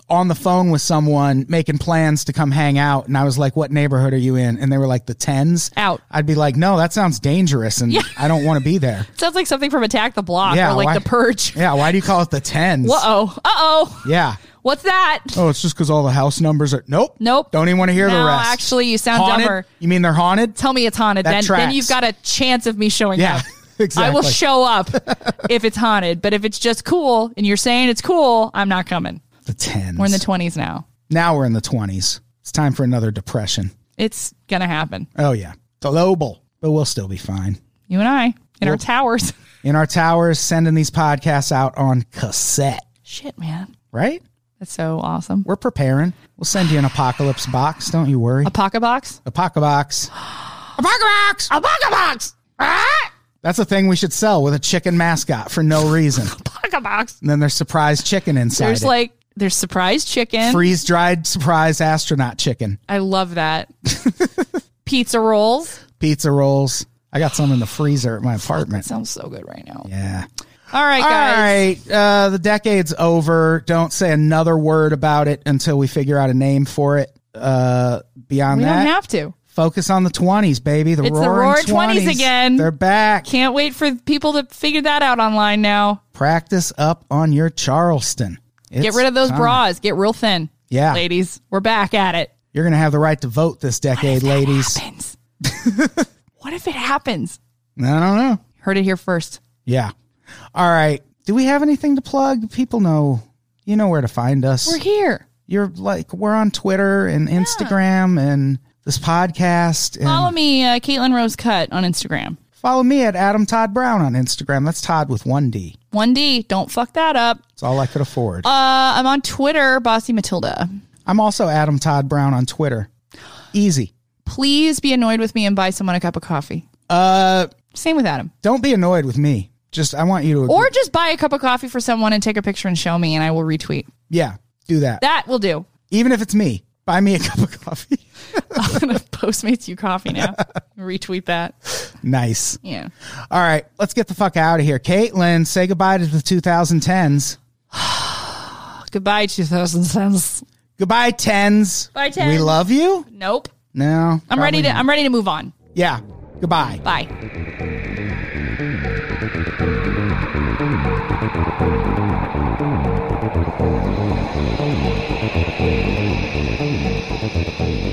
C: on the phone with someone making plans to come hang out, and I was like, "What neighborhood are you in?" and they were like, "The tens
B: Out.
C: I'd be like, "No, that sounds dangerous, and I don't want to be
B: (laughs)
C: there."
B: Sounds like something from Attack the Block
C: Yeah,
B: or like
C: why-
B: The
C: (laughs)
B: Purge.
C: Yeah, why do you call it the tens?
B: Uh oh. Uh oh.
C: Yeah.
B: What's that?
C: Oh, it's just because all the house numbers are. Nope.
B: Nope.
C: Don't even want to hear the
B: No,
C: rest.
B: actually, you sound
C: haunted?
B: dumber.
C: You mean they're haunted?
B: Tell me it's haunted.
C: That
B: Then then
C: tracks.
B: you've got a chance of me showing
C: Yeah, (laughs)
B: up. I
C: exactly.
B: will show
C: (laughs)
B: up if it's haunted. But if it's just cool and you're saying it's cool, I'm not coming.
C: The tens.
B: We're in the twenties now.
C: now we're in the twenties. It's time for another depression.
B: It's gonna happen.
C: Oh yeah, global, but we'll still be fine.
B: You and I in our towers. (laughs)
C: In our towers, sending these podcasts out on cassette.
B: Shit, man.
C: Right?
B: That's so awesome.
C: We're preparing. We'll send you an apocalypse box. Don't you worry.
B: A pocket box? (gasps)
C: Apoca box. Apoca box.
B: A pocket box! Ah!
C: That's a thing we should sell with a chicken mascot for no reason.
B: Pocket box.
C: and then there's surprise chicken inside.
B: There's
C: it.
B: like there's surprise chicken.
C: freeze dried surprise astronaut chicken,
B: I love that.
C: (laughs)
B: Pizza rolls.
C: pizza rolls. I got some in the freezer at my apartment.
B: Sounds so good right now.
C: Yeah.
B: All right,
C: All
B: guys.
C: right. Uh, the decade's over. Don't say another word about it until we figure out a name for it. Uh, beyond
B: We
C: that,
B: don't have to.
C: focus on the 20s, baby. The
B: It's the
C: roaring,
B: roaring
C: 20s.
B: 20s again.
C: They're back.
B: Can't wait for people to figure that out online now.
C: Practice up on your Charleston.
B: Get rid of those bras. Get real thin.
C: Yeah.
B: Ladies, we're back at it.
C: You're going to have the right to vote this decade, ladies.
B: Happens. (laughs) what if it happens?
C: I don't know.
B: Heard it here first.
C: Yeah. All right. Do we have anything to plug? People know. You know where to find us.
B: We're here.
C: You're like we're on Twitter and Instagram and this podcast. And
B: Follow
C: follow,
B: me, uh, Caitlin Rose Cut on Instagram.
C: me at Adam Todd Brown on Instagram. That's Todd with one D.
B: 1D, don't fuck that up.
C: It's all I could afford.
B: Uh, I'm on Twitter, Bossy Matilda.
C: I'm also Adam Todd Brown on Twitter. Easy.
B: Please be annoyed with me and buy someone a cup of coffee.
C: Uh,
B: Same with Adam.
C: don't be annoyed with me. Just I want you to. Agree.
B: Or just buy a cup of coffee for someone and take a picture and show me, and I will retweet.
C: yeah, do that.
B: That will do. (laughs)
C: Even if it's me, buy me a (laughs) cup of coffee.
B: I'm gonna Postmates you coffee (laughs) now. retweet that.
C: nice.
B: Yeah.
C: All right, let's get the fuck out of here. Caitlin, say goodbye to the 2010s.
B: Goodbye, 2000 cents.
C: Goodbye, tens.
B: Bye, tens.
C: We love you.
B: Nope.
C: No,
B: I'm ready to. I'm ready to move on.
C: yeah. Goodbye.
B: Bye.
A: Thank you.